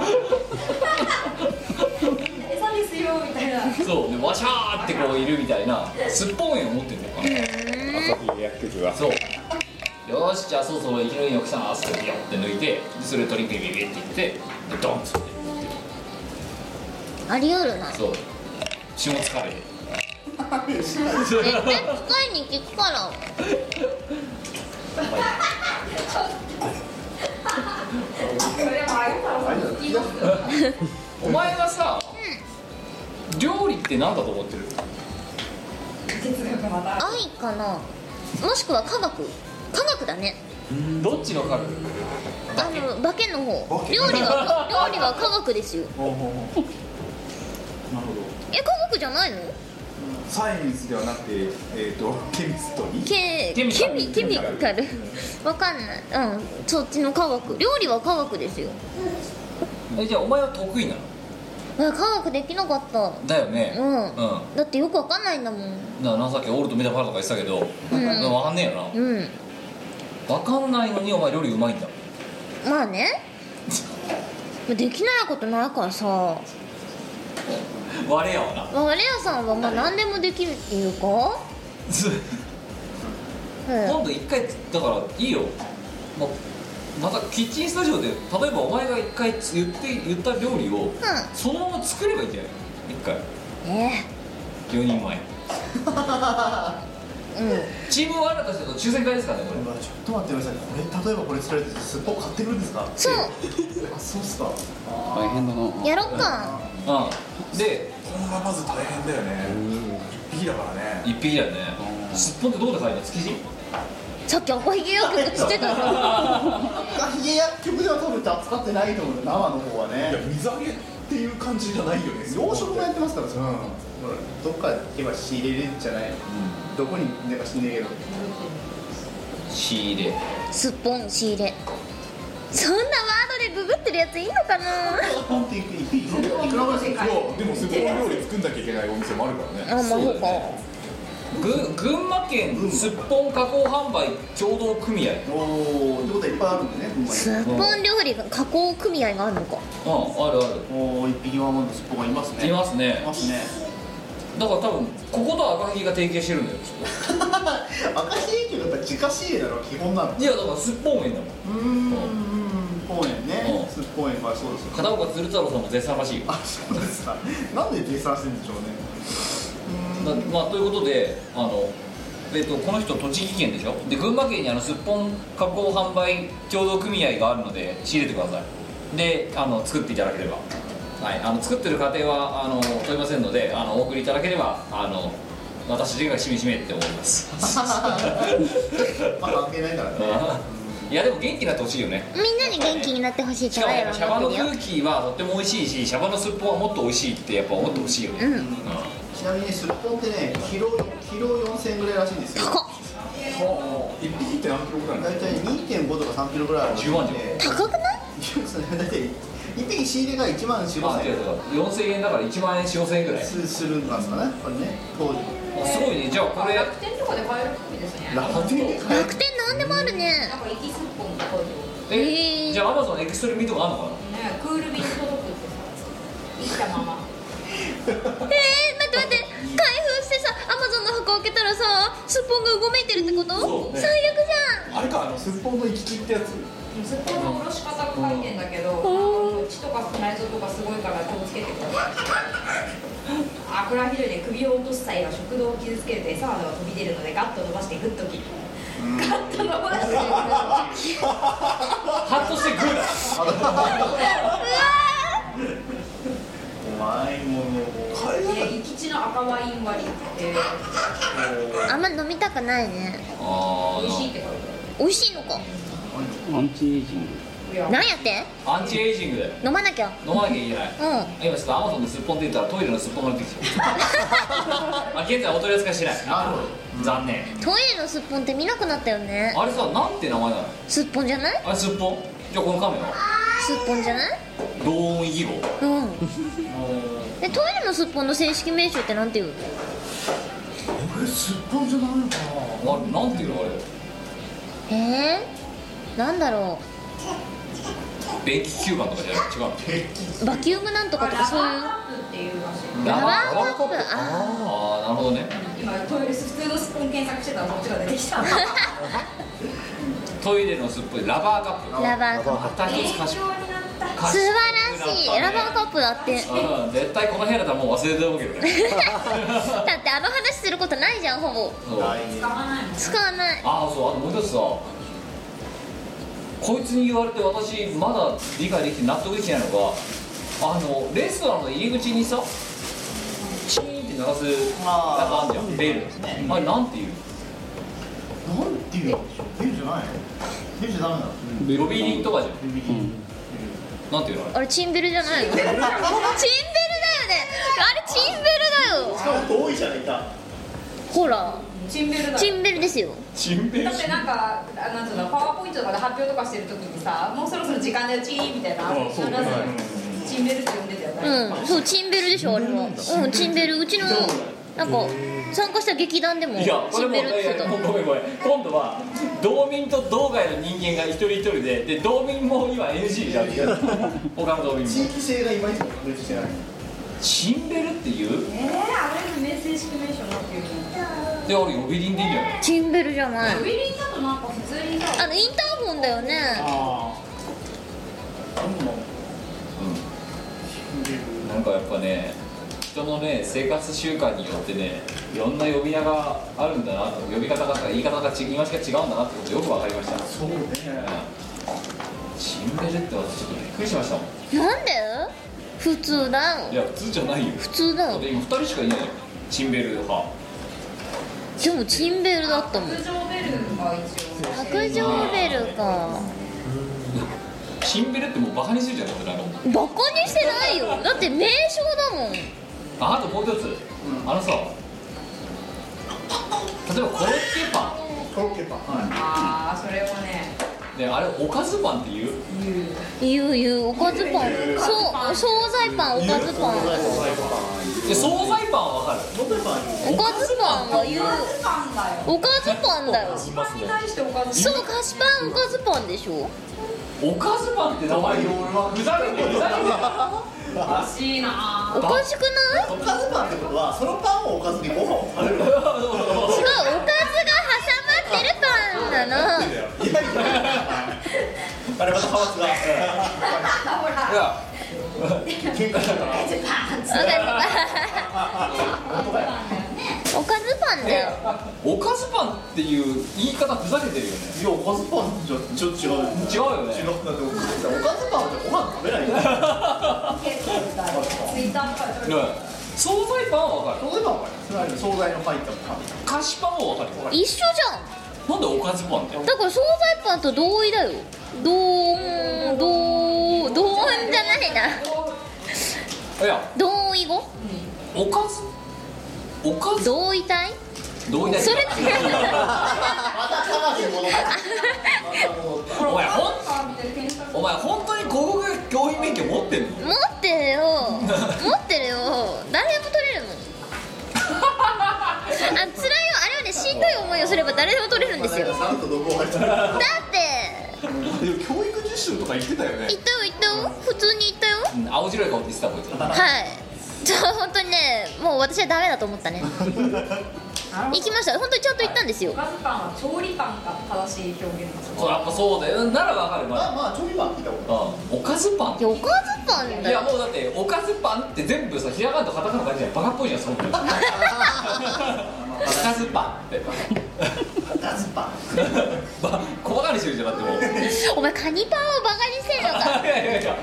Speaker 8: らう餌ですよみたいな
Speaker 1: そうでわしゃーってこういるみたいなすっぽん園を持ってるのかな
Speaker 10: 朝日薬局は
Speaker 1: そうよーしじゃあそろそろヒロインの奥さんあそこビヨンって抜いてでそれを取りビビビって言ってでドンっつって
Speaker 2: あり得るな
Speaker 1: そう下疲れで
Speaker 2: 絶対使いに聞くから
Speaker 8: それもあげたら言いますよ
Speaker 1: (laughs) お前はさ、料理って何だと思ってる
Speaker 8: 哲学また
Speaker 2: 愛かなもしくは科学科学だね
Speaker 1: どっちのカル
Speaker 2: あの化けの方料理は料理は科学ですよ
Speaker 3: ほうほうほうなるほど
Speaker 2: え科学じゃないの
Speaker 3: サイエンスではなくてえっ、とケミストリー
Speaker 2: ケ
Speaker 1: ケミカ
Speaker 2: ケ
Speaker 1: ル
Speaker 2: ミケミカルわかんないうんそっちの科学料理は科学ですよ
Speaker 1: えじゃあお前は得意なの
Speaker 2: え科学できなかった
Speaker 1: だよね
Speaker 2: うん
Speaker 1: うんだか
Speaker 2: だってよくわかんないんだもん
Speaker 1: らなさっきオールとメタファラとか言ってたけど、分かんねえよ
Speaker 2: うん
Speaker 1: な分かんないのにお前料理うまいんだ
Speaker 2: まあね (laughs) できないことないからさ
Speaker 1: 我やわな
Speaker 2: 我レアさんはまあ何でもできるっていうか、うん、
Speaker 1: 今度一回だからいいよままたキッチンスタジオで例えばお前が一回言って言った料理を、そのまま作ればいいんじゃない一回
Speaker 2: え
Speaker 1: 4人前
Speaker 2: えうん
Speaker 1: チームワールドとしての抽選会ですからねこれ
Speaker 7: うわちょっと待ってくださいこれ例えばこれ作られてすっぽん買ってくるんですか
Speaker 2: そう
Speaker 7: あそうっすか
Speaker 12: 大変だな
Speaker 2: やろっか
Speaker 1: うんで
Speaker 3: こんなまず大変だよね一匹だからね
Speaker 1: 一匹だよねすっぽんってどこで買えるの築地
Speaker 2: さっき赤ひげよく映ってた
Speaker 1: (laughs)
Speaker 7: あヒゲ薬局では多分扱ってないと思うよ生の方はね
Speaker 3: いや水揚げっていう感じじゃないよね
Speaker 7: 養殖もやってますからそれ、どっか行けば仕入れれるんじゃないの、どこに行か死んねえけど
Speaker 1: 仕入れ
Speaker 2: すっぽん仕入れそんなワードでググってるやついいのかな
Speaker 7: ポンっていくいくいくいくらぐらいする
Speaker 3: いやでもすごい料理作んなきゃいけないお店もあるからね
Speaker 2: あまあそうか
Speaker 1: ぐ群馬県すっぽん加工販売協同組合
Speaker 7: おおってことはいっぱいあるんでねほんます
Speaker 2: っぽん料理が加工組合があるのか
Speaker 1: うんあるある
Speaker 7: におお一匹ワンワンの尻尾がいますね
Speaker 1: いますね
Speaker 7: いますね
Speaker 1: だから多分ここと赤ひげが提携してるんだよ
Speaker 7: 赤ひげってやっぱ自家仕入れだろ基本なのう
Speaker 1: いやだからすっぽん園だもん
Speaker 7: ーん公園ね
Speaker 1: うん
Speaker 7: すっぽん園はそうですよ
Speaker 1: 片岡鶴太郎さんも絶賛らしいよ
Speaker 7: あそうですかなんで計算してるんでしょうね
Speaker 1: だまあということであのえっと、この人栃木県でしょで群馬県にあのすっぽん加工販売協同組合があるので仕入れてくださいであの作っていただければ、はい、あの作ってる過程はあの問いませんのであのお送りいただければあの私自身がしみしめって思います (laughs)
Speaker 7: まあ関係ないからね
Speaker 1: いやでも元気になってほしいよね
Speaker 2: みんなに元気になってほしい
Speaker 1: し
Speaker 2: か
Speaker 1: からもやっぱ
Speaker 2: やろう
Speaker 1: シャバの
Speaker 2: な
Speaker 1: 空気はとっても美味しいしシャバのすっぽんはもっと美味しいってやっぱ思ってほしいよね、
Speaker 2: うん
Speaker 7: ちなみにすっぽんってねキロキロ4000円ぐらいらしいんですよ
Speaker 2: 高っ
Speaker 3: 一匹って何キロぐらいな
Speaker 7: 大
Speaker 3: の
Speaker 7: 体2.5とか3キロぐらいある
Speaker 1: 10万じゃん
Speaker 7: で
Speaker 2: 高くない
Speaker 7: (laughs) それ大体一匹仕入れが1万4 5
Speaker 1: まあ、
Speaker 7: 千
Speaker 1: 違う違う4000円だから1万円4000円ぐらい
Speaker 7: 円すするんですかねこれね当時
Speaker 1: あすごいねじゃあこれ
Speaker 8: 楽天とかで買えるみですねなんか
Speaker 7: 楽天で買える
Speaker 2: 楽天なんでもあるね
Speaker 8: エキスポンとかね
Speaker 1: え
Speaker 2: へー
Speaker 1: じゃあアマゾンエクストリームとかあるのかな
Speaker 8: クール便届くってさ生きたまま
Speaker 2: えー、待って待って開封してさアマゾンの箱開けたらさすっぽんがうごめいてるってこと、
Speaker 1: そうね
Speaker 2: 最悪じゃん
Speaker 3: あれかあのすっぽんの行き来ってやつ
Speaker 8: そこの下ろし方が書いてんだけど、こっちとか内臓とかすごいから気をつけてください。あ、これはひどいね。首を落とす際は食道を傷つけると餌までは飛び出るのでガッと伸ばしてグッと切る。ガッと伸ばしてハ
Speaker 1: ハッとしてグーだ
Speaker 6: うまいものを
Speaker 8: 生き地の赤ワイン割りって
Speaker 2: あんま飲みたくないね
Speaker 1: あ
Speaker 8: 美味しいって書いて
Speaker 2: 美味しいのか
Speaker 10: アンチエイジング
Speaker 8: あるいや
Speaker 2: なんやって
Speaker 1: ーアンチエイジングだよ
Speaker 2: 飲まなきゃ
Speaker 1: 飲まなきゃいけない
Speaker 2: うん
Speaker 1: 今ちょっとアマゾンのすっぽんで言ったらトイレのすっぽんが出てき
Speaker 2: (laughs)
Speaker 1: たまあ現在お取り扱いしてない残念
Speaker 2: トイレのすっぽんって見なくなったよね
Speaker 1: あれさなんて名前なの
Speaker 2: すっぽんじゃない
Speaker 1: あれすっぽんじゃあこのカメラ
Speaker 2: すっぽんじゃない
Speaker 1: 同音異義語
Speaker 2: うんえトイレのすっぽんの正式名称ってなんていう
Speaker 1: あれなんていうのあれ
Speaker 2: えー、なんだろ
Speaker 1: 便器吸盤とかじゃない違うの
Speaker 2: うバキュームなんとかとかそういう
Speaker 8: ラバーカップっていうらしい
Speaker 2: ラバー
Speaker 1: ラバー
Speaker 2: カ
Speaker 1: カ
Speaker 2: ッ
Speaker 1: ッ
Speaker 2: プ
Speaker 1: プ
Speaker 2: あ
Speaker 1: ああなるほどね
Speaker 8: 今トイレ普通のスプーン検索してたらこっちが出てき
Speaker 2: (laughs)
Speaker 8: た
Speaker 1: トイレのすっぽんラバーカッ
Speaker 2: ー
Speaker 1: プ
Speaker 2: ラバーカッ
Speaker 1: また一つ賢い
Speaker 8: になった
Speaker 2: プ素晴らしいラバーカ
Speaker 1: ッ
Speaker 2: ップだって
Speaker 1: プうん絶対この部屋だったらもう忘れてるけどね
Speaker 2: だってあの話することないじゃんほぼ
Speaker 1: そう
Speaker 8: 使わないもん
Speaker 2: 使わない
Speaker 1: ああそうあともう一つさこいつに言われて私まだ理解できて納得できてないのがあのレストランの入り口にさチーンって流すなんかあんじゃんベルあれなんていう
Speaker 7: なんていうのビールじゃないのビールじゃダメなの
Speaker 1: ロビーリンとかじゃ
Speaker 7: ビールじゃない
Speaker 1: んなんていうのあれ
Speaker 2: あれチンベルじゃないのチンベルだよねあれチンベルだよ
Speaker 6: しかも遠いじゃねえか
Speaker 2: ほら
Speaker 8: チンベルだ
Speaker 2: チンベルですよ
Speaker 6: チンベル
Speaker 8: だってなんかあなんつうのパワーポイントとかで発表とかしてる時にさもうそろそろ時間だよチーンみたいな流すのよチンベルって呼んでたよね
Speaker 2: うんそうチンベルでしょあれはうんチンベルうちのなんか参加した劇団でも
Speaker 1: いやこ
Speaker 2: チ
Speaker 1: れ
Speaker 2: ン
Speaker 1: も
Speaker 2: ベルって言ってた
Speaker 1: うごめんごめん今度は道民と道外の人間が一人一人でで道民も今 NG じゃん他の道民
Speaker 7: 地
Speaker 1: も
Speaker 7: 域性がいまいち確立してない
Speaker 1: チンベルっていう
Speaker 8: えー、あれの名正式名称なんていうの
Speaker 1: で俺ロビーリンでいいんじゃない
Speaker 2: チンベルじゃない
Speaker 8: ウィリンだとなんか普通にさ
Speaker 2: あのインターホンだよね
Speaker 1: うんなんかやっぱね人のね生活習慣によってねいろんな呼び名があるんだなと呼び方が言い方がち言い回しが違うんだなってことよく分かりましたそうねチンベルって私ちょっとびっくりしましたもん
Speaker 2: なんで普通だよ
Speaker 1: いや普通じゃないよ
Speaker 2: 普通だよ
Speaker 1: で今2人しかいないよチンベル派
Speaker 2: でもチンベルだったもん
Speaker 8: 白状ベルが一応
Speaker 2: 白状ベルか
Speaker 1: チンベルってもうバカにするじゃんだってなんかもう
Speaker 2: バカにしてないよだって名称だもん
Speaker 1: ああともう一つ、あのさ例えばコロッケパ
Speaker 7: コロッケパン
Speaker 8: ああそれをね
Speaker 1: ンであれおかずパンっていう
Speaker 8: 言う
Speaker 2: ゆうゆうおかずパンそう惣菜パンおかずパン
Speaker 1: で惣菜パンはわかる
Speaker 2: おかずパンはゆう
Speaker 8: パンだよ
Speaker 2: おかずパンだよ
Speaker 8: パンに対しておかず
Speaker 2: そう菓子パンおかずパンでしょ
Speaker 1: おかずパンって名前ふざけてふざ
Speaker 8: おかしいな
Speaker 2: おかしくない
Speaker 7: おかずパンってことはそのパンをおかずにご飯を食べる
Speaker 1: け
Speaker 2: 違うおかずが挟まってるパンなの
Speaker 7: いやいやあれまた派閥が
Speaker 8: ほら
Speaker 1: ていや
Speaker 7: 喧嘩したか
Speaker 2: お
Speaker 7: ら
Speaker 2: かずパンおかずパンだよ
Speaker 1: おかずパンっていう言い方ふざけてるよね
Speaker 7: いやおかずパンじゃちょっと違うよね
Speaker 1: 違うよ (laughs) ね
Speaker 7: 違うだっておかずおかずパンってご飯食べないよね
Speaker 8: 結構みたいツイッターとかで
Speaker 1: うん惣菜パンはわかる
Speaker 7: そういえばお前それあるよ惣菜の入ったパン
Speaker 1: 菓子パンはわかる
Speaker 2: 一緒じ
Speaker 1: なんでおかずパンって
Speaker 2: ゃんだから惣菜パンと同意だよ同音同同音じゃないない
Speaker 1: や
Speaker 2: 同意語
Speaker 1: おかずおかず
Speaker 2: 同意体
Speaker 1: どうい
Speaker 2: それって
Speaker 7: また魂戻った
Speaker 1: (laughs) お前ほん
Speaker 8: パンみたいな検索
Speaker 1: お前本当に高校教員免許持ってんの (laughs)
Speaker 2: 持ってるよ持ってるよ誰でも取れるもんあ辛いよあれはねしんどい思いをすれば誰でも取れるんですよだっ
Speaker 7: なんとどこ入ったら
Speaker 2: て
Speaker 6: でも教育実習とか言ってたよね
Speaker 2: 言ったよ言ったよ普通に言ったよ
Speaker 1: うん青白い顔って言ってたこいつ
Speaker 2: はいじゃあ本当にねもう私はダメだと思ったね行きました本当にちゃんと行ったんですよ
Speaker 8: おかずパンは調理パンが正しい表現なんですよ
Speaker 1: そうやっぱそうだよならわかるま
Speaker 7: ま
Speaker 1: だ
Speaker 7: あまあちょいは聞いたこ
Speaker 1: うんおかずパン
Speaker 2: いやおかずパン
Speaker 1: い
Speaker 2: だ
Speaker 1: や
Speaker 2: よ
Speaker 1: もうだっておかずパンって全部さひらがなとカタカナの感じじゃ (laughs) んバカっぽいじゃんそんなのおかずパンって
Speaker 7: スパ
Speaker 1: (laughs) ば小バカにしてるじゃんだ
Speaker 2: (laughs)
Speaker 1: ってもう
Speaker 2: お前カニパンをバカにしてんのか
Speaker 1: いやいやいや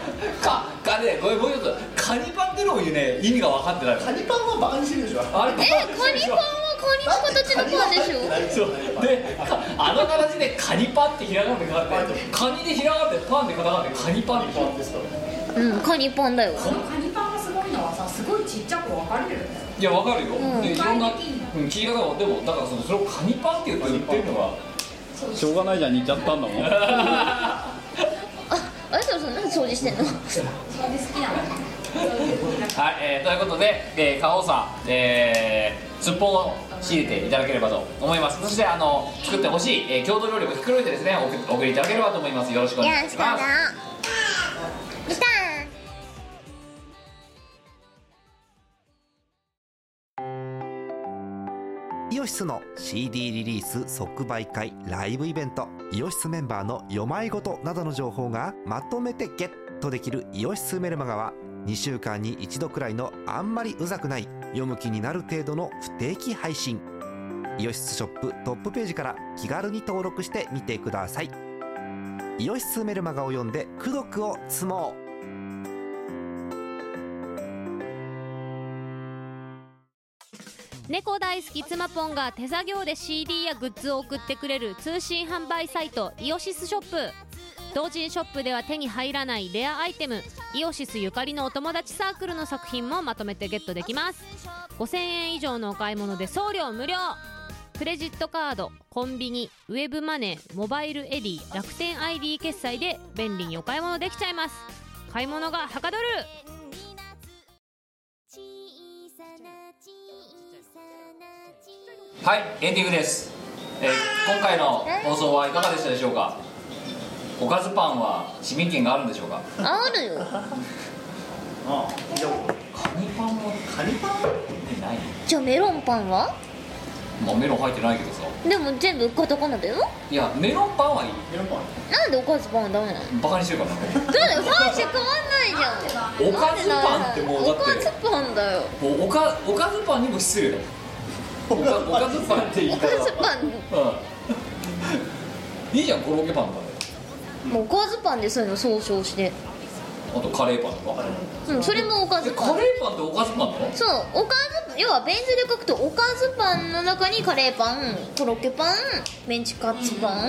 Speaker 1: かかねこれもうちょっとカニパンってのもね意味が分かってない
Speaker 7: カニパンはバカにしてるでしょ
Speaker 1: あれ
Speaker 2: えカニパンはカニの形のパンでしょ
Speaker 1: そうでかあの形でカニパンってひらがなで書かれてカニでひらがなでパンで書かれてカニパンって書かれて
Speaker 2: うんカニパンだよ
Speaker 8: このカニパンがすごいのはさすごいちっちゃく分かれるよね
Speaker 1: いやわかるよ、
Speaker 2: ん
Speaker 1: でいろんな、うん、聞き方もでもだからそのそれをカニパンって言って売ってるのが
Speaker 10: しょうがないじゃん似ちゃったんだもん
Speaker 2: ああなたはそんなの掃除してんの
Speaker 8: それで好きな
Speaker 1: (laughs)
Speaker 8: の
Speaker 1: はい、えーということで、えー、花王さん、えー、すっぽんを仕入れていただければと思いますそしてあの作ってほしい、えー郷土料理もひっくるめてですねお送りいただければと思いますよろしくお
Speaker 2: よ
Speaker 1: 願い
Speaker 2: ろし
Speaker 1: し
Speaker 2: くな
Speaker 1: ます
Speaker 2: 来た
Speaker 11: イオシスの CD リリース即売会ライブイベントイオシスメンバーの読まいごとなどの情報がまとめてゲットできる「イオシスメルマガ」は2週間に1度くらいのあんまりうざくない読む気になる程度の不定期配信イオシスショップトップページから気軽に登録してみてくださいイオシスメルマガを読んで「功徳を積もう」
Speaker 13: 猫大好き妻ぽんが手作業で CD やグッズを送ってくれる通信販売サイトイオシスショップ同人ショップでは手に入らないレアアイテムイオシスゆかりのお友達サークルの作品もまとめてゲットできます5000円以上のお買い物で送料無料クレジットカードコンビニウェブマネーモバイルエディ楽天 ID 決済で便利にお買い物できちゃいます買い物がはかどる
Speaker 4: 小さな小さな小さな
Speaker 1: はいエンディングです、えー今回の放送はいかがでしたでしょうかおかずパンは市民権があるんでしょうか
Speaker 2: あるよ
Speaker 7: ああじゃ
Speaker 1: カニパンも
Speaker 7: あカニパン
Speaker 1: ってない
Speaker 2: じゃあメロンパンは
Speaker 1: まあメロン入ってないけどさ
Speaker 2: でも全部カタカナだよ
Speaker 1: いやメロンパンはいい
Speaker 7: メロンパン
Speaker 2: なんでおかずパンはダメなの
Speaker 1: バカにしてるからな
Speaker 2: そうだよ3種変わんないじゃん
Speaker 1: おかずパンってもうだ
Speaker 2: おか
Speaker 1: っ
Speaker 2: ずパンだよ
Speaker 1: てもうおかおかずパンにも失礼だよおかおかずパンって言
Speaker 2: お
Speaker 1: い方
Speaker 2: かずパ
Speaker 1: うんいいじゃんコロッケパンとかね
Speaker 2: ンもうおかずパンでそういうの総称して
Speaker 1: あとカレーパンとか
Speaker 2: うんそれもおか
Speaker 1: え
Speaker 2: ず
Speaker 1: カ
Speaker 2: パン
Speaker 1: レーパンっておかずパンなの
Speaker 2: そうおかず要はベン図で書くとおかずパンの中にカレーパンコロッケパンメンチカツパ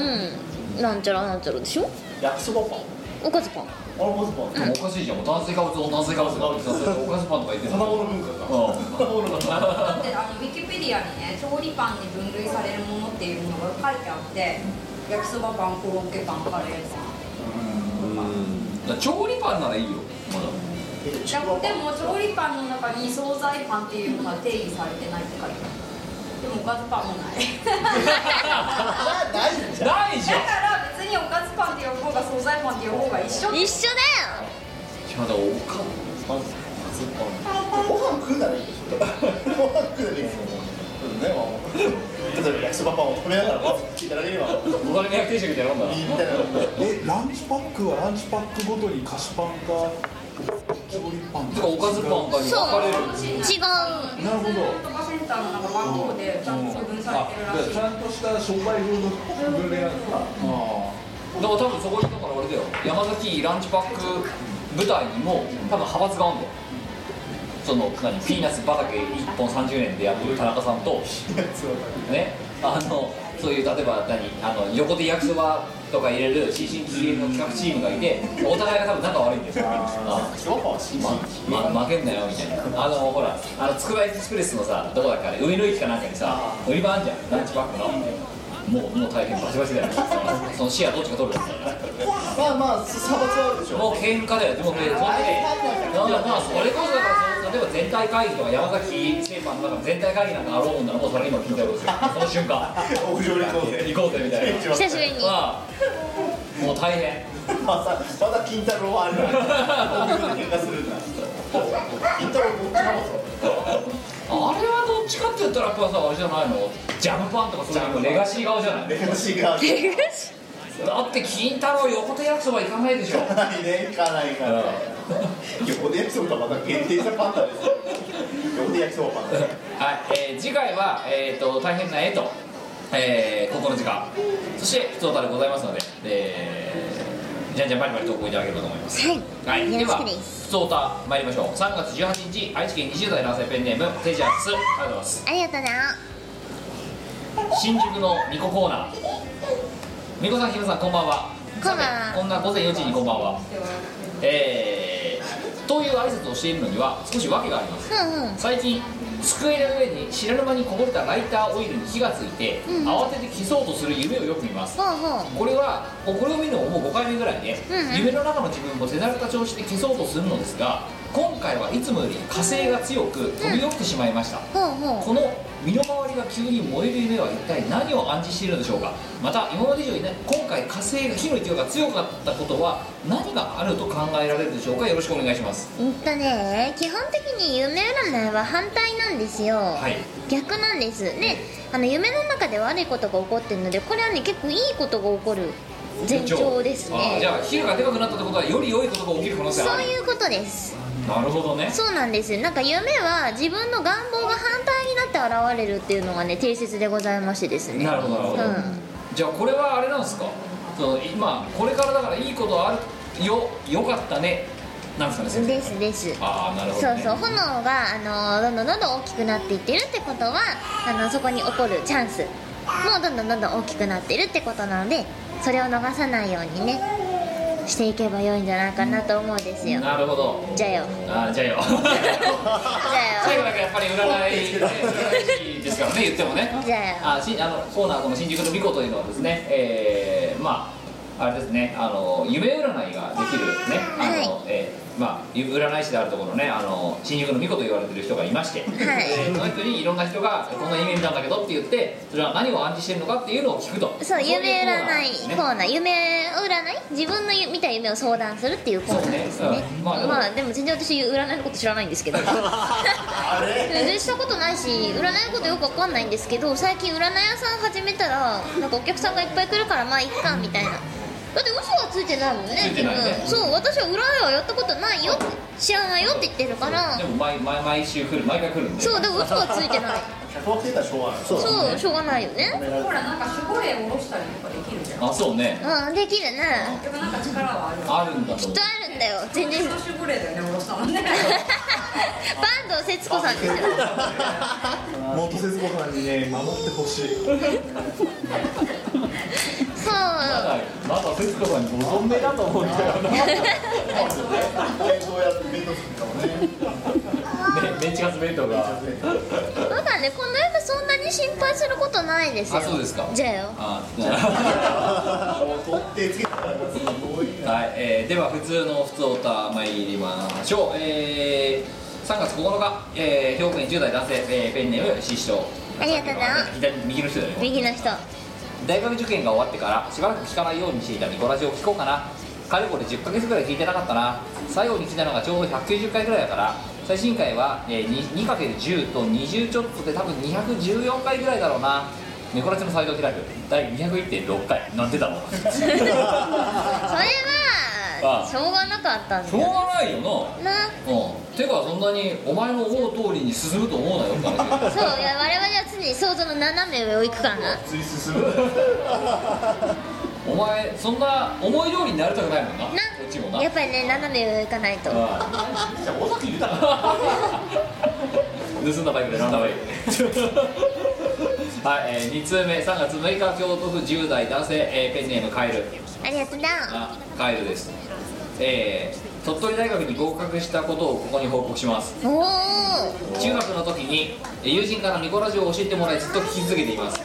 Speaker 2: ンなんちゃらなんちゃらでしょ
Speaker 7: 焼きそばパン
Speaker 2: おかずパン
Speaker 7: あれモズパン
Speaker 1: でもおかしいじゃんもう炭水化物を炭水化物がおかずパンとか言ってる
Speaker 7: 卵の文化だ卵の文化
Speaker 8: だってあのウィキペディアにね調理パンに分類されるものっていうのが書いてあって焼きそばパンコロッケパンカレーパン
Speaker 1: うん調理パンならいいよまだ
Speaker 8: でもでも調理パンの中に惣菜パンっていうのが定義されてないって書いてあるでもおかずパンもない
Speaker 3: (laughs)
Speaker 8: だ
Speaker 7: あないんじゃん
Speaker 1: ないじゃんい
Speaker 8: から別におかずパンって呼ぶ方が惣菜パンって呼ぶ方が一緒
Speaker 2: 一緒
Speaker 1: や
Speaker 2: だよ
Speaker 1: だおか
Speaker 7: パンスパンご飯食うならいいでしょご飯食うならいいですよねうんねもう例えば焼きそばパンを食べながらパン聞いただければい
Speaker 1: お金200定食みたいなもんだない
Speaker 7: みたいな
Speaker 3: えランチパックはランチパックごとに菓子パンか調理パン
Speaker 1: てかおかずパンかに分かれる
Speaker 2: 違う
Speaker 3: なるほど
Speaker 8: とかセンターのなんか番号でちゃんと区分されてるらしい
Speaker 3: ちゃんとした商売風の分類なんだあ
Speaker 1: だから多分そこにだからあれだよ山崎ランチパック舞台にも多分派閥があるんだよその何 (laughs) ピーナッツ畑1本30年でやってる田中さんとねあのそういう例えば何あの横で焼きそばとか入れる新進気鋭の企画チームがいてお互いが多分仲悪いんですよあ
Speaker 7: 焼きそばパンは新
Speaker 1: ま
Speaker 7: 鮮
Speaker 1: ま、負けんなよみたいなあのほらあのつくばエクスプレスのさどこだっけあれ上野駅かなんかにさ売り場あんじゃんランチパックのもうもう大変バチバチだよそのシェアどっちが取るみたいな
Speaker 7: まあまあ差別はあるでしょ
Speaker 1: もう喧嘩だよ、でもね、それで、なんだ、まあ、それこそだから、その例えば全体会議とか、山崎製パンの中の全体会議なんかあろうもんなら、もうそれ今聞いたことですよ、その瞬間、
Speaker 7: 屋上に行こうぜ
Speaker 1: 行こうぜみたいな、
Speaker 2: 久しぶりに
Speaker 1: まあ、もう大変、
Speaker 7: またまた金太郎はあるな喧嘩するな金太郎どっちかもそう
Speaker 1: あれはどっちかって言ったら、やっぱさ、あれじゃないの、ジャムパンとか、そういうのレガシー顔じゃない、
Speaker 7: レガシーが
Speaker 1: だって、金太郎、横手焼きそば行かないでしょ、
Speaker 7: 行かないね行かないから横で焼きそばまた限定したパンダですよ横で焼きそばパンダ
Speaker 1: はい、えー次回は、えー、と大変な絵とえー、ここの時間そして普通歌でございますので、えー、じゃんじゃんバリバリ投稿いただければと思いますはい、では普通歌参りましょう3月18日愛知県20代男性ペンネームテジャスありがとうございます
Speaker 2: ありがとうな
Speaker 1: 新宿のニココーナーみこさんひむさんこんばんは
Speaker 2: こんばんは
Speaker 1: こんな午前4時にこんばんはえー、という挨拶をしているのには少し訳があります
Speaker 2: うんうん
Speaker 1: 最近机の上に知らぬ間にこぼれたライターオイルに火がついて、
Speaker 2: うん
Speaker 1: 慌てて消そうとする夢をよく見ます
Speaker 2: ほうほ
Speaker 1: これはこれを見るのももう5回目ぐらいで、
Speaker 2: うんうん
Speaker 1: 夢の中の自分を手慣れた調子で消そうとするのですが今回はいつもより火星が強く飛び起きてしまいました、
Speaker 2: うほう
Speaker 1: こ
Speaker 2: ほ
Speaker 1: の身の回りが急に燃える夢は一体何を暗示しているのでしょうかまた今まで以上にね今回火星が火の勢いが強かったことは何があると考えられるでしょうかよろしくお願いします
Speaker 2: ううんとね基本的に夢占いは反対なんですよ、
Speaker 1: はい
Speaker 2: 逆なんですであの夢の中で悪いことが起こってるのでこれはね結構いいことが起こる前兆です
Speaker 1: あー
Speaker 2: ね
Speaker 1: じゃあ火がでかくなったってことはより良いことが起きる可能性
Speaker 2: そ
Speaker 1: あ
Speaker 2: う
Speaker 1: る
Speaker 2: いうことです
Speaker 1: なるほどね
Speaker 2: そうなんですなんか夢は自分の願望が反対になって現れるっていうのがね定説でございましてですね
Speaker 1: なるほどなるほど、
Speaker 2: うん
Speaker 1: じゃあこれはあれなんですかその今これからだからいいことあるよよかったねなんですかね先生
Speaker 2: ですです
Speaker 1: ああなるほど、
Speaker 2: そう
Speaker 1: ね、
Speaker 2: そう炎があのどんどんどんどん大きくなっていってるってことはあのそこに起こるチャンスもどんどんどんどん大きくなってるってことなのでそれを逃さないようにねしていけば良いんじゃないかなと思うんですよ
Speaker 1: なるほど
Speaker 2: じゃあよ
Speaker 1: あーじゃあ
Speaker 2: (laughs)
Speaker 1: よ
Speaker 2: じゃあ
Speaker 1: 最後
Speaker 2: よ
Speaker 1: だけやっぱり占いね占い師ですからね言ってもね
Speaker 2: じゃあよ
Speaker 1: あしあのコーナーこの新宿の美子というのはですね、えーまああれですねあの夢占いができるねあの、
Speaker 2: は
Speaker 1: えーまあ占い師であるところのねあの新宿の美子と言われてる人がいまして、えーその人にいろんな人がこんな夢見たんだけどって言ってそれは何を暗示してるのかっていうのを聞くと
Speaker 2: そう
Speaker 1: い
Speaker 2: 夢
Speaker 1: コーナーなんです
Speaker 2: 占い
Speaker 1: ね
Speaker 2: コーナー夢占い自分のゆ見た夢を相談するっていうコーナーですね
Speaker 1: そうねうんま
Speaker 2: ま
Speaker 1: あ
Speaker 2: あ、でも全然私占いのこと知らないんですけど全然したことないし占いのことよくわかんないんですけど最近占い屋さん始めたらなんかお客さんがいっぱい来るからまあいっかみたいなだって嘘はついてないもんね
Speaker 1: ついてないね
Speaker 2: 自分そう私は占いはやったことないよって知らないよって言ってるから
Speaker 1: でも毎毎毎週来る毎回来るんで
Speaker 2: そうでも嘘はついてない
Speaker 7: 100億点だしょうがないそう
Speaker 2: そうしょうがないよね
Speaker 8: ほらなんか守護霊下ろしたりとかできるじゃん
Speaker 1: あそうね
Speaker 2: うんできるね
Speaker 8: でもなんか力はある
Speaker 1: あるんだと思う
Speaker 2: きっとあるんだよ全然 (laughs)
Speaker 8: 私の守護霊だよね下ろしたもんね
Speaker 2: 坂東節子さんですよ
Speaker 7: 元節子さんにね守ってほしい
Speaker 2: そう
Speaker 1: まだまだ徹子さんにご存命だと思うんだよ (laughs) な
Speaker 7: こうやって弁当するかもね
Speaker 1: メンチカツ弁当が
Speaker 2: まだねこの間そんなに心配することないですよ
Speaker 1: あそうですか
Speaker 2: じゃあよ
Speaker 1: あじゃ (laughs) あ
Speaker 7: 取ってつけた (laughs) らすごい
Speaker 1: はい、えーでは普通の普通オタ参りましょう、えー、3月9日、えー、兵庫県10代男性、えーペンネーム失笑
Speaker 2: ありがとうございます
Speaker 1: 左右の人だよね
Speaker 2: 右の人
Speaker 1: 大学受験が終わってからしばらく聞かないようにしていたニコラジを聞こうかなかれこれ10ヶ月ぐらい聞いてなかったな最後に聞いたのがちょうど190回ぐらいだから最新回は、えー、2×10 と20ちょっとで多分214回ぐらいだろうなニコラジのサイトを開く第201.6回なんでだろう (laughs)
Speaker 2: それ
Speaker 1: あ
Speaker 2: はしょうがなかったん
Speaker 1: しょう
Speaker 2: だよ
Speaker 1: がないよな
Speaker 2: な
Speaker 1: うん、てかそんなにお前の思う通りに進むと思うなよって話
Speaker 2: (laughs) そういや我々は常に想像の斜め上を行くからな
Speaker 7: つい進む
Speaker 1: お前そんな思い通りになりたくないもんなこっちもな
Speaker 2: なやっぱりね斜め上を行かないと
Speaker 1: あ
Speaker 7: じゃあ尾崎豊
Speaker 1: 盗んだバイクで盗んだバイクはい、えー、2通目3月6日京都府10代男性、えーペンネームカエル
Speaker 2: ありがとうな
Speaker 1: あカエルですえー、鳥取大学に合格したことをここに報告します
Speaker 2: おお
Speaker 1: 中学の時にえー友人からニコラジオを教えてもらいずっと聞き続けています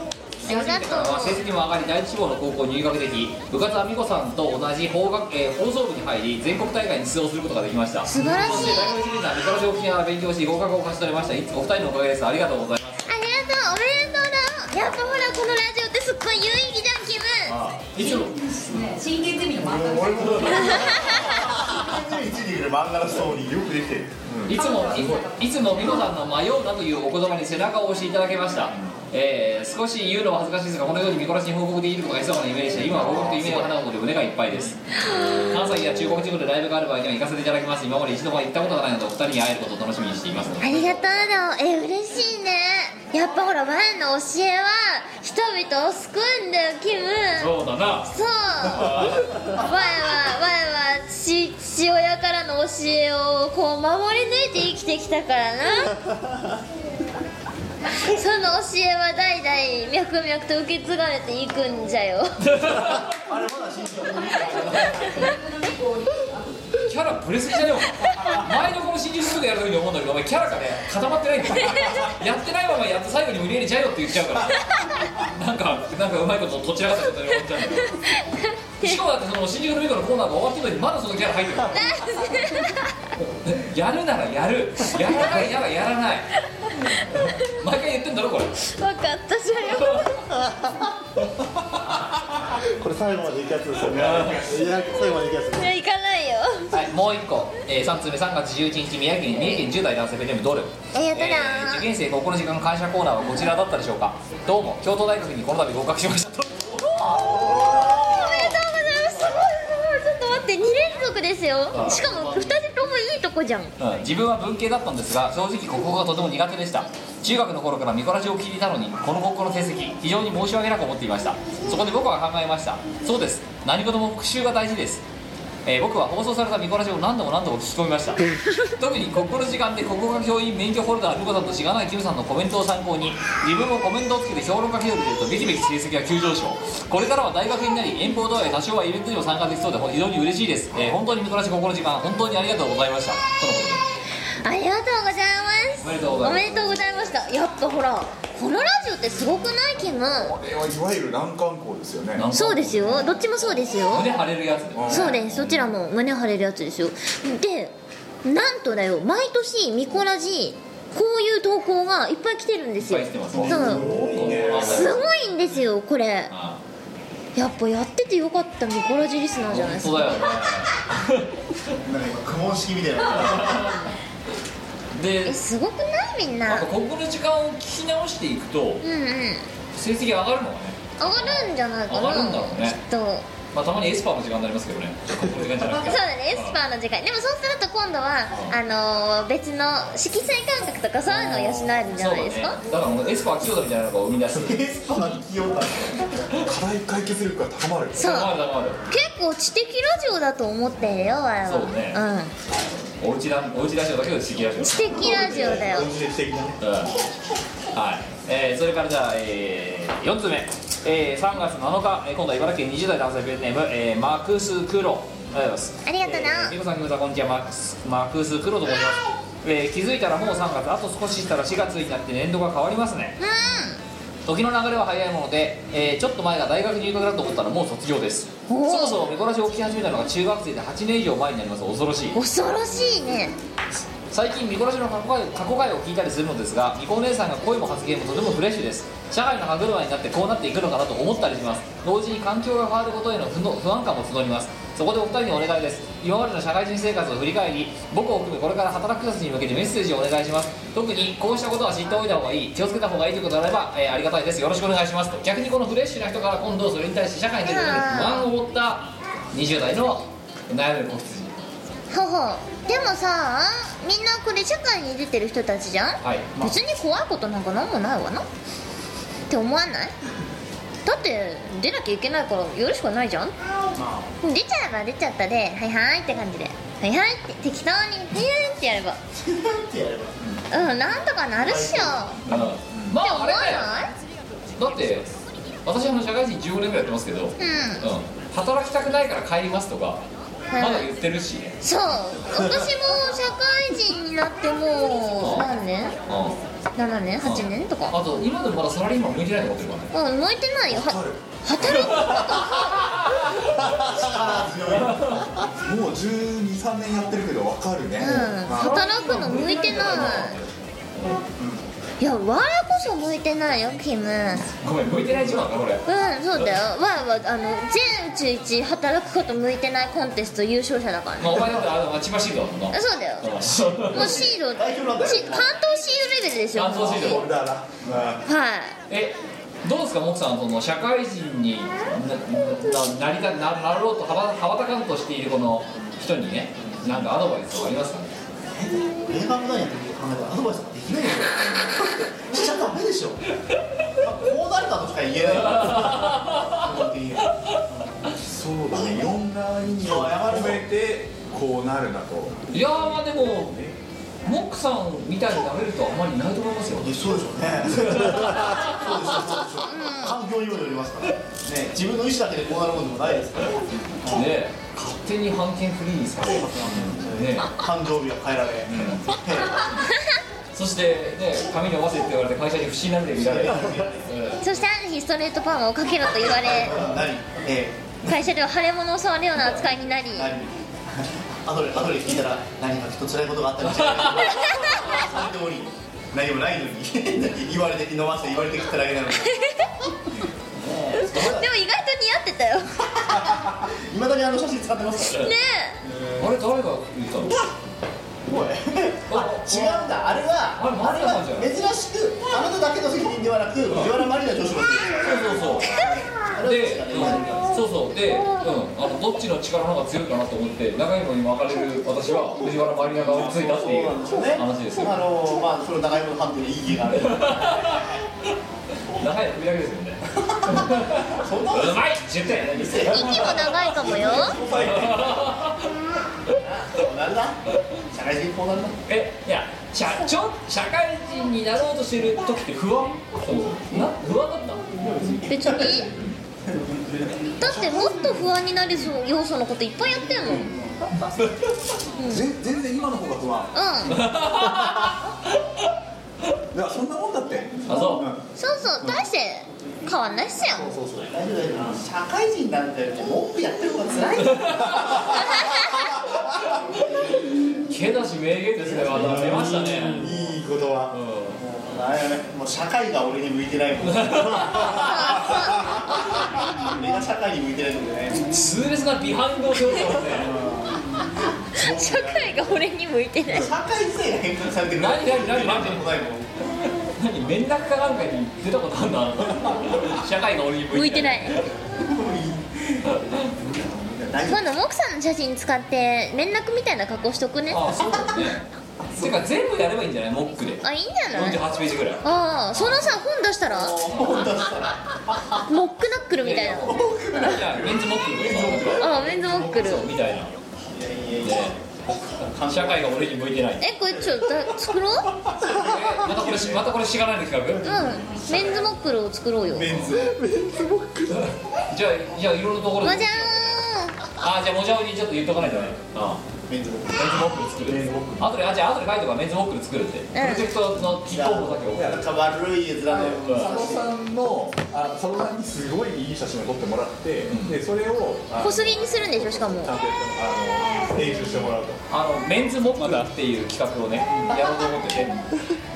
Speaker 2: ありがと
Speaker 1: まあ成績も上がり第一志望の高校に入学でき部活は美子さんと同じ法学、えー放送部に入り全国大会に出場することができました
Speaker 2: 素晴らしい
Speaker 1: そして大学1年はミコラジオを聞きながら勉強し合格を勝ち取れましたいつお二人のおかげですありがとうございます
Speaker 2: ありがとうおめでとうだやっぱほらこのラジオってすっごい有意義じゃん気分
Speaker 1: いつも
Speaker 8: ね真剣ゼミの
Speaker 2: (laughs)
Speaker 8: 漫画みた
Speaker 7: 俺
Speaker 8: いな
Speaker 7: も1にいる漫画のストーリーよくできてる
Speaker 1: いつもいいつも美子さんの「迷うな」というお言葉に背中を押していただけました、えー少し言うのは恥ずかしいですがこのように見殺しに報告できることがひそかな夢でして今は報告と夢の花子で胸がいっぱいです関西や中国地方でライブがある場合には行かせていただきます今まで一度も行ったことがないのでお二人に会えることを楽しみにしています
Speaker 2: ありがとうだえ嬉しいねやっぱほらワンの教えは人々を救うんだよキム
Speaker 10: そうだな
Speaker 2: そうワンはワンは父父親からの教えをこう守り抜いて生きてきたからなその教えは代々脈々と受け継がれていくんじゃよ
Speaker 7: あれまだ新鮮
Speaker 1: キャラプレスじゃねえもん前のこの新宿スクでやるときに思うんだけどお前キャラがね固まってないんだよやってないままやって最後に無理やり「じゃよ」って言っちゃうからなんかなんかうまいこととっちらかったことに思っちゃうんだけどしかもだってその新宿のビコのコーナーが終わってるのにまだそのキャラ入ってるやるならやるやらないならやらない毎回言ってんだろこれ
Speaker 2: 分かったじ
Speaker 3: これ最後までいくやつですよねいや最後までいくやつ
Speaker 2: ゃよいや行かないよ
Speaker 1: はい、もう一個、えー、3通目3月11日宮城県三重県10代男性ペンネームドル
Speaker 2: ありがとうな
Speaker 1: えー受験生ここの時間の感謝コーナーはこちらだったでしょうかどうも京都大学にこの度合格しましたと
Speaker 2: おめでとうございますすごいすごいちょっと待って2連続ですよしかも2人ともいいとこじゃん
Speaker 1: うん自分は文系だったんですが正直国語がとても苦手でした中学の頃からミコラジを聞いていたのにこの国語の成績非常に申し訳なく思っていましたそこで僕は考えましたそうです何事も復習が大事ですえー僕は放送されたミコラジを何度も何度も聞き込みました特に国語の時間で国語科教員免許ホルダールコさんとしがないキムさんのコメントを参考に自分もコメントをつけて評論家気取りでいるとビキビキ成績が急上昇これからは大学になり遠方とはいえ多少はイベントにも参加できそうで非常に嬉しいです、えー本当にミコラジ国語の時間本当にありがとうございましたとのことです
Speaker 2: ありがとうございます
Speaker 1: おめでとうございます
Speaker 2: おめでとうございましたやっぱほらこのラジオってすごくないキム
Speaker 3: これはいわゆる難関校ですよね
Speaker 2: そうですよどっちもそうですよ
Speaker 1: 胸張れるやつね
Speaker 2: そうですどちらも胸張れるやつですよでなんとだよ毎年ミコラジこういう投稿がいっぱい来てるんですよ
Speaker 1: いっぱい来てます
Speaker 2: そ
Speaker 1: ね
Speaker 2: うすごいんですよこれ
Speaker 1: あ
Speaker 2: やっぱやっててよかったミコラジリスナーじゃないです
Speaker 1: 本当だ
Speaker 2: か
Speaker 1: よね
Speaker 7: なんか今苦問式みたいな
Speaker 3: (laughs)
Speaker 1: で
Speaker 2: えすごくないみん
Speaker 1: やっ
Speaker 2: な
Speaker 1: ぱここの時間を聞き直していくと
Speaker 2: うんうん上
Speaker 1: 成績上がるのがね
Speaker 2: がるんじゃないかな
Speaker 1: 上がるんだろうね
Speaker 2: きっとそう
Speaker 1: まあたまにエスパーの時間になりますけどねここの時間じゃなくて
Speaker 2: だねエスパーの時間でもそうすると今度はあのー別の色彩感覚とかそういうのを養えるんじゃないですか
Speaker 1: そうだねだからもうエスパー清田みたいなのが生み出す
Speaker 7: ゲストの (laughs) 器用だ
Speaker 3: 課題解決力が高まる
Speaker 2: そう
Speaker 1: 黙る黙る
Speaker 2: 結構知的ラジオだと思ってるよ我々
Speaker 1: そうねおうちだおうちラジオだけど知的ラジオ
Speaker 2: うん、知的ラジオだよ
Speaker 1: うんはい、えーそれからじゃあ、え4つ目、えー3月7日、えー今度は茨城県20代男性ペンネーム、えーマクス・クロありがとうございます
Speaker 2: ありがとうな
Speaker 1: えー、みこさん、きむさん、こんにちはマクスマクス・クロと申します、えー気づいたらもう3月あと少ししたら4月になって年度が変わりますね時の流れは早いもので、えーちょっと前が大学入学だと思ったらもう卒業ですそ
Speaker 2: おー
Speaker 1: もそもミコラジを聞き始めたのが中学生で8年以上前になります恐ろしい
Speaker 2: うん恐ろしいね
Speaker 1: 最近ミコラジの過去回過去回を聞いたりするのですがミコお姉さんが声も発言もとてもフレッシュです社会の歯車になってこうなっていくのかなと思ったりします同時に環境が変わることへの不の不安感も募りますそこでお二人にお願いです今までの社会人生活を振り返り僕を含めこれから働く人たちに向けてメッセージをお願いします特にこうしたことは知っておいた方がいい気をつけた方がいいということであれば、えーありがたいですよろしくお願いしますと逆にこのフレッシュな人から今度それに対して社会に出ることに不安を持った20代の悩める子羊
Speaker 2: ほほでもさみんなこれ社会に出てる人たちじゃん、
Speaker 1: はいまあ
Speaker 2: 別に怖いことなんかなんもないわなって思わないだって出なきゃいけないからやるしかないじゃん出ちゃえば出ちゃったではいはいって感じではいはいって適当にはいはいってやればうんなんとかなるっしょ
Speaker 1: うんま
Speaker 2: って思
Speaker 1: ああ
Speaker 2: わ
Speaker 1: れだよ
Speaker 2: ない
Speaker 1: だって私あの社会人15年ぐらいやってますけど、うん
Speaker 2: うん
Speaker 1: 働きたくないから帰りますとか
Speaker 2: うん
Speaker 1: まだ言ってるしね、
Speaker 2: そう私も社会人になってもう何年
Speaker 1: うん、
Speaker 2: 7年8年とか
Speaker 1: あと今でもまだサラリーマン向いてないと思ってるからね
Speaker 2: うん向いてないよは働く
Speaker 3: もう123年やってるけど分かるね、
Speaker 2: うん働くの向いてないいや我こそ向いてないよキムうん
Speaker 1: ごめん向いてない自慢だなこれ
Speaker 2: そうだよ我はあの全宇宙一働くこと向いてないコンテスト優勝者だからね
Speaker 1: まあお前だってあの千葉シールドだもんな
Speaker 2: そうだよもうシード
Speaker 7: 代表なんだよ
Speaker 2: し関東シードレベルですよ
Speaker 1: 関東シールド
Speaker 7: 俺だな
Speaker 2: はい
Speaker 1: えどうですかモクさんその社会人になななりたななろうと羽ば羽ばたかんとしているこの人にねなんかアドバイスとかありますかね
Speaker 7: メーカー無駄にやってる考えたらアドバイスできないよ (laughs) しちゃダメでしょ、まあ、こうなるかとしか言えない基本的には
Speaker 3: そうだねいろんな意味を込めてこうなるなと
Speaker 1: いやーまあでもモックさんみたいになれるとはあんまりないと思いますよ
Speaker 7: いやそうでしょうねそうでしょうそうでしょう環境にもよりますからね自分の意思だけでこうなるもんでもないですからね
Speaker 1: ね勝手に判権フリーにされるね
Speaker 7: 誕生日は変えられ、
Speaker 1: そしてね髪伸ばせって言われて会社に不審なんで見ら (laughs) れる
Speaker 2: そしてある日ストレートパーマをかけろと言われ
Speaker 7: なり、え
Speaker 2: 会社では腫れ物を触るような扱いになり
Speaker 7: え、なり、後で、後で聞いたら、何かきっと辛いことがあった (laughs) かもしれないけど。それでもいい何もないのに、 (laughs) 言われて、飲ませて、言われてきただけなのに。 (laughs) ねえそうだ
Speaker 2: でも意外と似合ってたよね
Speaker 7: 未だにあの写真使ってますからね。
Speaker 2: (laughs)
Speaker 1: あれ誰が言ったの
Speaker 7: おいあ、違うんだ、あれは、
Speaker 1: あれマリナさんじゃん
Speaker 7: 珍しく、あなただけの責任ではなく、藤原マリナ女子の責任。
Speaker 1: そうそうそうで、うん、そうそうで、うん、あのどっちの力の方が強いかなと思って長いのに巻かれる私は藤原マリナが追いついたっていう話ですよ
Speaker 7: あの、まあ、その長いもの判定に意義がある。 (laughs)
Speaker 1: 長いの首だけですよ (laughs) ね
Speaker 7: そんなこと
Speaker 1: うまい10点
Speaker 2: 息も長いかもよ
Speaker 7: こうなるな。社会人こうなるな。
Speaker 1: えいや社長社会人になろうとしてる時って不安な不安だった
Speaker 2: 別にだってもっと不安になる要素のこといっぱいやってんのうん
Speaker 3: ぜ全然今の方が不安いやそ (laughs) んなもんだって
Speaker 1: あそう
Speaker 2: そうそう大して変わんないっすよ
Speaker 7: そうそう、大丈夫大丈夫。社会人なんて、もう文句やってる方が辛いんだよ。
Speaker 1: けだし名言ですねまた出ましたね
Speaker 7: いいことは。
Speaker 1: うん
Speaker 7: なんやねもう社会が俺に向いてないもん。俺が社会に向いてないもんね。
Speaker 1: 痛烈なビハインドを背負ってますね
Speaker 2: 社会が俺に向いてない
Speaker 7: 社会自体が変革されてる。
Speaker 1: 何何何
Speaker 7: マジで答えもん。
Speaker 1: 何連絡かなんかに出たことあんだ社会が俺に
Speaker 2: 向
Speaker 1: (laughs) 向
Speaker 2: い
Speaker 1: い
Speaker 2: て
Speaker 1: て
Speaker 2: な
Speaker 1: ないい
Speaker 7: 大丈
Speaker 2: 今度モクさんの写真使って連絡みたいな格好しとくね
Speaker 1: あそうだねてか全部やればいいんじゃないモックで
Speaker 2: あいいんじゃない
Speaker 1: 48ページぐらい
Speaker 2: ああそのさ本出したら
Speaker 7: 夫。本出したら。
Speaker 2: モックナックルみたいな
Speaker 1: ないやメンズモックで
Speaker 2: ああメンズモックル
Speaker 1: そうみたいなね社会が俺に向いてない
Speaker 2: えこれちょっと
Speaker 14: (laughs)
Speaker 2: 作ろう
Speaker 1: またこれしまたこれしがないの企画
Speaker 2: うんメンズモックルを作ろうよ
Speaker 7: メンズ。
Speaker 1: じゃあじゃあいろんなところ
Speaker 2: わ
Speaker 1: で
Speaker 2: じゃ
Speaker 1: あじゃあもじゃおにちょっと言っとかないとねあ
Speaker 7: メンズ。
Speaker 1: メンズモックル作るあとであじゃあ後で書いとかメンズモックル作るってプロジェクトのキックオフだけを
Speaker 7: なんか悪い絵面だよ。
Speaker 3: 佐野さんのあ佐野さんにすごいいい写真を撮ってもらって、でそれを
Speaker 2: あ
Speaker 3: あ
Speaker 2: こすりにするんでしょしかも
Speaker 3: ちゃんとあの編集してもらうと
Speaker 1: あのメンズモックルっていう企画をねやろうと思ってて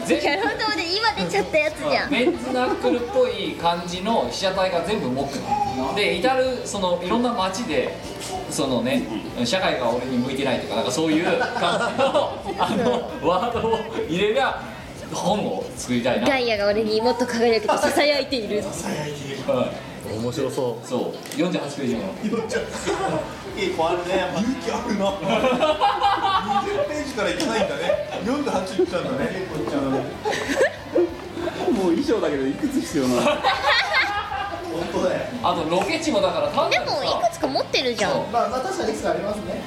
Speaker 1: 全
Speaker 2: キャラドで今出ちゃったやつじゃん
Speaker 1: メンズナックルっぽい感じの被写体が全部モックなので至るそのいろんな街でそのね社会が俺に向いてないとかなんかそういう感じのあのワードを入れりゃ本を作りたいな
Speaker 2: ガイアが俺にもっと輝けてささやいている
Speaker 1: はい
Speaker 10: 面白そ
Speaker 1: そう48ページもの
Speaker 7: いい子あるね。やっぱ
Speaker 3: 勇気あるな20ページからいけないんだね48いったんだね
Speaker 10: うもう衣装だけどいくつ必要なの
Speaker 7: 本当だよ。
Speaker 1: あとロケ地もだから単
Speaker 2: で
Speaker 1: なる
Speaker 2: も
Speaker 1: さ
Speaker 2: いくつか持ってるじゃん
Speaker 7: まあまあ確かにいくつかありますね。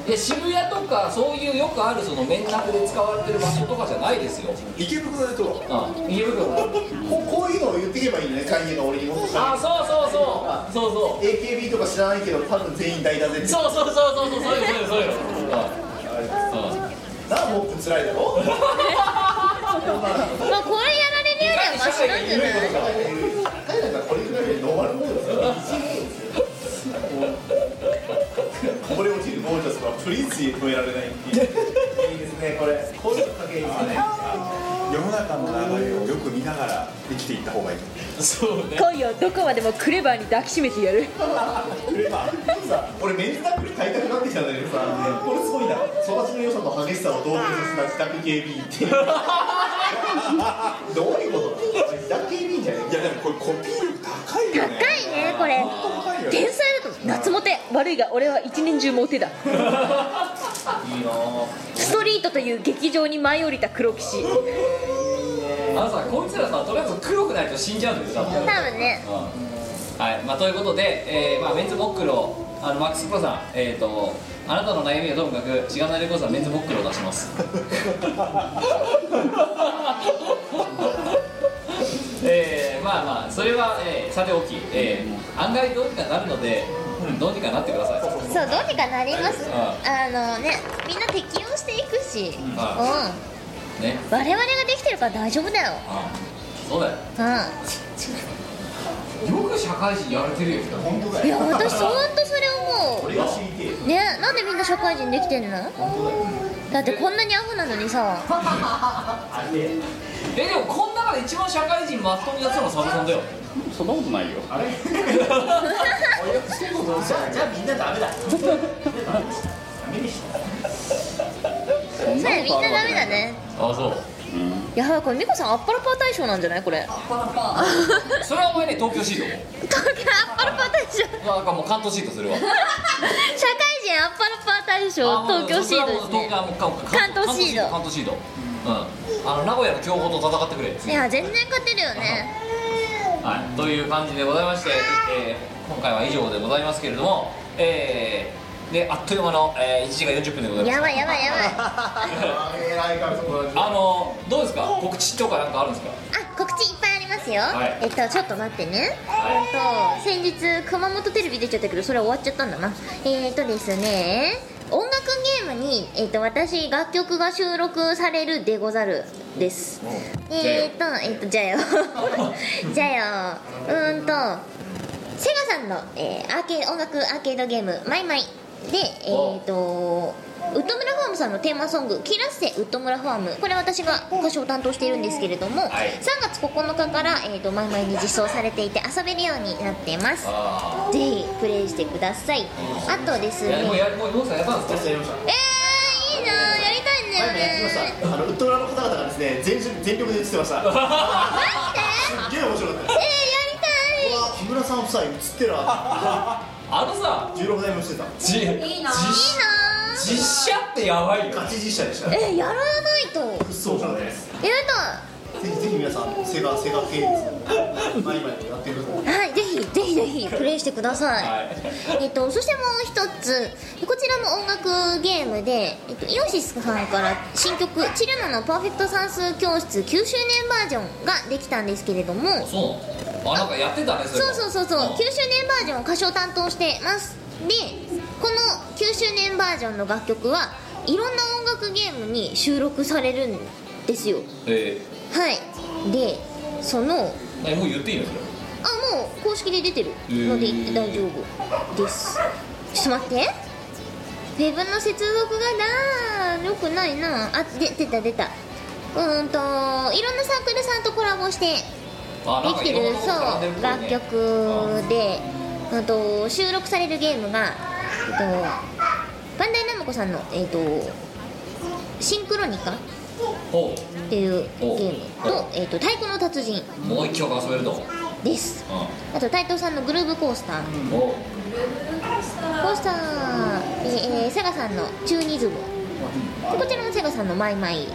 Speaker 1: うん、で渋谷とかそういうよくあるその面談で使われてる場所とかじゃないですよ、
Speaker 3: 池袋で撮ろう
Speaker 1: うん、池袋
Speaker 7: ここういうのを言っていけばいいんだね。会議が俺にもっとさ
Speaker 1: あそうそうそうそうそう
Speaker 7: AKB とか知らないけど多分全員大だぜって
Speaker 1: そうそうそうそうそうそういうのそういうのそういうのうん
Speaker 7: なあもう辛いだろ
Speaker 2: まあこれやられるよりはマシなんじゃない
Speaker 7: 海外がこれくらいでノーマルモードですよこぼれ落ちるゴージャスはプリンスに超えられないっていういいですねこれこういうのかけいいですね
Speaker 3: 世の中の流れをよく見ながら生きていった方がいい
Speaker 1: そうね
Speaker 14: 恋をど (laughs) こまでもクレバーに抱きしめてやる
Speaker 7: まあさ俺メンズナックル買いたくなってきたんだけどさこれすごいな育ちの良さと激しさを同居させた自宅 KB っていうどういうことだ自宅 KB じゃね
Speaker 3: いやでもこれコピー力高いよね
Speaker 2: 高いねこれ
Speaker 3: 高いよね
Speaker 14: 天才だと思う夏モテ悪いが俺は一年中モテだ
Speaker 7: いいなぁ
Speaker 14: ストリートという劇場に舞い降りた黒騎士
Speaker 1: あのさこいつらさとりあえず黒くないと死んじゃうんですよ多分
Speaker 2: 多分ね
Speaker 1: はいまあ、ということで、えーまあ、メンズボックロあのマックス・コさん、えー、とあなたの悩みはともかくしがないレコーズはメンズボックロを出します (laughs) えー、まあまあそれは、えーさておき、えー案外どうにかなるのでどうにかなってください
Speaker 2: そうどうにかなります (laughs)
Speaker 1: あ
Speaker 2: あのねみんな適応していくし、うん、
Speaker 1: あね
Speaker 2: 我々ができてるから大丈夫だよ
Speaker 1: そうだよ
Speaker 2: う
Speaker 1: よく社会人やれてるよ本当だ
Speaker 2: んいや私ほんとそれ思
Speaker 1: 俺が知りて
Speaker 2: うねなんでみんな社会人できてんのだってこんなにアホなのにさ
Speaker 1: えでもこの中で一番社会人まっとうにやってたのはサブさんだ
Speaker 2: (laughs)
Speaker 1: よ
Speaker 10: そんなことないよあれ
Speaker 7: じゃあじゃあみんなダメだ
Speaker 2: それみんなダメだね
Speaker 1: あそう
Speaker 2: いやこれ美子さんアッパラパー大賞なんじゃないこれ
Speaker 1: それはお前ね東京シート
Speaker 2: 東京アッパラパー大賞社会
Speaker 1: まあなんかもう関東シートするわ
Speaker 2: 人アッパラパー大賞東京シードですね
Speaker 1: あもう東
Speaker 2: 関東シード
Speaker 1: 関東シードうんあの名古屋の強豪と戦ってくれ
Speaker 2: いや全然勝てるよね
Speaker 1: はい、という感じでございまして、えー今回は以上でございますけれども、えーであっという間の、えー1時間40分でございます
Speaker 2: やばいやばいやばい
Speaker 1: あのどうですか告知とかなんかあるんですか
Speaker 2: あ告知いっぱいありますよ、
Speaker 1: はい
Speaker 2: えっとちょっと待ってね、えっと先日熊本テレビ出ちゃったけどそれは終わっちゃったんだなえっとですね音楽ゲームに、えっと私楽曲が収録されるでござるですえっとえっとじ
Speaker 1: (laughs)
Speaker 2: ゃあよじゃあようーんとセガさんの、えーアーケード音楽アーケードゲーム「マイマイ」でえっとウッドムラファームさんのテーマソング「キラッセウッドムラファーム」これ私が歌唱を担当しているんですけれども、
Speaker 1: はい
Speaker 2: 3月9日から、えー、と毎々に実装されていて遊べるようになっています
Speaker 1: あ
Speaker 2: ぜひプレイしてくださいあとです
Speaker 1: い
Speaker 2: ねえ
Speaker 1: や
Speaker 2: ー、いい
Speaker 1: も
Speaker 2: な
Speaker 1: うやもうもうやったんですかやりました
Speaker 2: あやりたいんだよね
Speaker 7: あのウッドラの方々がですね全身全力で映ってまし
Speaker 2: マ
Speaker 7: た
Speaker 2: ジで
Speaker 7: ゲーム面白かっ
Speaker 2: えー、やり
Speaker 7: た
Speaker 2: たい
Speaker 7: です木村さん夫妻映ってるわ
Speaker 1: あのさ
Speaker 7: 16台もしてた
Speaker 1: じ
Speaker 8: いいな
Speaker 1: 実実写ってやばいよ
Speaker 7: ガチ実写でした
Speaker 2: いいなえやらないとや
Speaker 7: そうなんです
Speaker 2: りた
Speaker 7: ぜひぜひ皆さんセガセガ系列の前々やってるの
Speaker 2: いはいぜひぜひぜひプレイしてください
Speaker 1: はい
Speaker 2: えっと、そしてもう一つこちらも音楽ゲームで、えっと、イオシスさんから新曲「チルノのパーフェクト算数教室」9周年バージョンができたんですけれども
Speaker 1: そうなのあなんかやってたねそれ
Speaker 2: そうそうそうそう9
Speaker 1: ん
Speaker 2: 周年バージョンを歌唱担当してますでこの9周年バージョンの楽曲はいろんな音楽ゲームに収録されるんですよ
Speaker 1: え
Speaker 2: はいでその
Speaker 1: ーえもう言っていいのそれ
Speaker 2: あもう公式で出てるので言って大丈夫ですちょっと待ってウェブの接続がなよくないなあで出た出たうーんといろんなサークルさんとコラボして
Speaker 1: あ
Speaker 2: で
Speaker 1: なんか
Speaker 2: きて
Speaker 1: いろん
Speaker 2: る
Speaker 1: なとこから出
Speaker 2: そう
Speaker 1: るっぽい
Speaker 2: 楽
Speaker 1: ね
Speaker 2: 曲でうんと収録されるゲームが、えっと、バンダイナムコさんの、えっと「シンクロニカ」っ
Speaker 1: ほ
Speaker 2: ていうゲームと
Speaker 1: お
Speaker 2: 「えっと、太鼓の達人
Speaker 1: うもう一曲遊べるとうん」
Speaker 2: ですあと斉藤さんのグルーブコースター、
Speaker 1: おう
Speaker 2: コースター、えー、セガさんのチューニズムでこちらもセガさんのマイマイに、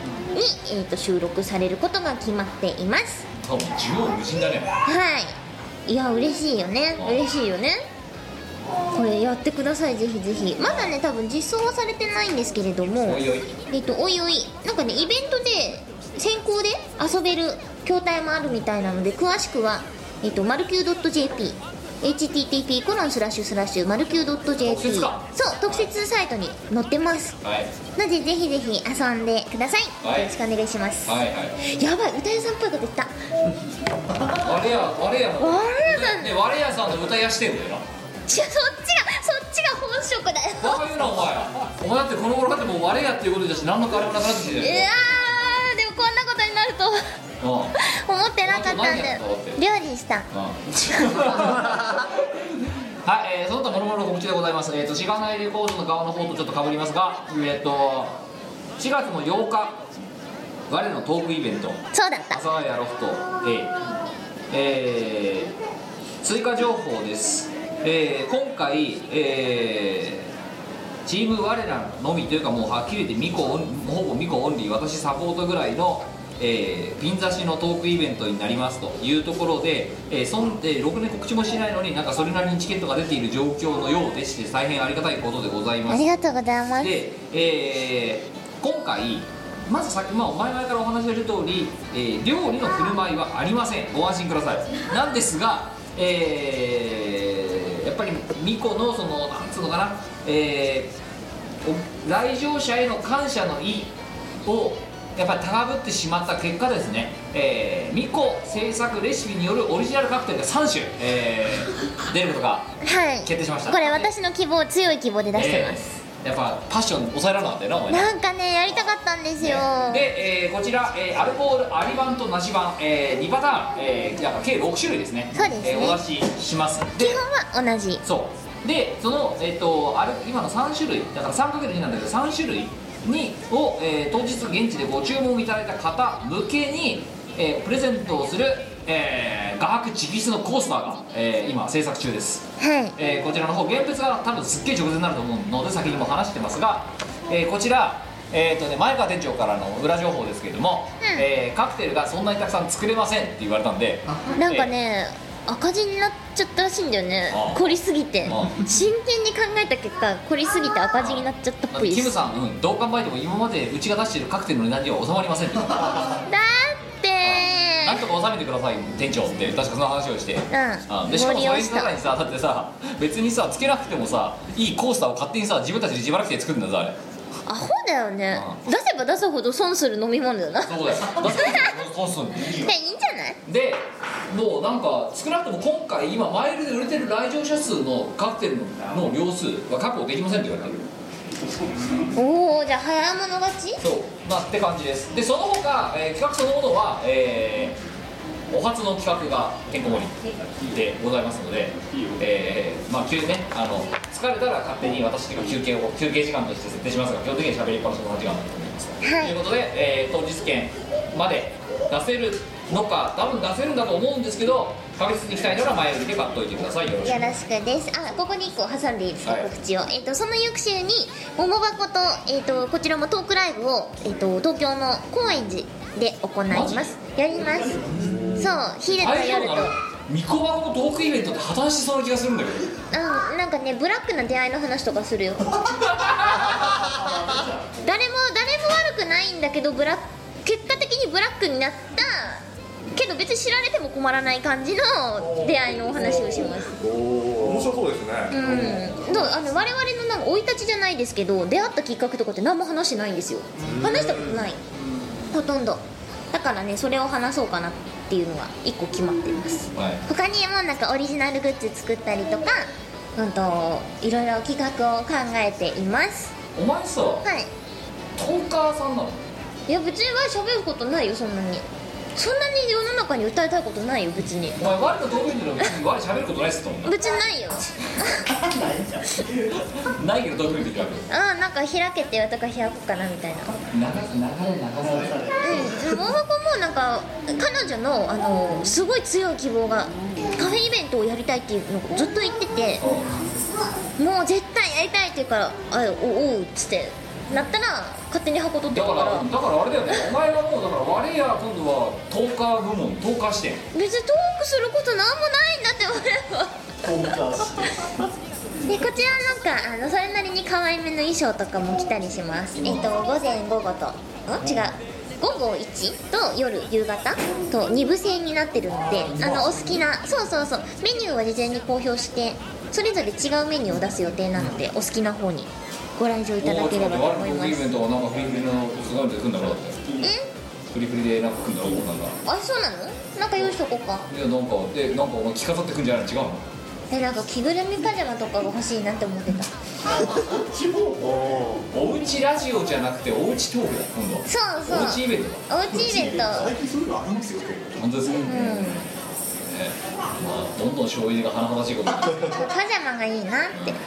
Speaker 2: えー、と収録されることが決まっています
Speaker 1: 多分縦横無尽だね
Speaker 2: はいいや嬉しいよね嬉しいよねこれやってくださいぜひぜひまだね多分実装はされてないんですけれども
Speaker 1: おいおい
Speaker 2: えっと、おいおいなんかねイベントで先行で遊べる筐体もあるみたいなので詳しくは、えっと、マルキュー .jp http コロンスラッシュスラッシュマルキュー .jp
Speaker 1: 特
Speaker 2: そう
Speaker 1: 設か
Speaker 2: 特設サイトに載ってます
Speaker 1: はい
Speaker 2: なのでぜひぜひ遊んでください、
Speaker 1: はい
Speaker 2: よろしくお願いします、
Speaker 1: はいはい
Speaker 2: やばい歌屋さんっぽいこと言った
Speaker 1: 我れや我れやの
Speaker 2: 我れやさん
Speaker 1: ね我れやさんの歌屋してんだよな
Speaker 2: 違うそっちがそっちが本職だよ
Speaker 1: バカ言うなお前お前だってこの頃だってもう我れやっていうことじゃし何の変わりもなくなってきて
Speaker 2: い
Speaker 1: る
Speaker 2: やーでもこんなことになると
Speaker 1: うんうん
Speaker 2: 思ってなかったんだよ料理した
Speaker 1: はい、えー、その他諸々の告知でございます。えっ、と、しがないレコードの側の方とちょっと被りますが、えっ、と、4月の8日、我のトークイベント、
Speaker 2: そうだった
Speaker 1: 朝ヶ谷ロフト A、えー、追加情報です。えー、今回、えー、チーム我らのみというかもうはっきり言ってミコオンほぼミコオンリー私サポートぐらいの、えーピン刺しのトークイベントになりますというところで、えーそんえーろく年告知もしないのになんかそれなりにチケットが出ている状況のようでして大変ありがたいことでございます
Speaker 2: ありがとうございます
Speaker 1: で、えー今回まずさっき、まあ、お前々からお話ししてる通り、えー料理の振る舞いはありませんご安心くださいなんですが、えーやっぱりミコのそのなんつうのかな、えーお来場者への感謝の意をやっぱり高ぶってしまった結果ですね、えー、ミコ制作レシピによるオリジナルカクテルが3種、えー出ることが
Speaker 2: はい
Speaker 1: 決定しました
Speaker 2: これ私の希望強い希望で出してます、、
Speaker 1: えーやっぱパッション抑えられなかったよなお前な
Speaker 2: なんかねやりたかったんですよ、
Speaker 1: で、えーこちら、えーアルコールあり版となし版、えー、2パターン、えー、やっぱ計6種類ですね
Speaker 2: そうです
Speaker 1: えー
Speaker 2: ね
Speaker 1: お出ししますで
Speaker 2: 基本は同じ
Speaker 1: そうでその、えー、とある今の3種類だから 3×2 なんだけど3種類にを、えー当日現地でご注文いただいた方向けに、えープレゼントをする、えー、画伯直筆のコースターが、えー今制作中です
Speaker 2: はい
Speaker 1: えーこちらの方現物が多分すっげえ直前になると思うので先にも話してますが、えーこちら、えーとね、前川店長からの裏情報ですけれども、えーカクテルがそんなにたくさん作れませんって言われたんで
Speaker 2: なんかね、赤字になっちゃったらしいんだよね
Speaker 1: ああ
Speaker 2: 凝りすぎて
Speaker 1: あ
Speaker 2: 真剣に考えた結果凝りすぎて赤字になっちゃったっぽいで
Speaker 1: キ
Speaker 2: す
Speaker 1: ムさん、うん、どう考えても今までうちが出しているカクテルの値段には収まりませんな
Speaker 2: だって
Speaker 1: んとか収めてください店長って確かその話をして、
Speaker 2: うん
Speaker 1: うんでしかもそ
Speaker 2: ご利
Speaker 1: れ
Speaker 2: 用
Speaker 1: の
Speaker 2: した
Speaker 1: 中にさだってさ別にさつけなくてもさいいコースターを勝手にさ自分たちで自腹機で作るんだぞあれ
Speaker 2: アホだよね出せば出すほど損する飲み物だな
Speaker 1: そうだよだってコースター
Speaker 2: (laughs) いやいいんじゃない
Speaker 1: でもうなんか少なくとも今回今マイルで売れてる来場者数のカクテルの量数は確保できませんって言われた
Speaker 2: おおじゃあ早物勝ち
Speaker 1: そうまあって感じですでその他、えー企画そのものは、えーお初の企画がてんこ盛りでございますので、えーまあ急にねあの疲れたら勝手に私の休憩を休憩時間として設定しますが基本的には喋りっぱなしの8時間だと思います、ということで、えー当日券まで出せるのか多分出せるんだと思うんですけど確実にしたいなら前売りで買っといてくださいよろしく
Speaker 2: よろしくですあここに1個挟んでいいですか、
Speaker 1: はい
Speaker 2: 告知を、えっとその翌週に桃箱と,、えっとこちらもトークライブを、えっと東京の高円寺で行いますやりますそう昼と夜と
Speaker 1: あれミコバコのトークイベントって破綻しそうな気がするんだけど
Speaker 2: うんなんかねブラックな出会いの話とか
Speaker 1: (laughs)
Speaker 2: するよ誰も誰も悪くないんだけどブラ結果的にブラックになったけど別に知られても困らない感じの出会いのお話をします
Speaker 3: おお面白そうですね
Speaker 2: うん、どうあの我々のなんか生い立ちじゃないですけど出会ったきっかけとかって何も話してないんですよ話したことないほとんどだからねそれを話そうかなっていうのが1個決まっています
Speaker 1: はい
Speaker 2: 他にもなんかオリジナルグッズ作ったりとかうんといろいろ企画を考えています
Speaker 1: お前さ
Speaker 2: はい
Speaker 1: トンカーさんなの
Speaker 2: いや別には喋ることないよそんなにそんなに世の中に訴えたいことないよ別に
Speaker 1: お前我のトークイベントの別に我喋ることないっすと思
Speaker 2: 別にないよ (laughs)
Speaker 1: うないけどトークイベント開く
Speaker 2: うんなんか開けてよとか開こうかなみたいな
Speaker 1: 流す流れ流され
Speaker 2: うん、大箱もなんか彼女のあのすごい強い希望がカフェイベントをやりたいっていうのをずっと言っててもう絶対やりたいって言うから「あおおう」っつってなったら勝手に箱取って
Speaker 1: だ
Speaker 2: た
Speaker 1: か
Speaker 2: から
Speaker 1: だ
Speaker 2: ら
Speaker 1: からあれだよねお前はもうだから我や今度はトーカー部門トーカー視点
Speaker 2: 別にトークすることなんもないんだって思えば
Speaker 1: トーカー視点
Speaker 2: でこちらなんかあのそれなりに可愛めの衣装とかも着たりしますえっと午前午後とん違う午後1と夜夕方と2部制になってるのであのお好きなそうそうそうメニューは事前に公表してそれぞれ違うメニューを出す予定なのでお好きな方にご来場いただければと思い
Speaker 1: トー
Speaker 2: ま
Speaker 1: クイ
Speaker 2: す
Speaker 1: ベントはなんかフリフリのすごいので来んだろうだってフリフリでなんか来んだろうなんか
Speaker 2: あそうなのなんか用意しとこうか
Speaker 1: いやなんかでなんかお前着飾ってくんじゃないの違うの
Speaker 2: でなんか着ぐるみパジャマとかが欲しいなって思ってたそう
Speaker 1: おうちラジオじゃなくておうちトークだ今度は
Speaker 2: そう
Speaker 1: おうちイベントだ
Speaker 2: おうちイベント
Speaker 1: 近そういうのありますよ本当ですか、
Speaker 2: う
Speaker 1: ね
Speaker 2: ん
Speaker 1: まあどんどん醤油が華々しいことになって
Speaker 2: パジャマがいいなって
Speaker 1: ね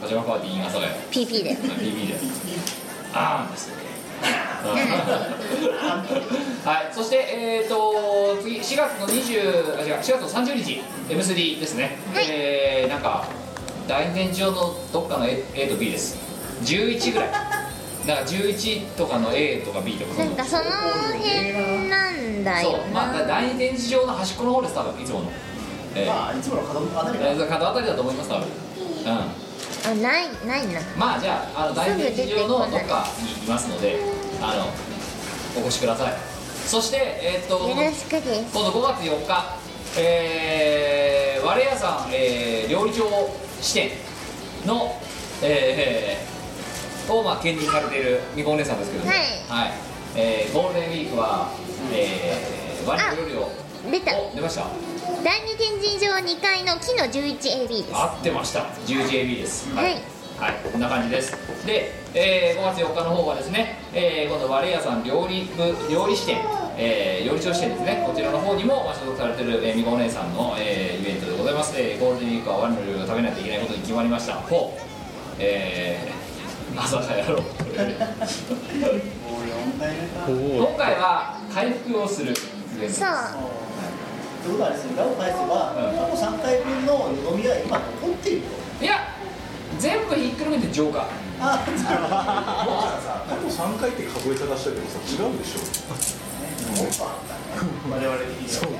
Speaker 1: パジャマパーティー in 阿佐ヶ谷
Speaker 2: PP で
Speaker 1: BB であーんですよはい、そして、えー、と次4月の20あ違う4月の30日 M3 ですね、えーなんか大天井のどっかの A, A と B です11ぐらいだから11とかの A とか B とか
Speaker 2: なんかその辺なんだ
Speaker 1: そ
Speaker 2: よ
Speaker 1: う
Speaker 2: な
Speaker 1: まあだ第二展示場の端っこの方です多分いつもの
Speaker 6: まあいつもの角あたり
Speaker 1: えー角あたりだと思います多分うん
Speaker 2: あないないな
Speaker 1: まあじゃああの大展示場のどっかにいますのであのお越しくださいそしてえーっと
Speaker 2: よろしくです
Speaker 1: 今度5月4日えー、我屋さん、えー料理長支店のえーえーをまあ兼任されているみこお姉さんですけども
Speaker 2: はい
Speaker 1: はい、えーゴールデンウィークは、えー、我の料理を
Speaker 2: 出た
Speaker 1: 出ました
Speaker 2: 第二展示場2階の木の 11AB です
Speaker 1: 合ってました 10JB です
Speaker 2: はい、
Speaker 1: はい、こんな感じです。で、えー5月4日の方はですね、えー今度はレイヤさん料理部料理支店、えー料理長支店ですね、こちらの方にもまあ所属されてる、えー、みこお姉さんの、えーイベントでございます。えーゴールデンウィークはワンの料理を食べないといけないことに決まりました。ほう、えー、まさかやろう。
Speaker 2: (laughs)
Speaker 1: 今回は回復をするイベントです。
Speaker 2: そう
Speaker 6: ということはですね裏を返せば過去3回分の飲みは今残っている
Speaker 1: といや全部ひっくるめて浄化
Speaker 6: あそう
Speaker 3: あと3回って数え方したけどさ違うでしょ
Speaker 6: 我々的にそう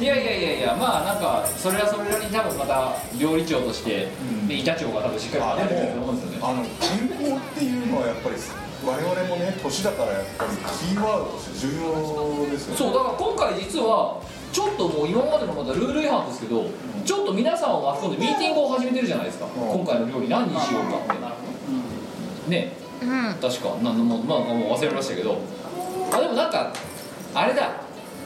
Speaker 1: いやいやいやいやまあなんかそれはそれなりに多分また料理長として、で板長が多分しっかりやってくれてると思うんですよね
Speaker 3: あの健康っていうのはやっぱり我々もね年だからやっぱりキーワードとして重要ですよね
Speaker 1: そうだから今回実はちょっともう今までのまたルール違反ですけど、ちょっと皆さんを巻き込んでミーティングを始めてるじゃないですか、今回の料理何にしようかってね
Speaker 2: うん
Speaker 1: 確かなんもまあもう忘れましたけどあでもなんかあれだ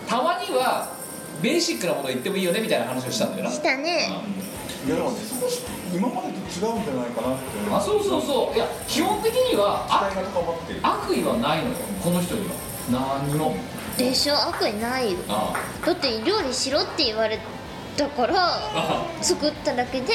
Speaker 1: たまにはベーシックなもの言ってもいいよねみたいな話をしたんだよな
Speaker 2: したね
Speaker 3: いやだからね少し今までと違うんじゃないかなって
Speaker 1: あそうそうそういや基本的には悪悪意はないのよこの人には何にも
Speaker 2: でしょ悪意ないよ
Speaker 1: ああ
Speaker 2: だって料理しろって言われたから
Speaker 1: あ
Speaker 2: 作っただけで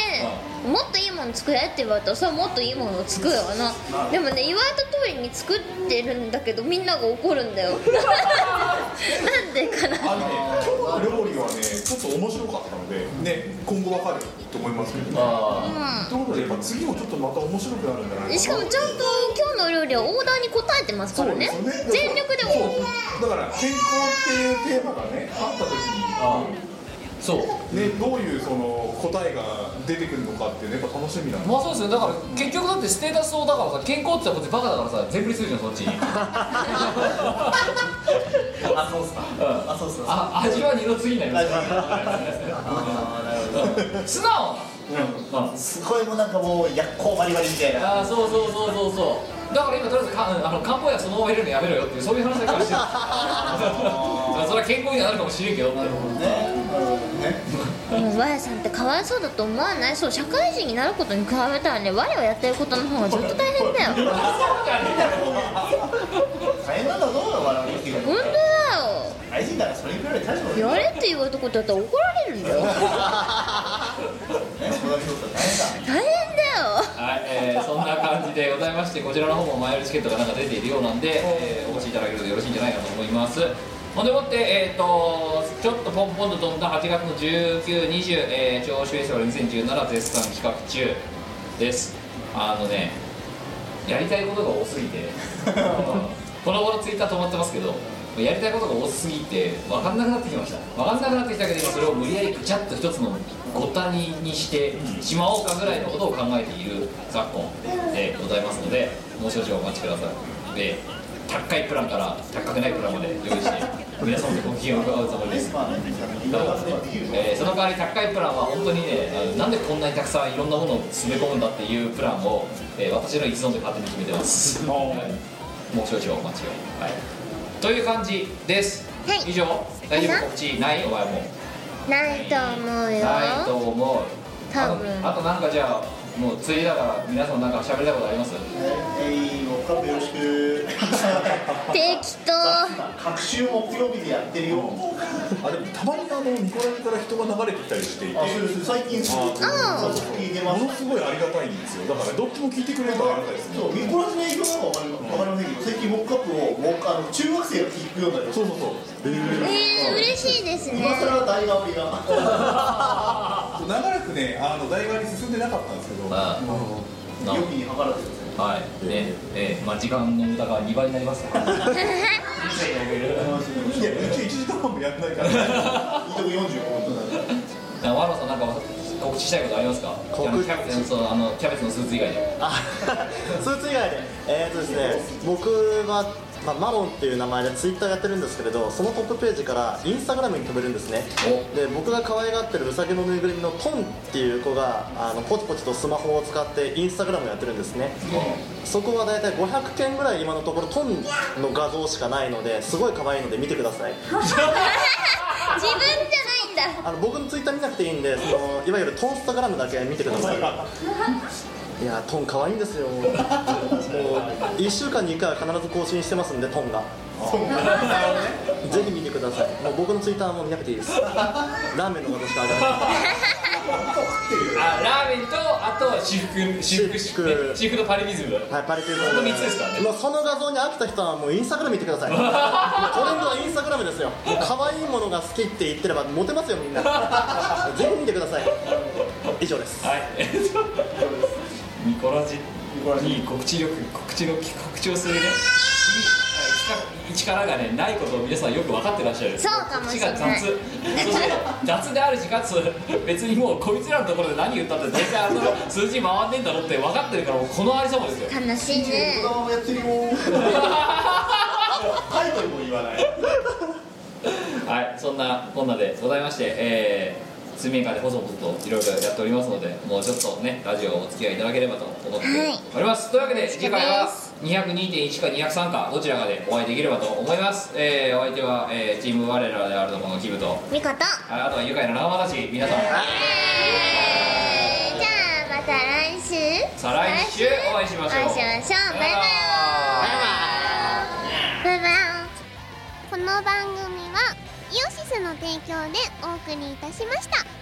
Speaker 2: もっといいもの作れって言われたらさもっといいものを作るわなでもね言われた通りに作ってるんだけどみんなが怒る
Speaker 1: (laughs)
Speaker 2: んだよなんでかな
Speaker 3: あのね今日の料理はねちょっと面白かったのでね今後わかると思いますけどね
Speaker 2: あ
Speaker 3: ということでやっぱ次もちょっとまた面白くなるんじゃないかな
Speaker 2: しかもちゃんと今日の料理はオーダーに応えてますからね
Speaker 3: そうですよね
Speaker 2: 全力で
Speaker 3: だから健康っていうテーマがねあった時に
Speaker 1: そう
Speaker 3: ねどういうその答えが出てくるのかっていうねやっぱ楽しみだね
Speaker 1: まあそうですよだから結局だってステータスをだからさ健康って言ったことでバカだからさ全振りするじゃんそっちにあそうっすかあそうっすあ味は二の次になりますうん素直
Speaker 6: (laughs) すごいもうなんかもうやっこうバリバリみたいな
Speaker 1: ああそうそうそうそうそうだから今とりあえずかうんあの漢方薬そのまま入れるのやめろよっていうそういう話だからしてるそれは健康にはなるかもしれんけどって
Speaker 2: オーバヤさんってかわいそうだと思わないそう社会人になることに比べたらね我をやってることの方がずっと大変だよ
Speaker 6: 大変なんだぞ我々的に
Speaker 2: 本当だよ
Speaker 6: 大事だからそれぐらい大丈夫
Speaker 2: やれって言われたことだったら怒られるんだよ大変だよ
Speaker 1: はい、えーそんな感じでございましてこちらの方も前売りチケットがなんか出ているようなんで、えーお越しいただけるとよろしいんじゃないかと思いますほんでもって、えー、とちょっとポンポンと飛んだ8月の1920、えー、長州エスル2017絶賛企画中ですあのねやりたいことが多すぎてこの頃ツイッター止まってますけどやりたいことが多すぎて分かんなくなってきました分かんなくなってきたけど今それを無理やりぐちゃっと一つのごたににしてしまおうかぐらいのことを考えている昨今でございますのでもう少々お待ちくださいで高いプランから高くないプランまで用意して皆様とご機嫌を伺うつもりですどうもえーその代わり高いプランは本当にねあのなんでこんなにたくさんいろんなものを詰め込むんだっていうプランを、えー私の一存で勝手に決めてますはいもう少々お待ちをはいという感じです、
Speaker 2: はい
Speaker 1: 以上大丈夫告知ないお前も
Speaker 2: ないと思うよ
Speaker 1: ないと思うあ
Speaker 2: 多分
Speaker 1: とあとなんかじゃあもうついでだから皆さんなんか喋りたいことあります
Speaker 6: えいご家族よろしく
Speaker 2: 適当
Speaker 6: 各週木曜日でやってるよ
Speaker 3: あでもたまにあのニコラジから人が流れてきたりしていて
Speaker 6: あそうです最近すごく
Speaker 3: あ
Speaker 6: そう聞いてま
Speaker 3: も
Speaker 6: す
Speaker 3: のすごいありがたいんですよだからどっちも聞いてくれるとありがたいですね
Speaker 6: そうミコラジの影響なのか分かりませんけど最近モックアップをモックあの中学生が聞くようになりましたそうそうそう
Speaker 2: えー、嬉しいですね
Speaker 6: 今更大変りが
Speaker 3: 長らくねあの大学に進んでなかったんですけどあの
Speaker 1: な
Speaker 7: 良きに計らってください
Speaker 1: はいねえーまあ時間の無駄が2倍になり (laughs) ますから
Speaker 7: いや、一応1時間半もやんないから、いいとこ45分となる。
Speaker 1: あ和野さんなんか告知したいことありますかキャベツのそうあのキャベツのスーツ以外で
Speaker 3: それ以外で、えーとですね、僕が、まあ、マロンっていう名前でツイッターやってるんですけれど、そのトップページからインスタグラムに飛べるんですね、で僕が可愛がってるウサギのぬいぐるみのトンっていう子が、あのポチポチとスマホを使って、インスタグラムやってるんですね、そこは大体500件ぐらい、今のところ、トンの画像しかないので、すごい可愛いので見てください。
Speaker 2: 自分じゃないんだ
Speaker 3: あの僕のツイッター見なくていいんで、そのいわゆるトンスタグラムだけ見てください。いやートン可愛いんですよ。もう一週間に一回は必ず更新してますんでトンが。ぜひ見てください。もう僕のツイッターはもう見なくていいです。ラーメンのことしかあげ
Speaker 1: あラーメンとあとは私服私服私服私服とパリミズム
Speaker 3: はいパリミズム
Speaker 1: この3つですから
Speaker 3: ない。
Speaker 1: ね
Speaker 3: もうその画像に飽きた人はもうインスタグラム見てください。もうトレンドはインスタグラムですよ。もう可愛いものが好きって言ってればモテますよみんな。ぜひ見てください。以上です。
Speaker 1: はいニコラジに告知力告知の告知をするね力がねないことを皆さんよく分かってらっしゃる
Speaker 2: そうかもしれない
Speaker 1: こっちが雑そして雑であるしかつ別にもうこいつらのところで何言ったって全然あの数字回んねえんだろって分かってるからもうこのありさまですよ
Speaker 2: 悲しいね
Speaker 7: もやってるよタイトルも言わない
Speaker 1: はい、そんなこんなでございまして、えー、水面下で細々といろいろやっておりますので、もうちょっとね、ラジオお付き合いいただければと思っております。というわけで、次回は202.1か203か、どちらかでお会いできればと思います。えー、お相手は、えー、チーム我らであるとこのキムと、
Speaker 2: みこと
Speaker 1: ああとは愉快な仲間たち、皆さん、
Speaker 2: じゃあまた来週
Speaker 1: 再来週お会いしましょう
Speaker 2: お会いしましょうバイバイバイバイ
Speaker 4: この番組はイオシスの提供でお送りいたしました